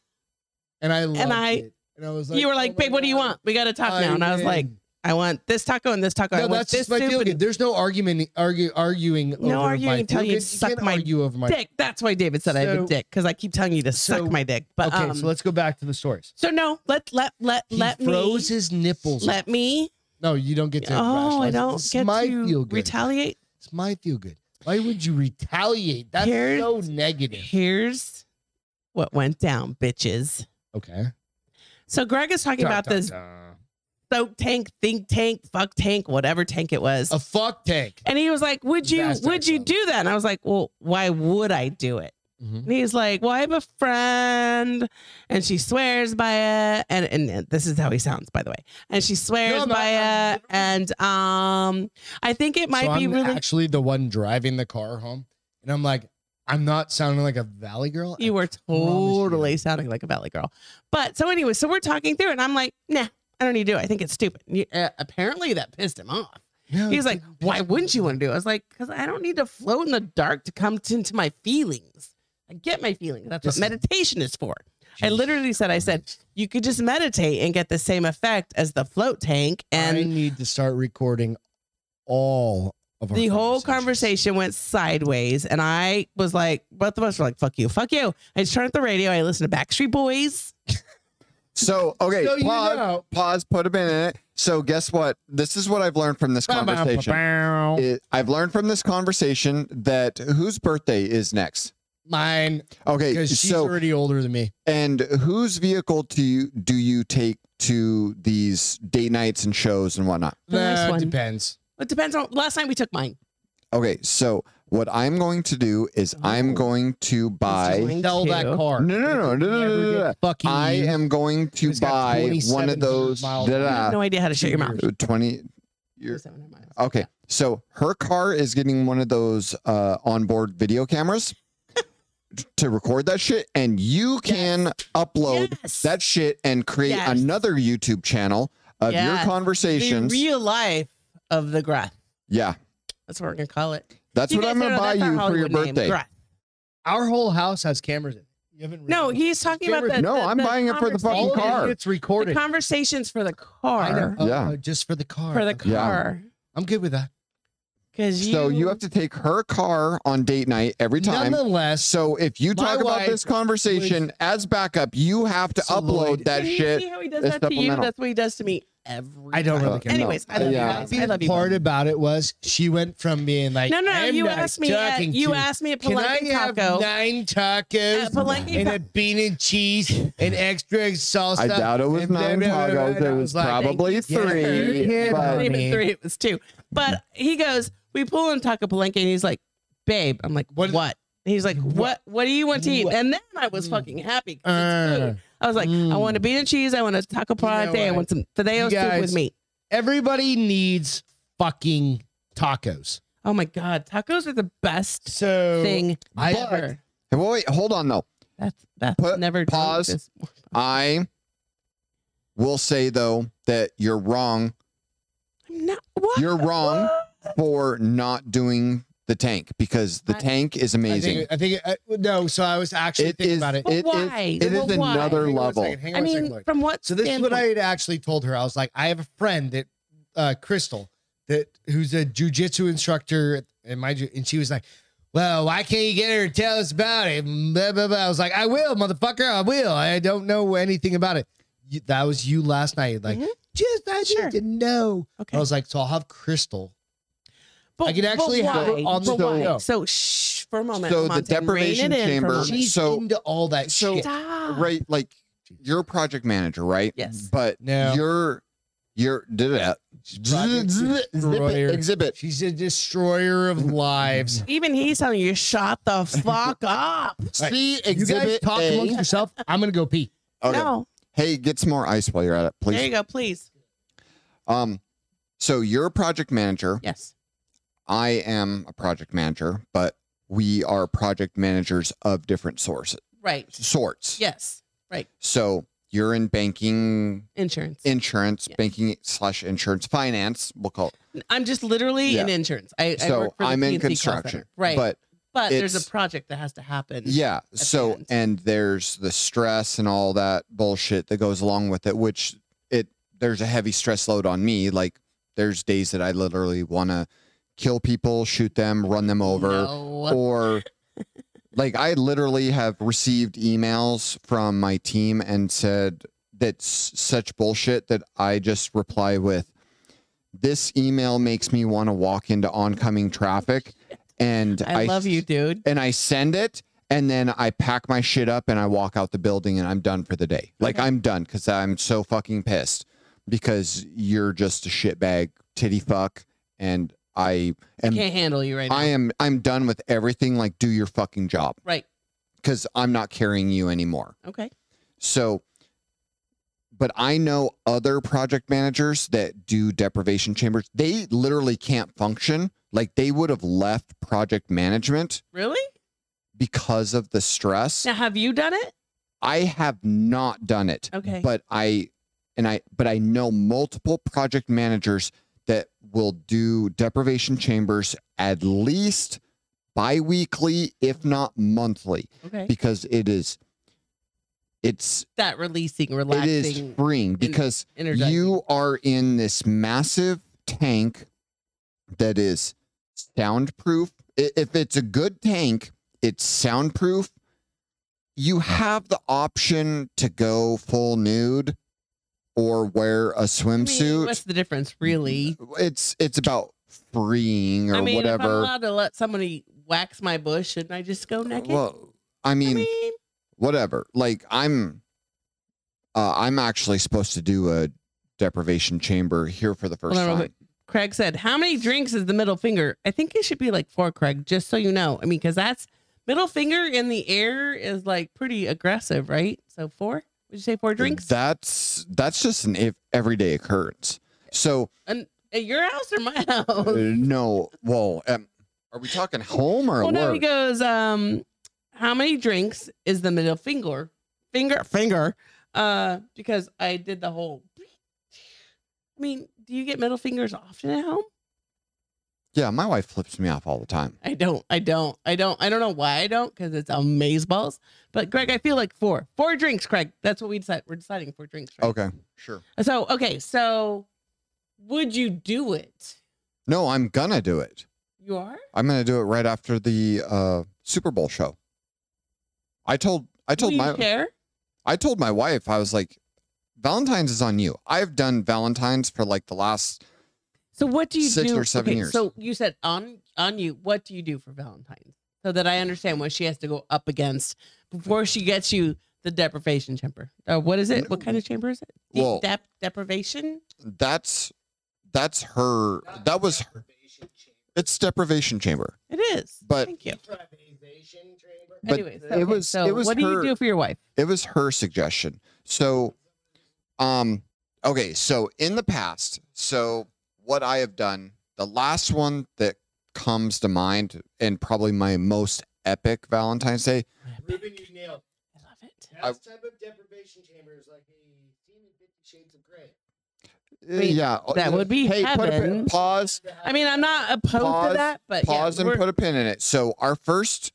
A: And I loved
B: I-
A: it. And I was like,
B: you were like,
A: "Oh my
B: babe, what do you
A: God,
B: want? We got a top
A: I
B: now, and I was
A: win."
B: like, I want this taco and this taco.
A: No,
B: I want
A: that's
B: this
A: just my
B: soup
A: feel
B: and
A: good. There's no argument, argue, arguing. over my
B: arguing until
A: feel
B: you
A: good.
B: suck
A: can't
B: my
A: argue over my.
B: dick. That's why David said I'm
A: So-
B: a dick because I keep telling you to
A: So-
B: suck my dick. But
A: okay,
B: um,
A: so
B: so,
A: let's go back to the stories.
B: no, let let let
A: He
B: let me
A: froze his nipples.
B: let me.
A: no, you don't get to.
B: Oh, I
A: rationalize.
B: don't
A: This is
B: get
A: my
B: to
A: feel good.
B: retaliate.
A: it's my feel good. Why would you retaliate? That's
B: Here's-
A: so negative.
B: Here's what went down, bitches.
A: Okay.
B: So Greg is talking
A: Dun,
B: about
A: dun,
B: this
A: dun.
B: soak tank, think tank, fuck tank, whatever tank it was.
A: A fuck tank.
B: And he was like, "Would you
A: Disaster
B: would you
A: zone.
B: do that?" And I was like, "Well, why would I do it?"
A: Mhm.
B: And he's like, "Well, I have a friend, and she swears by it." And and this is how he sounds, by the way. And she swears
A: I'm not-
B: by
A: I'm
B: it, and um, I think it might
A: so
B: be
A: I'm
B: really.
A: actually the one driving the car home, and I'm like, I'm not sounding like a valley girl.
B: you were
A: promise you.
B: totally sounding like a valley girl, but so anyway, so we're talking through, it, and I'm like, "Nah, I don't need to do it. I think it's stupid." And you- uh, apparently, that pissed him off.
A: Oh, No,
B: He's like, "Why wouldn't you want to do?" it? I was like, "Cause I don't need to float in the dark to come t- into my feelings. I get my feelings. That's
A: This-
B: what meditation is for." I
A: Jesus
B: literally said, "I said
A: Christ.
B: you could just meditate and get the same effect as the float tank."
A: I
B: And
A: need to start recording all of our
B: the whole
A: conversations.
B: conversation went sideways, and I was like, "Both of us were like, fuck you, fuck you." I just turned up the radio. I listened to Backstreet Boys.
C: So okay,
A: So you
C: pause,
A: know-
C: pause, put a pin in it. So guess what? This is what I've learned from this conversation. It- I've learned from this conversation that whose birthday is next.
A: Mine,
C: Okay,
A: because she's
C: so
A: already older than me.
C: and whose vehicle do you do you take to these date nights and shows and whatnot?
B: The nice
A: That
B: one.
A: depends.
B: It depends on. Last night we took mine.
C: Okay, so what I'm going to do is I'm
B: Oh.
C: going to buy.
B: Mine
A: Sell that
B: too.
A: car.
C: No, no, no, no, no,
A: Never
C: no, no,
A: get
C: no.
A: Fucking
C: I
A: used.
C: am going to
A: It's got
C: buy one
A: 2700
C: of those.
A: miles
B: I have
C: da-da,
B: no idea how to shut your mouth.
C: Twenty. Uh, You're,
B: 27 miles.
C: okay, so her car is getting one of those uh, onboard video cameras to record that shit, and you can upload
B: Yes.
C: that shit and create
B: Yes.
C: another YouTube channel of
B: Yes.
C: your conversations.
B: the real life of the graph.
C: yeah,
B: That's what we're gonna call it.
C: that's
B: You
C: what
B: guys
C: I'm
B: don't
C: gonna
B: know
C: buy
B: that's our
C: you for your
B: Hollywood name,
C: birthday.
B: Grok.
A: Our whole house has cameras in it. You haven't
B: No,
A: realized
B: he's talking about
A: Cameras-
B: the
C: No,
B: the-
C: I'm
B: the
C: buying it for the fucking
A: all
B: conversation-
C: car.
A: Of it's
B: The
A: recorded.
B: conversations for the
A: I know.
B: car.
A: Oh,
C: Yeah.
A: oh, just for the car.
B: For the
A: Okay.
C: Yeah.
B: car.
A: I'm good with that.
B: Because you,
C: So you have to take her car on date night every time.
A: Nonetheless,
C: So if you
A: My
C: talk about
A: wife
C: this conversation as backup, you have to
A: Absolutely.
C: upload that
B: Can you See
C: shit.
B: how he does
C: is
B: that to you?
C: supplemental.
B: That's what he does to me every
A: I don't
B: time.
A: really care.
B: Anyways, I love
C: Yeah.
B: you guys. I love you.
A: part about it was she went from being like,
B: no, no,
A: I'm
B: you
A: not
B: asked me. At,
A: talking
B: you
A: to
B: asked me at
A: Can I
B: Palenque
A: have
B: Taco.
A: nine tacos
B: At Palenque
A: and a
B: Taco.
A: bean and cheese and extra salsa?
C: I doubt it was
A: and blah,
C: nine
A: blah, blah, blah,
C: tacos.
A: and I
C: It was
A: like,
C: probably
A: yeah,
C: three.
A: yeah,
C: but-
B: It wasn't
A: I mean-
B: even three. It was two. But he goes, we pull in Taco Palenque, and he's like, "Babe," I'm like,
A: What-
B: "What?" And he's like, "What? What do you want to eat?"
A: What?
B: And then I was
A: Mm.
B: fucking happy. 'cause it's
A: uh,
B: food. I was like, "I
A: Mm.
B: want a bean and cheese. I want a taco parate. I
A: what?
B: want some fideo
A: You
B: soup
A: guys-
B: with meat."
A: everybody needs fucking tacos.
B: Oh my god, tacos are the best
A: So
B: thing
A: I-
B: ever.
C: Well, wait, hold on though.
B: That's that's
C: Put-
B: never done
C: pause.
B: this.
C: I will say though that you're wrong.
B: I'm not. What?
C: You're wrong for not doing the tank because the
B: I-
C: tank is
A: I
C: amazing.
A: think, I think uh, no. So I was actually
C: It
A: thinking
C: is-
A: about it.
B: But
C: It is-
B: why?
C: it is
B: Well, why?
C: another
A: Hang on one
C: level.
A: second, hang
B: I
A: on one second,
B: mean,
A: Lloyd.
B: from what?
A: So this is what I
B: standpoint?
A: had actually told her. I was like, I have a friend that uh, Crystal that who's a jujitsu instructor at, and my ju- and she was like, "Well, why can't you get her to tell us about it?" Blah, blah, blah. I was like, "I will, motherfucker, I will. I don't know anything about it." You, that was you last night, like
B: Mhm.
A: just I
B: Sure.
A: need to know.
B: Okay.
A: I was like, "So I'll have Crystal."
B: but,
A: I could actually
B: but
A: have her
B: why?
A: on the
B: But why?
A: show.
B: So shh for a moment.
C: So the
B: Monty, rein
C: deprivation
B: it in for a
C: chamber-
B: moment.
A: She's
C: So-
A: into all that
C: so-
A: shit.
B: Stop.
C: right? Like you're a project manager, right?
B: Yes.
C: But
A: No.
C: you're you're did that
A: project destroyer.
C: exhibit.
A: She's a destroyer of lives.
B: Even he's telling you, shut the fuck up.
A: Right.
C: See
A: you guys
C: exhibit
A: talk
C: A.
A: amongst yourself. I'm gonna go pee.
C: Okay.
B: No.
C: Hey, get some more ice while you're at it,
B: There you
C: please.
B: go, please.
C: Um, so you're a project manager.
B: Yes.
C: I am a project manager, but we are project managers of different sources
B: Right.
C: sorts.
B: Yes.
C: So you're in banking,
B: Insurance.
C: insurance,
B: Yeah.
C: banking slash insurance, finance. We'll call. It.
B: I'm just literally
C: Yeah.
B: in insurance. I, I
C: so
B: work for the
C: I'm in
B: PNC call center.
C: construction,
B: Right. Mm-hmm.
C: But
B: but there's
C: it's-
B: a project that has to happen.
C: Yeah.
B: the
C: So,
B: end.
C: and there's the stress and all that bullshit that goes along with it, which it, there's a heavy stress load on me. Like, there's days that I literally want to kill people, shoot them, run them over,
B: No.
C: or like I literally have received emails from my team and said that's such bullshit that I just reply with, this email makes me want to walk into oncoming traffic. And
B: I love you, dude.
C: and I send it and then I pack my shit up and I walk out the building and I'm done for the day. Like I'm done because I'm so fucking pissed because you're just a shitbag titty fuck and I
B: I
C: am
B: can't handle you right now.
C: I am I'm done with everything. Like do your fucking job
B: right.
C: because I'm not carrying you anymore.
B: Okay.
C: So, but I know other project managers that do deprivation chambers. They literally can't function. Like they would have left project management
B: Really?
C: because of the stress.
B: Now, have you done it?
C: I have not done it,
B: Okay.
C: but I and I but I know multiple project managers that will do deprivation chambers at least bi-weekly if not monthly
B: okay.
C: because it is it's
B: that releasing,
C: it is
B: relaxing,
C: freeing because
B: energizing.
C: you are in this massive tank that is soundproof. I- If it's a good tank, it's soundproof. You have the option to go full nude or wear a
B: I mean,
C: swimsuit.
B: what's the difference, really?
C: It's it's about freeing or
B: I mean, if I'm
C: whatever.
B: allowed to let somebody wax my bush, shouldn't I just go naked?
C: Well, I
B: I
C: mean,
B: mean,
C: whatever. Like I'm uh, I'm actually supposed to do a deprivation chamber here for the first
B: Hold on real
C: time.
B: quick. Craig said, "How many drinks is the middle finger?" I think it should be like four, Craig. Just so you know, I mean, because that's middle finger in the air is like pretty aggressive, right? So four? Would you say four drinks
C: That's that's just an ev- everyday occurrence. So
B: at your house or my
C: uh,
B: house?
C: no, well, um, are we talking home or
B: Well,
C: at
B: no, he
C: work?
B: goes, um, how many drinks is the middle finger? Finger, finger. Uh, because I did the whole. I mean, do you get middle fingers often at home?
C: Yeah, my wife flips me off all the time.
B: I don't. I don't. I don't. I don't know why I don't because it's amazeballs. But Greg, I feel like four. Four drinks, Greg. That's what we decide. We're deciding four drinks. Right?
C: Okay, sure.
B: So okay. So would you do it?
C: No, I'm gonna do it.
B: You are.
C: I'm gonna do it right after the uh, Super Bowl show. I told I
B: Do
C: told
B: you
C: my
B: care?
C: I told my wife I was like, Valentine's is on you. I've done Valentine's for like the last
B: So what do you
C: Six
B: do?
C: or seven years.
B: So you said on on you. What do you do for Valentine's? So that I understand what she has to go up against before she gets you the deprivation chamber. Uh, what is it? What kind of chamber is it? De-
C: Well-
B: dep- deprivation.
C: that's that's her that was her it's deprivation chamber.
B: It is.
C: But-
B: thank you.
C: But
B: Anyways,
C: it
B: okay,
C: was-
B: so
C: it was
B: what do
C: her-
B: you do for your wife?
C: it was her suggestion. So, um, okay, so in the past, so what I have done, the last one that comes to mind, and probably my most epic Valentine's Day,
A: Ruben, you nailed.
B: I love it.
A: That
C: I-
A: type of deprivation chamber is like a scene in Fifty Shades of Grey.
B: Wait,
C: yeah, oh,
B: that would be
C: hey, put a pin-
B: heaven.
C: pause,
B: I mean, I'm not opposed
C: Pause-
B: to that, but
C: pause,
B: yeah,
C: and
B: we're-
C: put a pin in it. So our first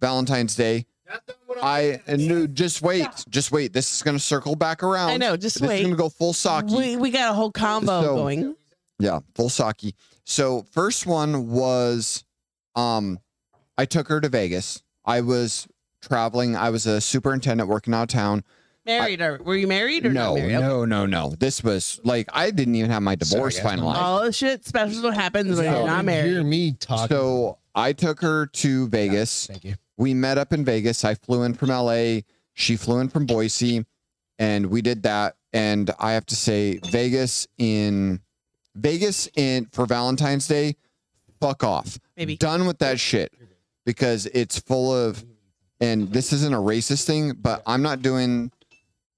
C: Valentine's Day,
A: That's not what
C: I knew. Just wait, just wait. This is gonna circle back around.
B: I know. Just
C: This is
B: wait.
C: gonna go full socky.
B: We we got a whole combo
C: So-
B: going.
C: Yeah, full sake. So first one was um I took her to Vegas. I was traveling. I was a superintendent working out of town.
B: Married or were you married or not
C: No,
B: married? Okay.
C: no, no, no. This was like I didn't even have my divorce
A: Sorry, guys.
C: finalized.
B: All the shit special that happens when you're
C: So-
A: You
B: not
A: Hear
B: married.
A: me talking.
C: So I took her to Vegas.
A: Thank you.
C: we met up in Vegas. I flew in from LA. She flew in from Boise, and we did that. And I have to say, Vegas in Vegas in for Valentine's Day, fuck off.
B: Maybe.
C: Done with that shit because it's full of. And this isn't a racist thing, but I'm not doing.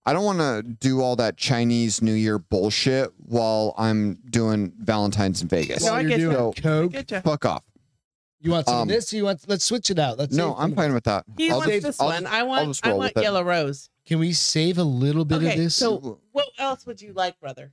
C: I don't want to do all that Chinese New Year bullshit while I'm doing Valentine's in Vegas.
B: No, I
A: While you're
B: get
A: doing
C: that.
A: coke,
B: Getcha.
C: Fuck off.
A: you want some
C: Um,
A: of this? You want? Let's switch it out. Let's.
C: No,
A: save-
C: I'm fine with that.
B: He
C: I'll
B: wants
C: just-
B: this
C: I'll
B: one.
C: just-
B: I
C: I'll
B: want
C: just
B: I
C: roll
B: want
C: with it.
B: yellow rose.
A: Can we save a little bit
B: Okay,
A: of this?
B: so- What else would you like, brother?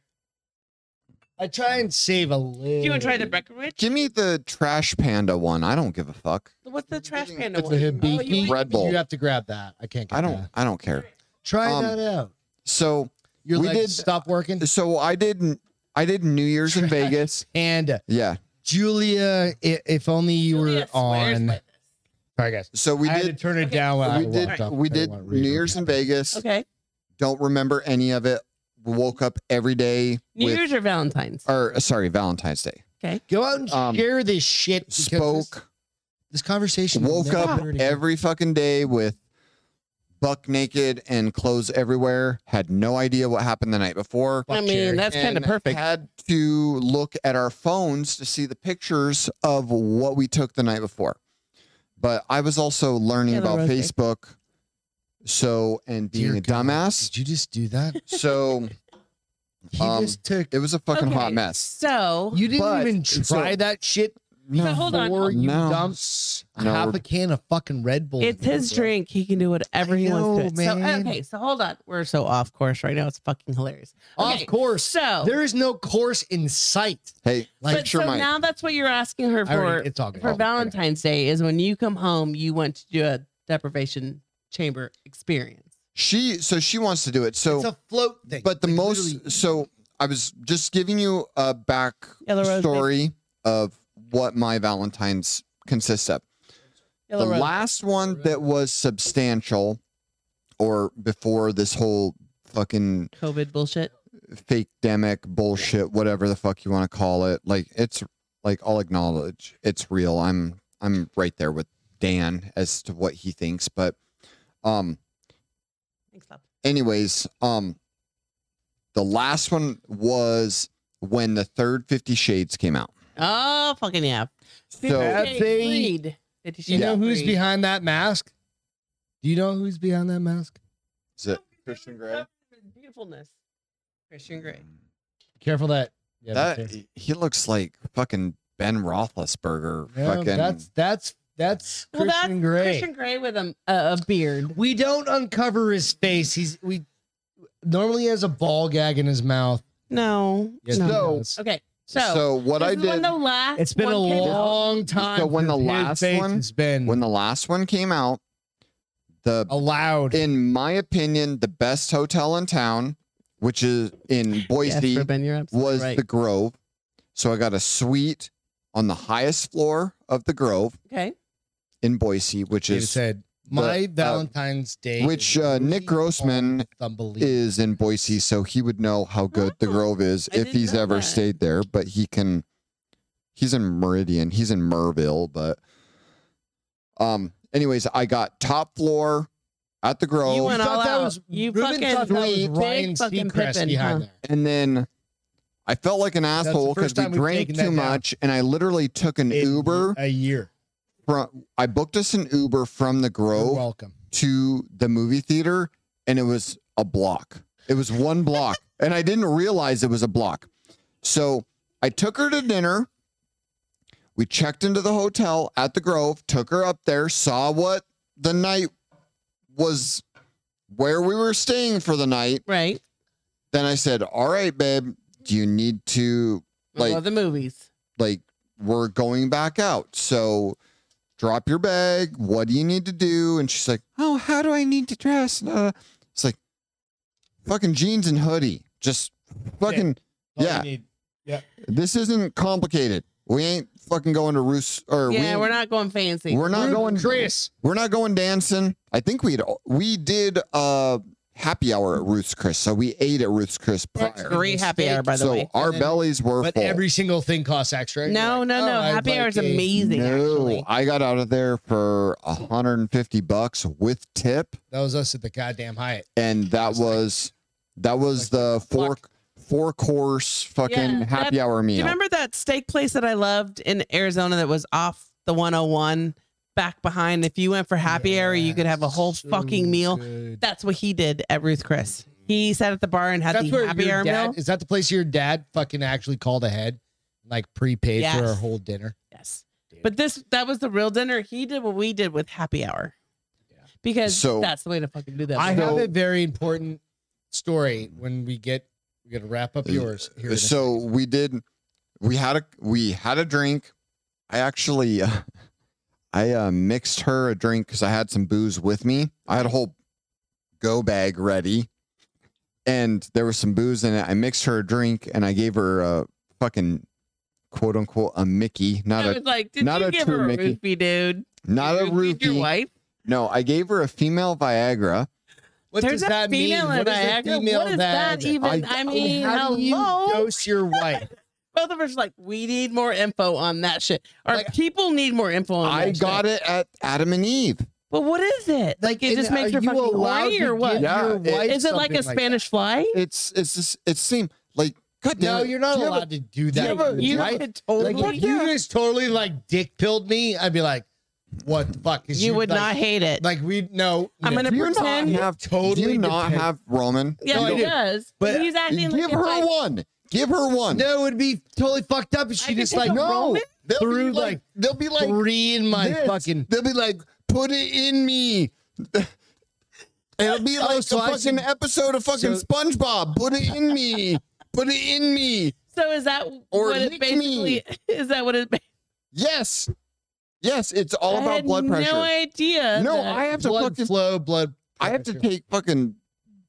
A: I try and save a little.
B: Do you want to try the Breckenridge?
C: Give me the trash panda one. I don't give a fuck.
B: What's the trash
C: It's
B: panda
A: That's
B: one?
A: a
B: Oh, you
A: Hibiki.
B: want-
C: Red Bull.
A: You have to grab that. I can't. Get
C: I don't
A: That.
C: I don't care.
A: Try
C: Um,
A: that out.
C: So
A: Your
C: we
A: legs
C: did-
A: stop working.
C: so I did I did New Year's in
A: Trash.
C: Vegas.
A: And
C: Yeah.
A: Julia, i- if only you
B: Julia
A: were
B: swears
A: on.
B: by this.
A: Sorry, guys.
C: So we
A: I had
C: did
A: to turn it
B: Okay.
A: down when I
C: we did
A: walked up. I
C: we
A: didn't
C: did
A: want
C: New Year's in
A: reverb.
C: Vegas.
B: Okay.
C: Don't remember any of it. Woke up every day
B: New
C: with
B: Year's or Valentine's?
C: or uh, sorry, Valentine's Day.
A: Go out and
C: Um,
A: share this shit. because this-
C: Spoke,
A: This conversation will
C: woke
A: never
C: up
A: happen again.
C: every fucking day with buck naked and clothes everywhere. Had no idea what happened the night before.
B: I
A: fuck
B: mean,
A: Jerry.
B: that's kind of
C: and
B: perfect.
C: Had to look at our phones to see the pictures of what we took the night before. But I was also learning
B: Yeah, the
C: about
B: rose day.
C: Facebook. So and being
A: Dear
C: a
A: God,
C: dumbass.
A: Did you just do that?
C: So
A: He
C: Um,
A: just took.
C: it was a fucking hot
B: Okay,
C: mess.
B: So
A: You didn't
C: but-
A: even try
C: so-
A: that shit
B: But
C: No.
B: hold on.
A: before you
C: No.
A: dumped
C: No,
A: half a
C: we're-
A: can of fucking Red Bull.
B: it's
A: in there,
B: his
A: bro.
B: drink. He can do whatever he wants to.
A: I know,
B: So,
A: man.
B: okay, so hold on. We're so off course right now. It's fucking hilarious. Okay,
A: Of course,
B: So,
A: there is no course in sight.
C: Hey,
A: Like,
B: but
C: picture
B: so
C: my
B: now that's what you're asking her
A: I
B: for
A: already, Oh, it's all good.
B: for Valentine's Day is when you come home, you want to do a deprivation chamber experience.
C: she so she wants to do it. So
A: It's a float thing.
C: but the
A: Like,
C: most
A: literally-
C: so I was just giving you a back
B: Yellow rose, babe.
C: story of what my Valentine's consists of.
B: Yellow
C: the
B: rose.
C: last one that was substantial or before this whole fucking
B: COVID bullshit.
C: fake demic bullshit whatever the fuck you want to call it like it's like i'll acknowledge it's real i'm i'm right there with dan as to what he thinks but um
B: Thanks, love.
C: anyways um the last one was when the third 50 shades came out
B: Oh, fucking yeah.
C: So-
B: Fifty Shades
A: That's a-
B: Freed. Fifty
A: Do you
B: Shades
A: know who's
B: Freed.
A: behind that mask? Do you know who's behind that mask?
C: is it christian gray
B: Beautifulness. Christian Grey.
A: Careful that. Yeah,
C: that
A: careful.
C: he looks like fucking ben roethlisberger
A: No,
C: fucking
A: that's that's that's
B: Well, that's
A: Christian Grey.
B: Christian Grey with a, a, a beard.
A: We don't uncover his face. He's we normally he has a ball gag in his mouth.
B: No.
A: Yes,
B: no.
A: he
C: So-
A: does.
B: Okay. So,
C: so, what
B: this
C: i
B: is
C: did
B: When the last
A: it's been a
B: one came out.
A: long time.
C: So when the
A: since his
C: last
A: face
C: one-
A: has been
C: when the last one came out, the
A: Oh. allowed.
C: in my opinion, the best hotel in town, which is in Boise,
B: Yes, Ruben, you're absolutely
C: was
B: right.
C: the Grove. So I got a suite on the highest floor of the Grove
B: okay.
C: in Boise, which
A: David
C: is
A: said, "My
C: the, uh,
A: Valentine's Day,"
C: which
A: is
C: uh, Nick
A: really
C: Grossman
A: unbelievable.
C: is in Boise, so he would know how good the
B: Oh,
C: Grove is
B: I
C: if
B: didn't
C: he's
B: know
C: ever
B: that.
C: stayed there. But he can, he's in Meridian, he's in Merville. But, um, anyways, I got top floor at the Grove.
B: You went
A: thought
B: all
A: that
B: out.
A: was-
B: you
A: Ruben
B: fucking
A: thought that was
B: big
A: Ryan
B: fucking
A: Seacrest
B: Pippin,
A: behind
B: huh?
A: there.
C: And then I felt like an
A: the
C: asshole because
A: first
C: we
A: time we've
C: drank
A: taken that
C: too
A: down.
C: much, and I literally took an
A: In
C: Uber
A: a year.
C: from. I booked us an Uber from the
A: You're
C: Grove
A: welcome.
C: to the movie theater, and it was a block. It was one block, and I didn't realize it was a block. So I took her to dinner. We checked into the hotel at the Grove, took her up there, saw what the night was, where we were staying for the night.
B: Right.
C: Then I said, "All right, babe, do you need to
B: I
C: Like-
B: love the movies.
C: like we're going back out. So drop your bag. What do you need to do? And she's like, Oh, how do I need to dress? Uh, it's like fucking jeans and hoodie. Just fucking
A: All you
C: yeah.
A: need.
C: This isn't complicated. We ain't fucking going to roost or we
B: yeah,
C: ain't-
B: we're not going fancy.
C: we're not going
A: Chris.
C: We're not going dancing. I think we we did uh happy hour at Ruth's Chris, so we ate at Ruth's Chris
A: That's
C: prior.
B: Three happy hour, by the
C: so
B: way.
C: our
A: And then-
C: bellies were
A: But
C: full.
A: every single thing costs extra. You're
B: No,
A: like,
B: no,
A: "Oh,
B: no.
A: I'd
B: Happy hour
A: like
B: is
A: a-
B: amazing.
C: no,
B: actually.
C: I got out of there for 150 bucks with tip,
A: That was us at the goddamn Hyatt.
C: and that was that was the four four course fucking
B: Yeah,
C: happy hour
B: Do you
C: meal.
B: remember that steak place that I loved in Arizona that was off the 101 back behind? If you went for happy hour, you could have a whole
A: So
B: fucking meal.
A: good.
B: That's what he did at Ruth Chris. He sat at the bar and had
A: That's
B: the
A: where
B: happy
A: your
B: hour
A: dad,
B: meal.
A: Is that the place your dad fucking actually called ahead, like prepaid for
B: Yes.
A: our whole dinner?
B: Yes. But this that was the real dinner. He did what we did with happy hour. Because
C: So-
B: that's the way to fucking do that.
A: I have
C: So-
A: a very important story when we get we're gonna wrap up yours. Here in a
C: Uh, so we did we had a we had a drink i actually uh, i uh, mixed her a drink because i had some booze with me i had a whole go bag ready and there was some booze in it i mixed her a drink and i gave her a fucking quote unquote a mickey not
B: I
C: a
B: was like, did
C: not
B: you
C: a
B: give
C: true
B: her a
C: Mickey.
B: roofie, dude?
C: not a
B: You roofied Your
C: roofie
B: wife?
C: no i gave her a female viagra
A: What
B: There's
A: does
B: a
A: that mean?
B: female in
A: What is a
B: Viagra.
A: female
B: What is that
A: Viagra?
B: even? I mean,
A: how do you
B: hello?
A: dose your wife?
B: Both of us are like, we need more info on that shit. Our
A: Like-
B: people need more info
A: Oh,
B: on
C: i
B: that
C: got
B: shit.
C: it at adam and eve
B: But what is it? Like, it
A: and
B: just
A: are
B: makes her
A: you
B: fucking
A: allowed
B: horny
A: to
B: or
A: give
B: what?
C: Yeah,
A: your
C: it-
A: wife
B: Is it like a
A: something
B: Spanish fly?
C: it's it's just it seemed like god damn
A: no,
C: it,
A: you're not
C: do you have a-
A: allowed to do
C: do you
A: that.
C: have a-
A: to
B: You
A: your wife.
B: could
A: Like,
B: totally.
A: if you just totally like dick pilled me, I'd be like, what the fuck? 'Cause
B: you would
A: like,
B: not hate it.
A: Like we no.
B: I'm
A: no.
B: gonna
C: do you not
B: pretend-
C: have
A: totally
C: do you not
A: depend-
C: have roman
B: yeah,
A: no, I
B: he
A: do.
B: does.
A: But
B: But he's acting like
C: give
B: if
C: her
B: I-
C: one give her one
A: No, it would be totally fucked up if
B: I
A: she
B: could
A: just
B: take
A: like
B: a
A: no,
B: Roman?
C: they'll
A: through,
C: be like,
A: like,
C: they'll be like
A: three in my
C: this.
A: fucking.
C: they'll be like put it in me it'll be
A: Oh,
C: like
A: so
C: a
A: I
C: fucking
A: can-
C: episode of fucking
A: so-
C: spongebob put it in me put it in me
B: So is that
C: Or
B: what it
C: lick
B: basically
C: me.
B: is? That what it?
C: yes yes it's all
B: I
C: about
B: had
C: blood pressure
B: No idea.
C: No,
B: that-
C: I have to
A: blood
C: fucking
A: flow, blood.
C: i have to take fucking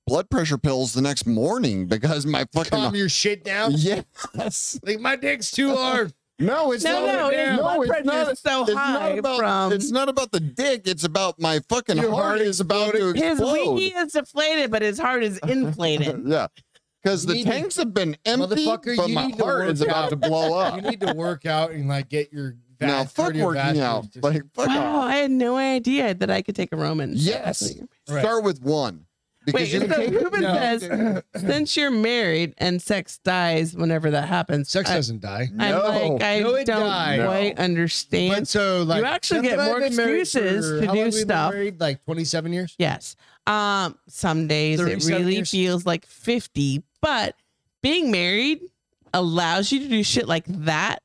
C: blood pressure pills the next morning because my
A: calm
C: fucking
A: your shit down.
C: yes
A: Like my dick's too hard.
C: no it's
B: No,
C: not
B: no,
A: it-
B: his
A: no,
B: blood
C: it's
B: pressure
C: not-
B: is so
C: It's
B: high
C: not about
B: from
C: it's not about the dick. It's about my fucking
A: Your
C: heart,
A: heart
C: is about to
B: his
C: explode.
B: wiki is deflated, but his heart is inflated.
C: yeah, because
A: You
C: the
A: need to-
C: tanks have been empty,
A: Motherfucker,
C: but
A: you
C: my
A: need to
C: heart is
A: work
C: about
A: out.
C: to blow
A: you
C: up.
A: need to work out and like get your.
C: now,
A: vas-
C: fuck working
A: cardiovascular
C: out.
A: system-
C: Like, fuck
B: Wow,
C: off.
B: Oh, I had no idea that I could take a Roman.
C: Yes.
A: Right.
C: Start with one.
B: Wait, so
C: you take-
B: Ruben
A: no.
B: says since you're married and sex dies whenever that happens,
A: Sex
B: I,
A: doesn't die.
B: I'm
C: No.
B: like I
A: No, it
B: don't
A: dies.
B: quite
A: But
B: understand.
A: so like
B: you actually
A: that's
B: get
A: what
B: more
A: I've been married
B: excuses
A: for-
B: to
A: how long
B: do
A: have we been
B: stuff.
A: Married like 27 years.
B: yes, um, some days it
A: 37
B: really
A: years.
B: feels like fifty, but being married allows you to do shit like that.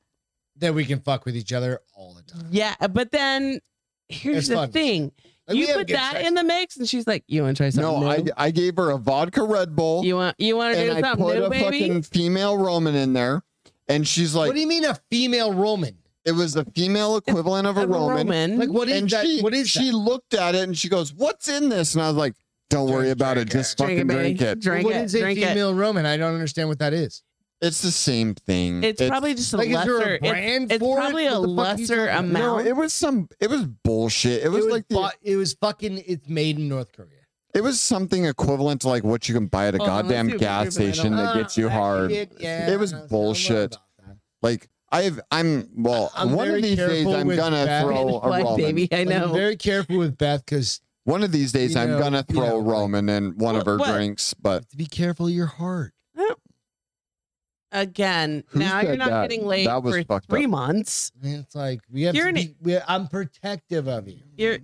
A: Then we can fuck with each other all the time.
B: Yeah, but then here's
A: It's
B: the
A: fun.
B: thing:
A: Like, we
B: you
A: have
B: put
A: good
B: that
A: sex.
B: in the mix, and she's like, "You want to try something
C: no,
B: new?
C: I, I gave her a vodka Red Bull
B: you want you want to do
C: and I
B: something
C: put
B: new,
C: a
B: baby?
C: fucking female Roman in there, and she's
A: what
C: like,
A: do you mean a female Roman?
C: it was the female equivalent of a
B: Have a
C: Roman.
A: Like what is
C: and
A: that?
C: she,
A: what is
C: she
A: that?
C: looked at it and she goes, "What's in this?" And I was like, "Don't
A: Drink,
C: worry about
A: drink
C: it. Just
B: Drink it,
C: fucking
B: baby.
C: drink it.
B: Drink
A: what
B: it.
A: is a
B: drink it.
A: female Roman? I don't understand what that is.
C: It's the same thing."
B: It's, probably just a
A: Like, is
B: lesser.
A: there a
B: it's-
A: brand
B: it's,
A: for it?
B: probably
A: What
B: a
A: the fuck are you
B: lesser
A: talking
B: amount.
C: no. It was some. It was bullshit. It was, like the,
A: fu- it was fucking. It's made in North Korea.
C: it was something equivalent to like what you can buy at a
A: Oh,
B: Hold on, let's
C: goddamn
B: do it, Ruben,
C: gas
B: I don't-
C: station that
A: Uh,
C: gets you
A: I
C: hard.
A: did, yeah,
C: it was
A: I don't know
C: bullshit.
A: about that.
C: Like I've, I'm well.
A: I- I'm
C: one
A: very
C: of these days,
A: careful
C: I'm
A: with
C: gonna
A: that.
C: throw a
B: Like,
C: Roman.
B: baby, I
A: Like, I'm
B: know.
A: very careful with Beth because
C: One of these days,
A: You
C: I'm
A: know,
C: gonna
A: you
C: throw
A: know,
C: a
A: like-
C: Roman in one of
B: What-
C: her
B: what?
C: drinks, but.
A: to be careful of your heart.
B: Again,
C: Who
B: now you're
C: said
B: not
C: that?
B: getting laid
C: That was
B: for
C: fucked
B: three
C: up.
B: months.
A: I mean, it's like we have.
B: You're
A: to
B: an-
A: be, we, I'm protective of you.
B: You're.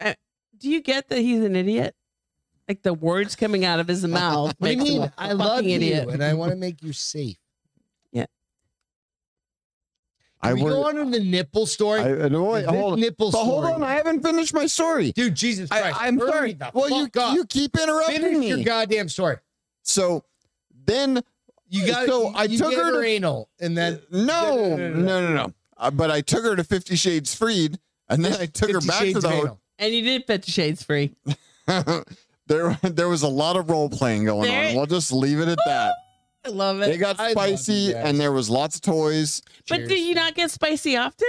B: Uh, do you get that he's an idiot? Like the words coming out of his mouth.
A: What do you
B: makes him
A: mean?
B: a
A: I love
B: fucking
A: you,
B: idiot.
A: and I want to make you safe.
C: I
A: we go
C: were.
A: on in the nipple story.
C: I, and wait,
A: This
C: hold on.
A: nipple
C: But
A: story.
C: hold on, I haven't finished my story.
A: Dude, Jesus
C: I,
A: Christ.
C: I'm
A: hurry
C: sorry.
A: the
C: Well, you
A: fuck up.
C: you keep interrupting
A: finish
C: me.
A: your goddamn story.
C: so then
A: You got
C: So I took her to-
A: anal, and then
C: no,
A: No, no, no,
C: no,
A: no.
C: no, no. Uh, but I took her to Fifty Shades Freed, and then I took her
A: 50
C: back to
A: Shades
C: the
A: of anal.
C: hotel.
B: And you did Fifty Shades Free.
C: there, there was a lot of role playing going
B: There-
C: on. We'll just leave it at that.
B: I love
C: They
B: it.
C: got
A: I love
C: spicy
A: you guys.
C: and there was lots of toys.
B: But do you not get spicy often?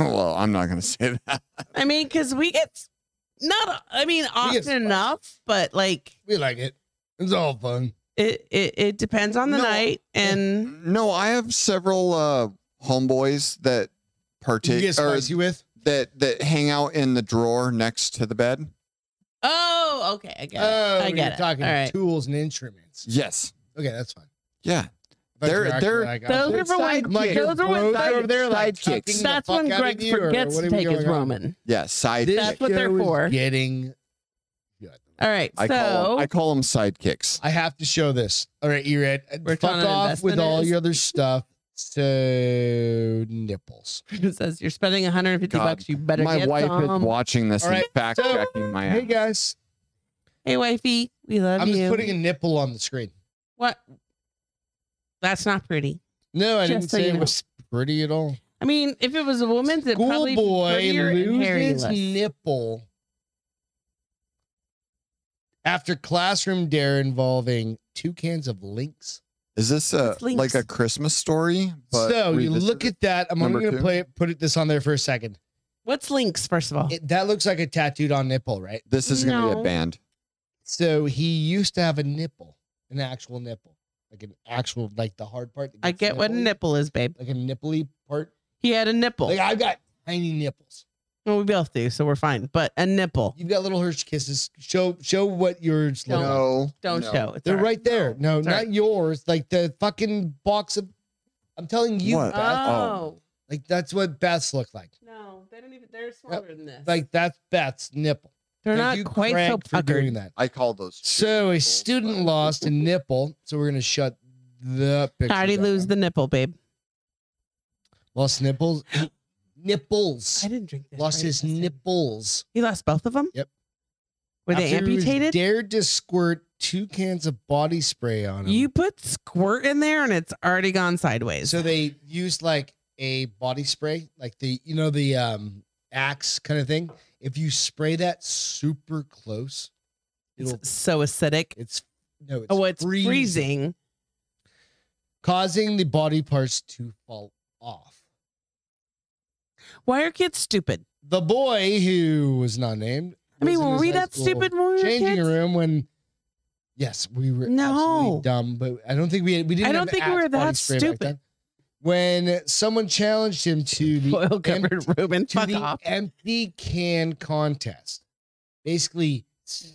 C: well, I'm not going to say that.
B: I mean, because we get not. I mean,
A: get
B: often
A: spicy.
B: enough, but like
A: We like it. It's all fun.
B: it it, it depends on the
C: No.
B: night and
C: No, I have several uh, homeboys
A: you
C: that
A: get
C: partake or
A: spicy with?
C: that that hang out in the drawer next to the bed.
B: oh, okay, I get it.
A: Oh,
B: I
A: you're
B: get it.
A: talking
B: All right.
A: tools and instruments.
C: Yes.
A: Okay, that's fine.
C: Yeah.
A: I thought you
C: They're-
A: were actually
C: they're-
A: like,
B: Those
A: I'm
B: are for when-
A: excited, like,
B: those
A: your
B: are when
A: bros
B: side-
A: over there like
C: sidekicks.
A: kicks.
B: That's when Greg forgets to take his ramen.
C: Yeah. Side.
A: This
B: That's what they're
A: show is
B: for.
A: Getting. good.
B: All right,
C: I call
B: so
C: 'em- I call them sidekicks.
A: I have to show this. All right, you read.
B: We're
A: Fuck
B: trying to
A: off
B: invest
A: with
B: in
A: all
B: this.
A: your other stuff. So nipples.
B: it says you're spending 150
C: God,
B: bucks. You better
C: my
B: get
C: wife
B: some.
C: is watching this
A: All
C: and
A: right,
C: fact
A: so-
C: checking my
A: Hey
C: ass.
A: guys,
B: hey, wifey, we love
A: I'm
B: you.
A: just putting a nipple on the screen.
B: what? That's not pretty.
A: No, I didn't
B: Just so
A: say
B: you
A: it
B: know.
A: was pretty at all.
B: I mean, if it was a woman's, it probably
A: Schoolboy loses
B: loses
A: nipple after classroom dare involving two cans of links.
C: Is this a
B: It's links.
C: like a Christmas story? But
A: so you
C: revisited?
A: look at that. I'm
C: Number
A: only gonna
C: two.
A: play it, put it this on there for a second.
B: What's links? First of all,
A: It, that looks like a tattooed on nipple, right?
C: this is going to be
B: No.
C: a band.
A: So he used to have a nipple, an actual nipple, like an actual, like the hard part. that
B: I
A: gets
B: get what a
A: nipply,
B: nipple is, babe.
A: like a nipply part.
B: He had a nipple.
A: Like I've got tiny nipples.
B: well, we both do, so we're fine. But a nipple.
A: You've got little Hirsch kisses. Show show what yours. look
B: Don't-
A: like.
C: No,
B: Don't
C: no.
B: show. It's
A: They're
B: all
A: right there. No,
B: It's all
A: not yours. Like the fucking box of. I'm telling you,
C: What?
A: Beth.
B: Oh
A: Like that's what Beth's look like.
B: no, they don't even. They're smaller than this.
A: Like that's Beth's nipple.
B: they're
A: Thank
B: not
A: you,
B: quite
A: Craig,
B: so
A: for doing
B: puckered.
A: that.
C: I call those. two
A: So a
C: nipples,
A: student
C: but-
A: lost a nipple. So we're gonna shut the picture.
B: I already
A: down.
B: lose the nipple, babe.
A: Lost nipples. nipples.
B: I didn't drink this.
A: Lost
B: right?
A: his
B: That's it.
A: nipples.
B: He lost both of them.
A: Yep.
B: Were they
A: After he was
B: amputated?
A: Dared to squirt two cans of body spray on him.
B: You put squirt in there and it's already gone sideways.
A: so they used like a body spray, like the you know the um axe kind of thing. If you spray that super close, it'll
B: it's so acidic.
A: it's no it's,
B: oh, it's
A: freezing,
B: freezing.
A: causing the body parts to fall off.
B: Why are kids stupid?
A: The boy who was not named.
B: I mean,
A: was in
B: were
A: his
B: we
A: high
B: that
A: school
B: stupid when we were
A: Changing
B: kids?
A: room when. Yes, we were absolutely
B: No.
A: dumb, but I don't think we had, we didn't.
B: I don't
A: have
B: think we were
A: Axe body
B: that
A: spray back
B: stupid.
A: then. When someone challenged him to the
B: Foil covered
A: empty-
B: Reuben.
A: to
B: Fuck
A: the
B: off.
A: empty can contest. Basically,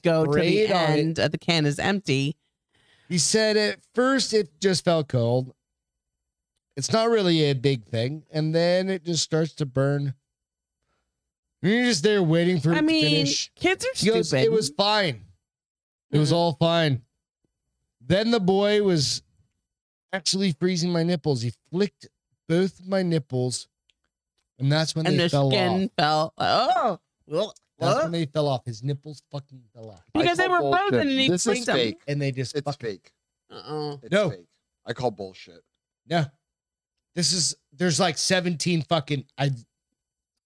B: Go to the
A: sprayed on it.
B: end of the can is empty.
A: He said at first it just felt cold. It's not really a big thing, and then it just starts to burn. And you're just there waiting for it
B: I mean,
A: to finish.
B: kids are
A: He
B: stupid. Mm-hmm.
A: goes, it was fine. It was all fine. Then the boy was actually freezing my nipples. He flicked both my nipples, and that's when
B: and
A: they
B: the
A: fell
B: skin
A: off.
B: fell. Oh, well,
A: That's
B: well.
A: when they fell off. His nipples fucking fell off,
C: I
B: because they were
C: call bullshit.
B: frozen and he
C: This is
B: freaked them.
C: fake.
A: and they just
C: It's
A: fucking
C: fake.
B: Uh-oh.
C: It's
A: No.
C: fake. I call bullshit.
A: No. This is there's like 17 fucking I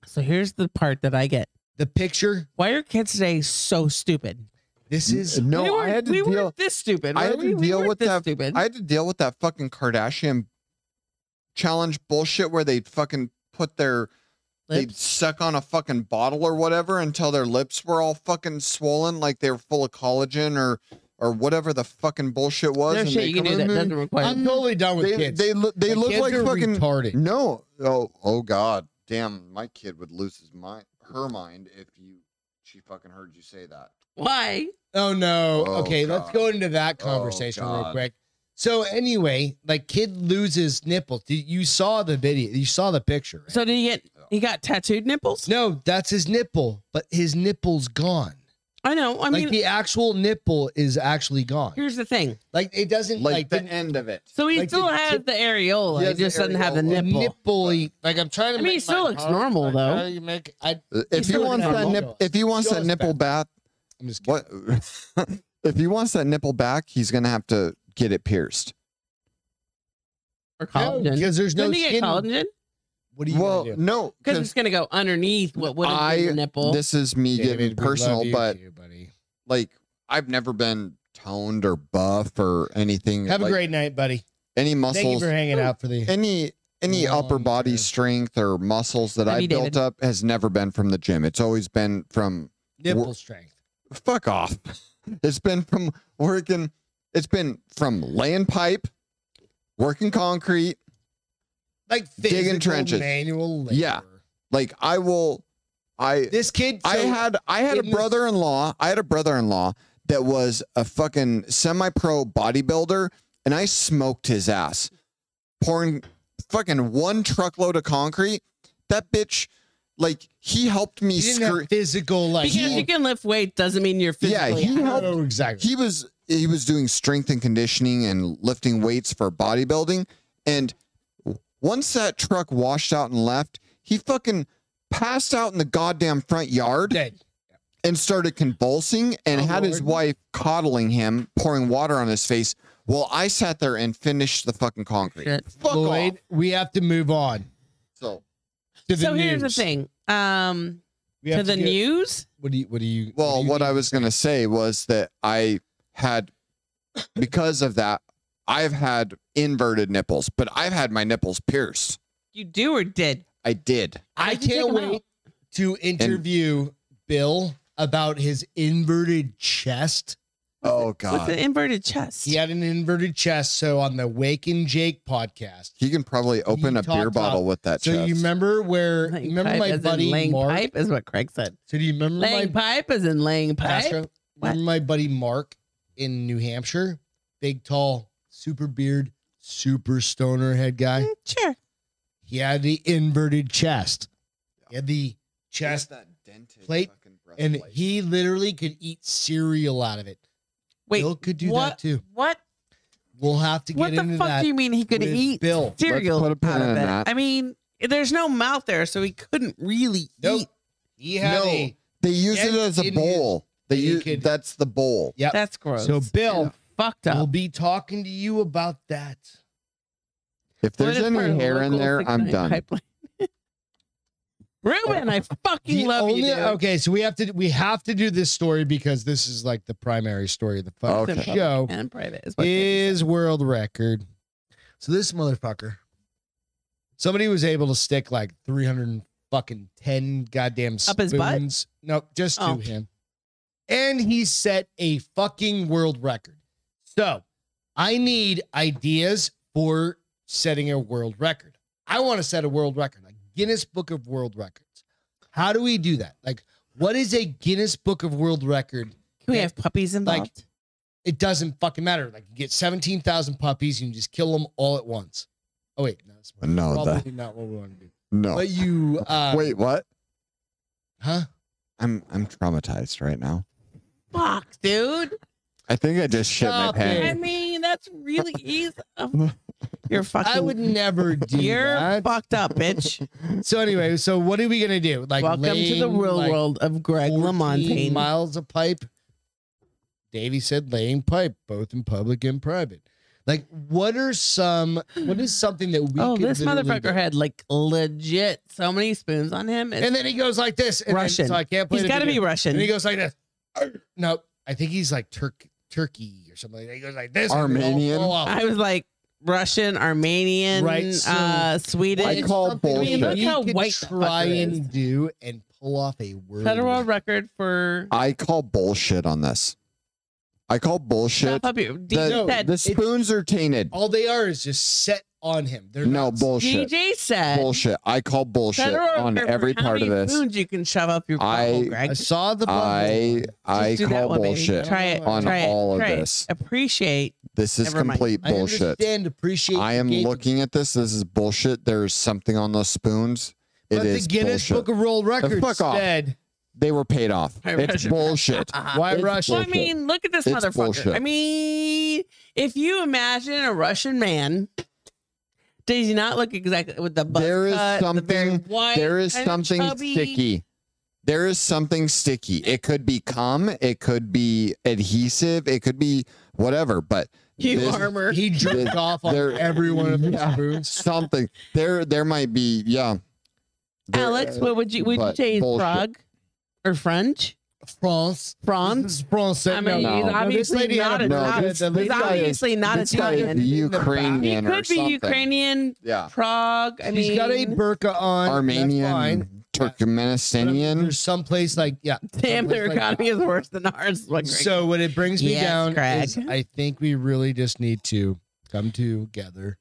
B: So here's the part that I get.
A: the picture.
B: Why are kids today so stupid?
A: This is
B: we
C: No,
B: weren't,
C: I had
B: we
C: to
B: weren't
C: deal.
B: this stupid.
C: I
B: were
C: had
B: we?
C: to
B: We
C: deal
B: weren't
C: with
B: this
C: that-
B: Stupid.
C: I had to deal with that fucking Kardashian challenge bullshit where they fucking put their they'd
B: Lips.
C: suck on a fucking bottle or whatever until their lips were all fucking swollen like they were full of collagen or or whatever the fucking bullshit was.
B: There's
C: and
B: shit
C: they
B: you can
C: come
B: do that
C: in
B: doesn't require.
A: I'm totally done with
C: there- They
A: kids.
C: they look they
A: Like,
C: look
A: kids
C: like
A: are
C: fucking
A: retarded.
C: no. Oh oh god, damn! My kid would lose his mind, her mind if you she fucking heard you say that.
B: Why?
A: Oh no.
C: Oh,
A: okay, let's
C: God.
A: go into that
C: Oh,
A: conversation real
C: God.
A: quick. So anyway, like kid loses nipples. Did- You saw the video. You saw the picture. right?
B: So did he get? He got tattooed nipples.
A: no, that's his nipple, but his nipple's gone.
B: I know. I
A: like
B: mean,
A: the actual nipple is actually gone.
B: here's the thing.
A: Like it doesn't
C: Like,
A: like,
C: the
A: the,
C: end of it.
B: So he
A: Like
B: still
A: the
B: has
A: tip-
B: the areola.
C: He
B: He,
C: has the
B: just doesn't have the
C: areola.
B: nipple.
A: nipple. Like I'm trying to.
B: I mean, he
A: make
B: still
A: my
B: looks
A: comment,
B: normal,
A: like,
B: though.
A: how do you make? I,
C: Uh, If he
B: still
C: wants
B: got
C: that
B: it.
C: nip, if he wants
A: Show
C: that
A: us
C: nipple
A: that.
C: back,
A: I'm just kidding.
C: what? if he wants that nipple back, he's gonna have to get it pierced.
B: or
A: No,
B: collagen.
A: because there's no
B: Doesn't he
A: skin.
B: get collagen?
A: What do you
C: Well,
A: gonna do?
C: no,
B: Because it's gonna go underneath what would have been
C: I-
B: the nipple.
C: this is me
A: David, we
C: getting
A: love
C: personal,
A: you
C: but
A: too, buddy.
C: like I've never been toned or buff or anything.
A: Have a
C: like,
A: great night, buddy. Thank
C: any
A: you
C: muscles,
A: for hanging out for the.
C: any any upper
A: Long
C: body
A: hair.
C: strength or muscles that
B: Love
C: I
B: you,
C: built
B: David.
C: up has never been from the gym. It's always been from
A: Nipple strength.
C: fuck off. It's been from working. It's been from laying pipe, working concrete.
A: Like
C: Digging
A: physical
C: trenches.
A: Manual labor.
C: Yeah. Like I will, I
A: This kid.
C: I
A: so-
C: had I had a
A: in this-
C: brother-in-law. I had a brother-in-law that was a fucking semi-pro bodybuilder, and I smoked his ass, pouring fucking one truckload of concrete. That bitch, like he helped me
A: He didn't
C: screw.
A: have physical like.
B: Because you can lift weight doesn't mean you're
C: Yeah,
B: physically.
C: he helped
A: Oh, exactly.
C: he was he was doing strength and conditioning and lifting weights for bodybuilding and once that truck washed out and left he fucking passed out in the goddamn front yard
A: Dead.
C: and started convulsing and
A: Oh,
C: had his
A: Lord.
C: wife coddling him pouring water on his face while i sat there and finished the fucking concrete
B: Shit.
C: fuck
A: Lloyd,
C: off
A: we have to move on
C: so
A: to the
B: so here's the
A: news.
B: thing. Um,
A: We
B: to
A: have
B: the
A: get-
B: news.
A: What do you? What do you?
C: Well,
A: do you
C: what
A: need?
C: I was going to say was that I had, because of that, I've had inverted nipples, but I've had my nipples pierced.
B: You do or did?
C: I did.
A: I
B: How'd you take
A: can't
B: him out?
A: wait to interview Bill about his inverted chest.
C: Oh,
B: With
C: God.
B: the inverted chest.
A: He had an inverted chest, so on the Wake and Jake podcast.
C: He can probably open
A: You
C: a beer
A: talked
C: bottle with that
A: So
C: chest.
A: you remember where?
B: Laying
A: Remember
B: pipe as
A: my
B: in
A: buddy
B: laying
A: Mark?
B: pipe is what Craig said.
A: So do you remember
B: Laying
A: my
B: pipe is in laying pipe.
A: Castro?
B: What?
A: Remember my buddy Mark in New Hampshire? Big, tall, super beard, super stoner head guy.
B: Mm, Sure.
A: He had the inverted chest. He had the chest, plate, and he literally could eat cereal out of it.
B: Wait.
A: Bill could do
B: what,
A: that too.
B: What?
A: We'll have to get
B: What the
A: into
B: fuck
A: that.
B: do you mean he could
A: with
B: eat
A: Bill.
B: cereal
C: put a pin
B: out of
C: in
B: it?
C: that.
B: I mean, there's no mouth there, so he couldn't really
A: Nope.
B: eat.
A: He had
C: No.
A: a-
C: They use it
A: Yeah,
C: as a
A: it is.
C: bowl. They
A: You
C: use,
A: could-
C: that's the bowl.
A: Yep.
B: That's gross.
A: So Bill
B: And fucked
A: we'll
B: up.
A: be talking to you about that.
C: If there's
B: What if we're
C: any hair in
B: local
C: there, I'm
B: 69
C: done.
B: pipeline? Ruben, I fucking
A: The
B: love you.
A: only-
B: Dude.
A: okay, so we have to we have to do this story because this is like the primary story of the fucking
B: Oh,
C: Okay.
A: show.
B: And private is what they-
A: Is world record. So this motherfucker, somebody was able to stick like three hundred fucking ten goddamn spoons.
B: Up his butt?
A: No, just
B: Oh.
A: to him. And he set a fucking world record. So I need ideas for setting a world record. I want to set a world record, like Guinness Book of World Records. How do we do that? Like, what is a Guinness Book of World Record?
B: Can we have puppies involved?
A: It doesn't fucking matter. Like, you get 17,000 puppies and you just kill them all at once. Oh, wait. No, that's
C: No, that,
A: probably not what we want to do.
C: no.
A: But you, uh,
C: Wait, what?
A: huh?
C: I'm I'm traumatized right now.
B: Fuck, dude.
C: I think I just shit my
A: Stop it.
B: I
C: pants.
B: mean, that's really easy. You're fucking.
A: I would never do
B: You're
A: that.
B: fucked up, bitch.
A: So anyway, so what are we gonna do? Like
B: Welcome to the
A: laying,
B: real
A: like,
B: world of Greg
A: 14
B: LaMontagne.
A: miles of pipe. Davey said laying pipe, both in public and private. Like, what are some? What is something that we?
B: oh,
A: could
B: this
A: literally
B: motherfucker
A: do?
B: had like legit so many spoons on him. It's-
A: And then he goes like this. And then-
B: Russian.
A: so I can't play.
B: he's
A: the
B: got to be
A: video.
B: Russian.
A: And he goes like this. No, I think he's like Turk, Turkey or something. Like that. He goes like this. and they all
C: Armenian.
A: fall off.
B: I was like Russian, Armenian,
A: Right, so-
B: uh, Swedish.
C: I call
A: Something
C: bullshit.
A: We
B: Look how
A: could
B: white that
A: try
B: fucker
A: and do and pull off a word.
B: federal record for
C: I call bullshit on this. I call bullshit.
B: Stop up here. D-
C: The,
A: No,
B: said,
C: the spoons are tainted.
A: All they are is just set on him. They're
C: No
A: not-
C: bullshit.
B: DJ said
C: Bullshit. I call bullshit
B: federal
C: on
B: record for
C: every
B: how
C: part of
B: many
C: this.
B: Spoons you can shove up your butthole,
C: I-
B: Greg.
A: I saw the.
C: I
A: bubble.
C: I
B: Just do that
C: call
B: one, baby.
C: bullshit
B: Try it.
C: on
B: try it,
C: all
B: try
C: of
B: it.
C: this.
B: Appreciate.
C: This is
B: Never mind.
C: complete
A: I
C: bullshit.
A: understand. Appreciate.
C: I am
A: engagement.
C: looking at this. This is bullshit. There's something on those spoons. It is
A: But the Guinness
C: bullshit.
A: Book of World Records
C: fuck off.
A: said,
C: they were paid off.
B: I read
C: It's
B: it.
C: bullshit.
B: Uh-uh.
A: "Why
C: It's
A: Russia?"
B: Well, I
C: bullshit.
B: mean, look at this
C: It's
B: motherfucker.
C: bullshit.
B: I mean, if you imagine a Russian man, does he not look exactly with the butt?
C: There is
B: cut, the very
C: something-
B: white,
C: There is
B: kinda
C: something
B: chubby-
C: sticky. There is something sticky. It could be cum. It could be adhesive. It could be whatever. But
B: You
C: this-
B: armor.
A: He jerked off on
C: There-
A: every one of his
C: Yeah.
A: spoons.
C: something there there might be yeah There-
A: uh,
C: uh,
B: Alex, what would you would you
C: but
B: say? Is
C: bullshit.
B: Prague or French?
A: France.
B: France.
A: France.
B: I mean,
C: No.
B: he's
C: No, this
B: obviously
A: lady
B: not
A: had a-
C: No,
B: Italian.
C: this- this
B: He's
C: guy is-
B: obviously not
C: this guy is
B: Italian. He
C: Ukrainian or
B: could be
C: something.
B: Ukrainian,
C: Yeah.
B: Prague. I mean,
A: She's got a burqa on. That's fine.
C: Armenian,
A: But I'm-
C: Turkmenistanian.
A: There's some place like yeah.
B: damn, their
A: someplace like
B: economy is worse than ours. is what Greg-
A: So what it brings me
B: Yes,
A: down
B: Craig.
A: is I think we really just need to come together.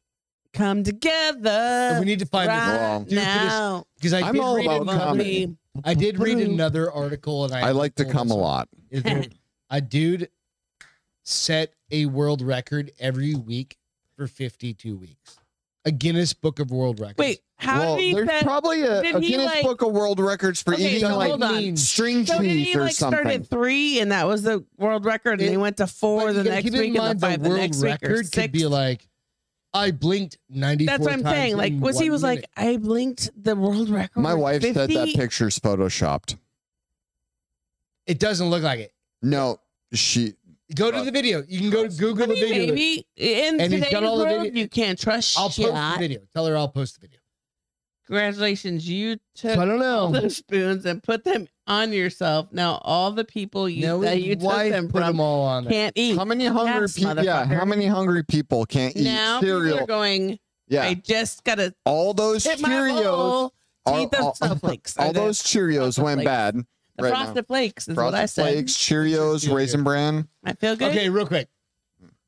B: come
A: And
B: together
A: we need to find
B: right
C: Well, dude,
A: this
B: now.
A: because I
C: I'm
A: did
C: all
A: read
C: about
A: another-
C: comedy.
A: I did read another article and I
C: I like to come a lot.
A: is there- a dude set a world record every week for 52 weeks. A Guinness Book of World Records.
B: Wait, how
C: well,
B: did he
C: there's
B: set?
C: probably a,
B: did
C: a
B: he,
C: Guinness
B: like-
C: Book of World Records for
B: Okay,
C: eating
B: so
C: like
B: hold on.
C: string
B: So did
C: cheese
B: he
C: or
B: like start
C: something.
B: at three and that was the world record, and
A: It-
B: he went to
A: But
B: four
A: you
B: the
A: gotta
B: next
A: keep in
B: week and
A: mind
B: the five the
A: world
B: next week or
A: record
B: six.
A: could be like I blinked 94
B: That's what I'm
A: times
B: saying. Like,
A: in
B: was he
A: one
B: was
A: minute.
B: like, I blinked the world record.
C: My
B: was
C: wife
B: 50?
C: said that picture's photoshopped.
A: it doesn't look like it.
C: No, she.
A: Go to the video. You can go to Google
B: I mean,
A: the video.
B: maybe
A: And
B: in
A: he's
B: today's
A: got all the
B: world,
A: video-
B: you can't trust
A: I'll
B: shit.
A: post the video. Tell her I'll post the video.
B: Congratulations, you took
A: So I don't
B: all
A: know.
B: those spoons and put them on yourself. Now all the people you
A: No,
B: that
A: his
B: you took
A: wife
B: them
A: put them
B: from
A: all on there.
B: can't eat.
C: How many hungry
B: Yes,
C: people? Yeah,
B: motherfucker.
C: how many hungry people can't eat
B: Now people are
C: cereal?
B: going.
C: Yeah,
B: I just gotta
C: all those
B: hit my
C: Cheerios,
B: bowl,
C: are-
B: teeth of
C: all-
B: snowflakes.
C: all
B: Are the-
C: those Cheerios
B: Frosted
C: went
B: Flakes.
C: bad.
B: the
C: right now.
B: frosted flakes is what I
C: Frosted
B: said.
C: Flakes, Cheerios,
A: Yeah.
C: Raisin Bran.
B: I feel good.
A: Okay, real quick.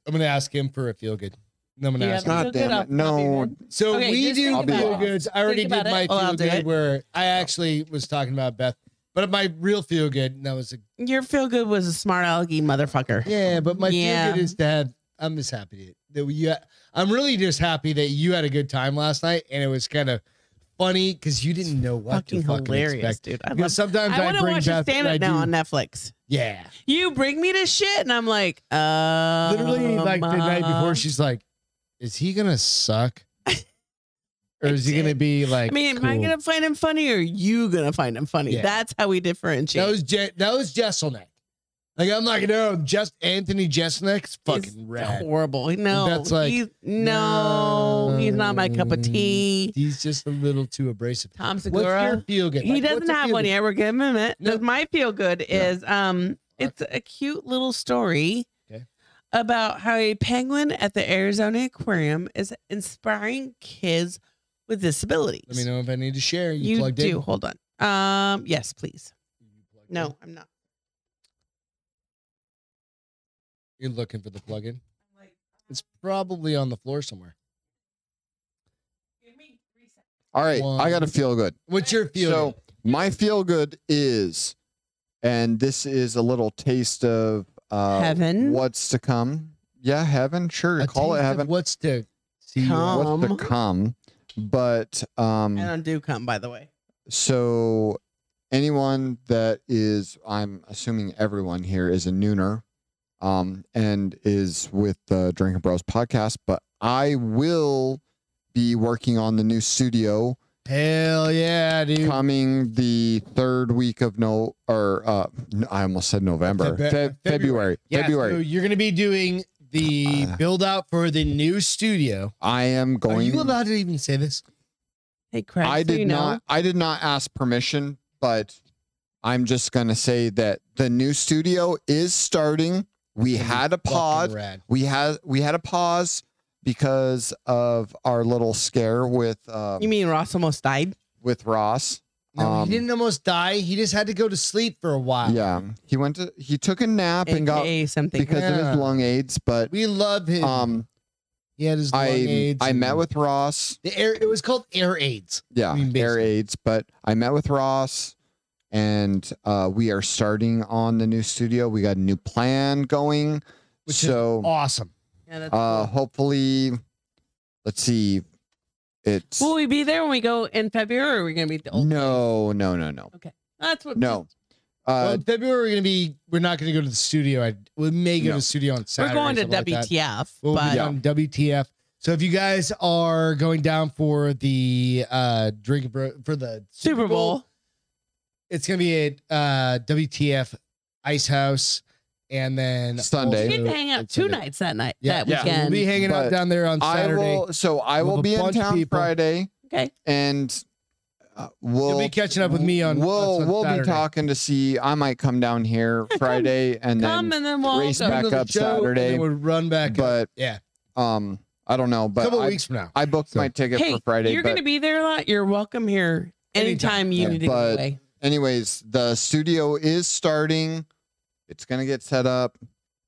A: I'm gonna ask him for a feel good. I'm gonna
B: Do you
A: ask.
B: have
A: him.
B: a
C: God
B: feel good?
C: damn
B: I'll
C: it! No,
B: copy
A: So
B: Okay,
A: we
B: just
A: do
C: I'll be
A: feel
C: off.
A: goods. I already
B: Think
A: did
B: about
A: my
B: it. Oh, I'll
A: feel
B: do
A: good
B: it.
A: where I actually was talking about Beth, but my real feel good, and that was a,
B: that. Your feel good was a smart alecky motherfucker.
A: yeah. But my
B: Yeah.
A: feel good is to have. I'm just happy that- that we. Yeah, I'm really just happy that you had a good time last night, and it was kind of funny because you didn't know what
B: fucking
A: to fucking
B: hilarious,
A: expect.
B: dude. I
A: Because
B: love.
A: sometimes
B: I
A: I,
B: want to
A: bring
B: watch a
A: Beth, and
B: stand
A: I
B: up
A: do.
B: now on Netflix.
A: yeah,
B: You bring me this shit, and I'm like, uh,
A: literally like the night
B: um.
A: before, she's like, "Is he gonna suck, or is he gonna be like?"
B: I mean, am I
A: cool?
B: gonna find him funny or you gonna find him funny?
A: Yeah.
B: That's how we differentiate.
A: That was Je- that was Jesselneck. Like I'm like, no, just Anthony Jesselneck's fucking rad.
B: horrible. No,
A: That's like,
B: he's, no, he's not my cup of tea.
A: He's just a little too abrasive.
B: Tom
A: What's your
B: Segura.
A: feel good?
B: He
A: Like,
B: doesn't
A: what's a
B: have
A: feel
B: one
A: good?
B: yet. We're giving him it.
A: No.
B: But My feel good
A: Yeah.
B: is um, it's a cute little story.
A: Okay.
B: About how a penguin at the Arizona Aquarium is inspiring kids with disabilities.
A: Let me know if I need to share. You,
B: You,
A: plugged
B: do.
A: in.
B: Hold on. Um, yes, please.
A: You plugged in?
B: No, I'm not.
A: You're looking for the plug-in. It's probably on the floor somewhere.
C: All right, I
A: One.
C: gotta feel good.
A: What's your feel?
C: so
A: good?
C: my feel good is, and this is a little taste of uh,
B: Heaven?
C: What's to come? Yeah, heaven. Sure,
A: A
C: call it
A: taste of
C: heaven.
A: What's to see?
B: Come.
C: What's to
B: Um.
C: come? But um,
B: And I do come, by the way.
C: so anyone that is i'm assuming everyone here is a nooner um, and is with the drinking bros podcast but i will be working on the new studio
A: Hell yeah, dude.
C: coming the third week of no or uh n- i almost said november
A: Feb-
C: Feb- february
A: Yeah,
C: february
A: So you're gonna be doing the
C: Uh,
A: build out for the new studio.
C: i am
A: Are
C: going
A: you allowed to even say this?
B: Hey, Craig.
C: I
B: so
C: did
B: you know,
C: not. I did not ask permission, but I'm just gonna say that the new studio is starting. We
A: Gonna be
C: had a
A: Fucking
C: pod.
A: rad.
C: We had we had a pause because of our little scare with uh,
B: You mean Ross almost died?
C: with Ross.
A: No,
C: Um,
A: he didn't almost die. He just had to go to sleep for a
B: Ah.
A: while.
C: Yeah, he went to he took a nap and got
B: AKA something.
C: because of
A: Yeah.
C: his lung aids. But
A: We love him.
C: um,
A: he had his lung
C: I
A: AIDS.
C: I
A: and-
C: met with Ross.
A: the air. It was called air aids.
C: Yeah,
A: I mean,
C: air
A: basically.
C: aids. But I met with Ross. And uh, we are starting on the new studio. We got a new plan going.
A: Which is
C: so
A: Awesome.
B: Yeah, that's
C: uh
B: cool.
C: hopefully let's see it's
B: Will we be there when we go in February? Or are we gonna be the old?
C: no no no no
B: That's what.
C: no
A: well,
C: uh
A: in February we're gonna be. We're not gonna go to the studio. I, we may go to
C: No.
A: the studio on
B: we're
A: Saturday.
B: going
A: or
B: to
A: something like that.
B: WTF,
A: We'll
B: but
A: be on WTF. So if you guys are going down for the uh drink bro, for the
B: Super Bowl.
A: it's gonna be at uh WTF Ice House, and then
C: Sunday.
B: We
A: also
B: get to hang out
A: at
B: two
A: Sunday.
B: nights that night.
A: Yeah.
B: that
C: Yeah.
A: We'll
B: weekend.
A: be hanging out
C: But
A: down there on
C: i
A: Saturday.
C: will so i
A: with
C: will
A: a
C: be in
A: bunch of
C: town
A: people.
C: friday
B: okay.
C: and Uh, we'll,
A: You'll be catching up with me on.
C: We'll
A: on
C: we'll
A: Saturday.
C: be talking to see. I might come down here Friday and
B: Come
C: then
B: and then we'll
C: race
B: go.
C: back
A: Another
C: up
A: show,
C: Saturday,
A: and then We'll run back. up.
C: but
A: yeah,
C: um I don't know.
A: a
C: But
A: couple
C: I,
A: weeks from now.
C: I booked
A: So-
C: my ticket
B: Hey,
C: for Friday.
B: you're
C: but
B: going to be there a lot. You're welcome here anytime,
A: Anytime.
B: you
C: Yeah,
B: need to
C: but-
B: get away.
C: anyways, the studio is starting. It's gonna get set up.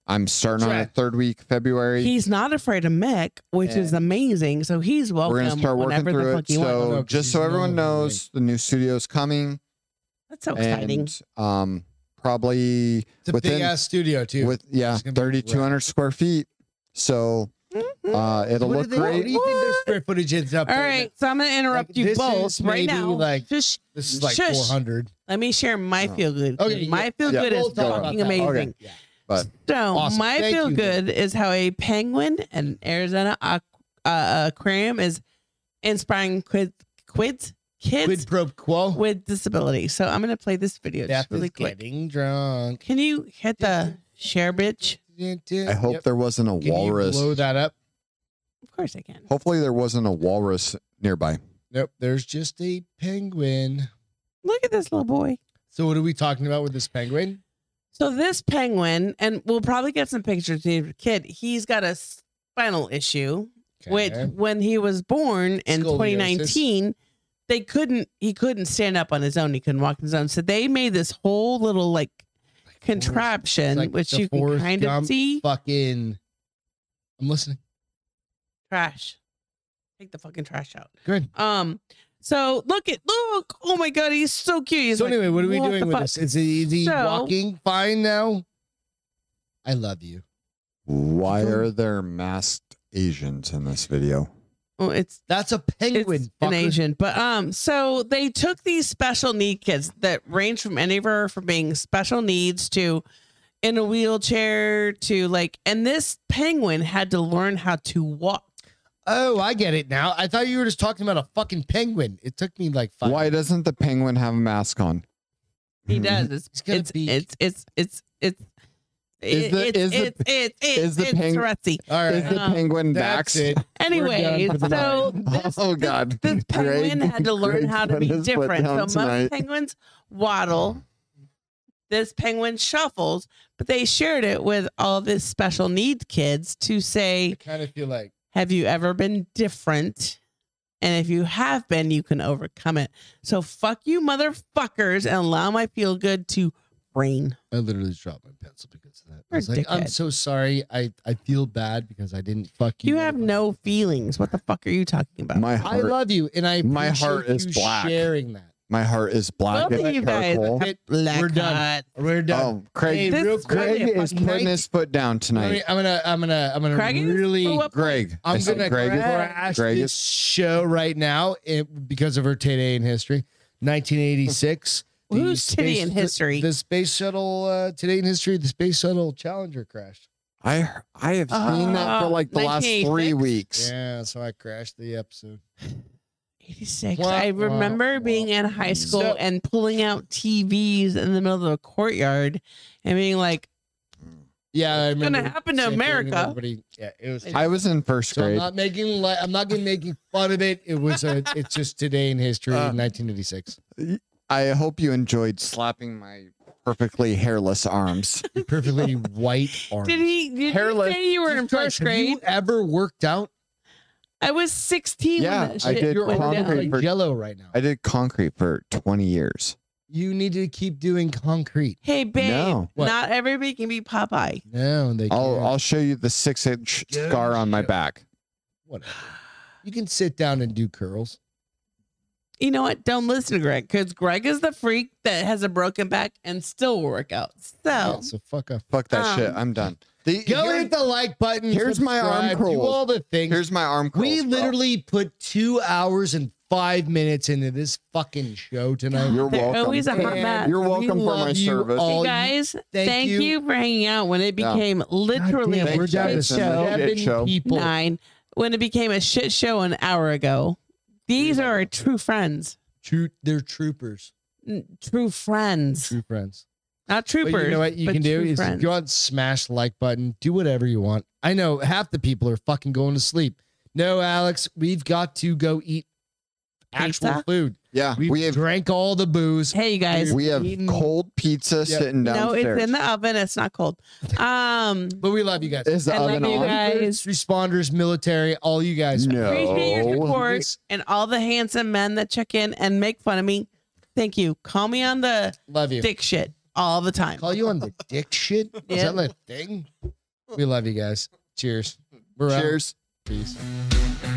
C: I'm starting on
A: That's
C: the third week of February.
B: He's not afraid of Mick, which is amazing. So he's welcome.
C: We're gonna start working
B: whenever the
C: through
B: fuck
C: it.
B: you want.
A: No,
C: So
A: 'cause
C: just
A: he's
C: so
A: known
C: everyone
A: and everything.
C: knows, the new studio's coming,
B: That's so exciting.
C: and um probably
A: It's a
C: within-
A: big ass studio too.
C: with yeah
A: it's gonna be
C: 3,200 square feet. So
B: Mm-hmm.
C: uh it'll
A: what do
C: look
A: they, What
C: great.
A: do you think their square footage ends up?
B: All
A: at?
B: right, so I'm going to interrupt
A: Like,
B: you
A: this
B: both
A: is
B: right
A: maybe,
B: now.
A: like-
B: Just
A: This is like
B: Shush.
A: 400.
B: let me share my
C: Oh.
B: feel good.
A: Okay, yeah.
B: my feel
C: Yeah,
B: good
A: We'll
B: is
A: talk about
B: fucking
A: that.
B: amazing.
C: Okay.
A: Yeah.
B: So
A: Awesome.
B: my
A: Thank
B: feel
A: you.
B: good is how a penguin and Arizona aqu- uh, aquarium is inspiring quid, quids kids
A: Quid pro quo.
B: with disabilities. So I'm gonna play this video.
A: Death
B: It's really
A: is
B: quick.
A: getting drunk.
B: Can you hit the share, bitch?
C: I hope there wasn't a
A: Can
C: walrus.
A: You blow that up.
B: Of course I can.
C: Hopefully there wasn't a walrus nearby.
A: Nope. There's just a penguin.
B: Look at this little boy.
A: So what are we talking about with this penguin?
B: So this penguin, and we'll probably get some pictures of the kid. He's got a spinal issue. which
A: Okay.
B: when he was born in
A: Scoliosis.
B: 2019 they couldn't he couldn't stand up on his own he couldn't walk on his own so they made this whole little like contraption
A: like
B: which
A: the
B: you can
A: Forrest
B: kind of
A: Gump
B: see
A: fucking. I'm listening.
B: trash take the fucking trash out
A: Good.
B: um so look at look oh my god he's so cute he's
A: so
B: like,
A: anyway, what are we
B: the
A: doing with
B: fuck?"
A: this? Is he, is he
B: So-
A: walking fine now? I love you.
C: Why are there masked Asians in this video?
B: oh, it's
A: That's a penguin.
B: it's an
A: fucker.
B: Asian. But um, so they took these special need kids that range from anywhere from being special needs to in a wheelchair to like, and this penguin had to learn how to walk.
A: Oh, I get it now. I thought you were just talking about a fucking penguin. It took me like five.
C: Why doesn't the penguin have a mask on? Hmm.
B: He does.
A: He's got a
B: It's Mm-hmm. it's,
A: beak.
B: it's it's it's it's
C: Is the-
B: it's
C: is the-
B: it's it's it's
C: is the
B: it's
C: peng-
B: rusty.
A: All right.
C: Is the
B: Um,
C: penguin
A: that's
C: vaxxed?
A: it.
B: Anyway,
C: for the
B: so this
C: Oh god.
B: this penguin
C: Greg-
B: had to learn
C: Greg
B: how to
C: put
B: be
C: his foot
B: different. So
C: down
B: most
C: tonight.
B: penguins waddle. This penguin shuffles, but they shared it with all the special need kids to
A: I
B: say,
A: kind of feel like
B: "Have you ever been different? And if you have been, you can overcome it." So fuck you, motherfuckers, and allow my feel good to rain.
A: I literally just dropped my pencil because of that. I
B: You're a
A: was like, I'm
B: dickhead.
A: so sorry. I, I feel bad because I didn't fuck you.
B: You have no feelings. What the fuck are you talking about?
C: My
A: I
C: heart
A: love you, and I
C: My heart
A: appreciate
C: is
A: you
C: black.
A: Sharing that.
C: my heart is black.
B: Both of
C: and
B: you guys
C: purple.
B: have black
A: We're done.
B: heart.
A: We're done.
C: Oh, Craig
A: Hey,
B: This
A: real
B: is
A: quick,
B: really
C: Craig
B: a
C: is
B: fucking
C: putting
B: night.
C: his foot down
A: I mean,
C: tonight.
A: I'm gonna I'm gonna I'm gonna
B: Craigie?
A: really
B: Blew up
C: Greg. I
A: I'm
C: said
A: gonna
C: Greg is-
A: crash
C: Greg
A: this show right now it, because of her today in history. 1986. the
B: Who's today in
A: space-
B: history?
A: The, space shuttle uh, today in history. The space shuttle Challenger crashed.
C: I I have seen that for
B: Uh,
C: like the last three
B: 1986?
C: weeks.
A: Yeah, so I crashed the episode.
B: 86.
A: Wah,
B: I
A: wah,
B: remember
A: wah.
B: being in high school
A: So-
B: and pulling out TVs in the middle of the courtyard and being like,
A: Yeah, I
B: It's
A: remember.
B: gonna happen to
A: same thing,
B: America.
A: Everybody, yeah, it was.
C: I was in first
A: so I'm
C: grade.
A: not making li- I'm not gonna making fun of it. It was a. It's just today in history,
C: Uh.
A: 1986.
C: I hope you enjoyed slapping my perfectly hairless arms.
A: Perfectly white orange.
B: Did he did
C: Hairless.
B: you say you were in
A: Jesus Christ,
B: first grade?
A: Have you ever worked out?
B: I was 16
C: Yeah,
B: when that
C: I
B: shit
C: did
A: You're
B: went
A: all
C: concrete
B: down.
A: like
C: for-
A: yellow right now.
C: I did concrete for 20 years.
A: You need to keep doing concrete.
B: Hey babe,
C: No.
A: What?
B: not everybody can be Popeye.
A: No, they.
C: I'll
A: can't.
C: I'll show you the six inch
A: Yeah,
C: scar on my
A: yeah.
C: back.
A: Whatever. You can sit down and do curls.
B: You know what? Don't listen to Greg because Greg is the freak that has a broken back and still will work out.
A: Yeah,
B: So
A: so fuck off.
C: Fuck that shit.
B: Um,
C: I'm done. The,
A: Go
C: here-
A: hit the like button.
C: here's my arm
A: subscribe, Do
C: curls.
A: all the things.
C: here's my arm. Curls,
A: we
C: bro.
A: literally put two hours and five minutes into this fucking show tonight.
C: You're
B: They're
C: welcome.
B: always a hot
A: And
B: mess.
C: You're
A: we
C: welcome for
A: love
C: my
A: you
C: service.
A: all.
B: you
A: you-
B: guys,
A: Thank,
B: thank you.
A: you.
B: for hanging out when it
C: Yeah.
B: became literally
A: God damn,
B: a
A: we're
C: Thank
A: down
C: you.
A: to
B: shit
C: It's a
B: show.
A: seven
C: Shit show.
A: people.
B: nine when it became a shit show an hour ago. These are our true friends,
A: True, they're troopers,
B: N- true friends,
A: true friends.
B: not
A: Mm. But
B: troopers.
A: you know what you
B: but
A: can do
B: true
A: is
B: friends.
A: go out and smash like button, do whatever you want. I know half the people are fucking going to sleep. No, Alex, we've got to go eat actual
B: Pizza?
A: food.
C: Yeah,
A: We,
C: Uh, we, have
A: drank all the booze.
B: Hey, you guys.
C: we have
B: eaten-
C: cold pizza sitting
B: No,
C: downstairs.
B: it's in the oven. It's not cold. Um,
A: But we love you guys.
C: Is the
B: I love
C: oven
B: you
C: on?
B: guys.
A: First responders, military, all you guys.
B: appreciate your
C: No.
B: support and all the handsome men that check in and make fun of me. Thank you. Call me on the
A: Love you.
B: dick shit all the time.
A: Call you on the dick shit? Is
B: Yeah.
A: that a thing? We love you guys. Cheers. We're out.
C: Cheers.
A: Peace.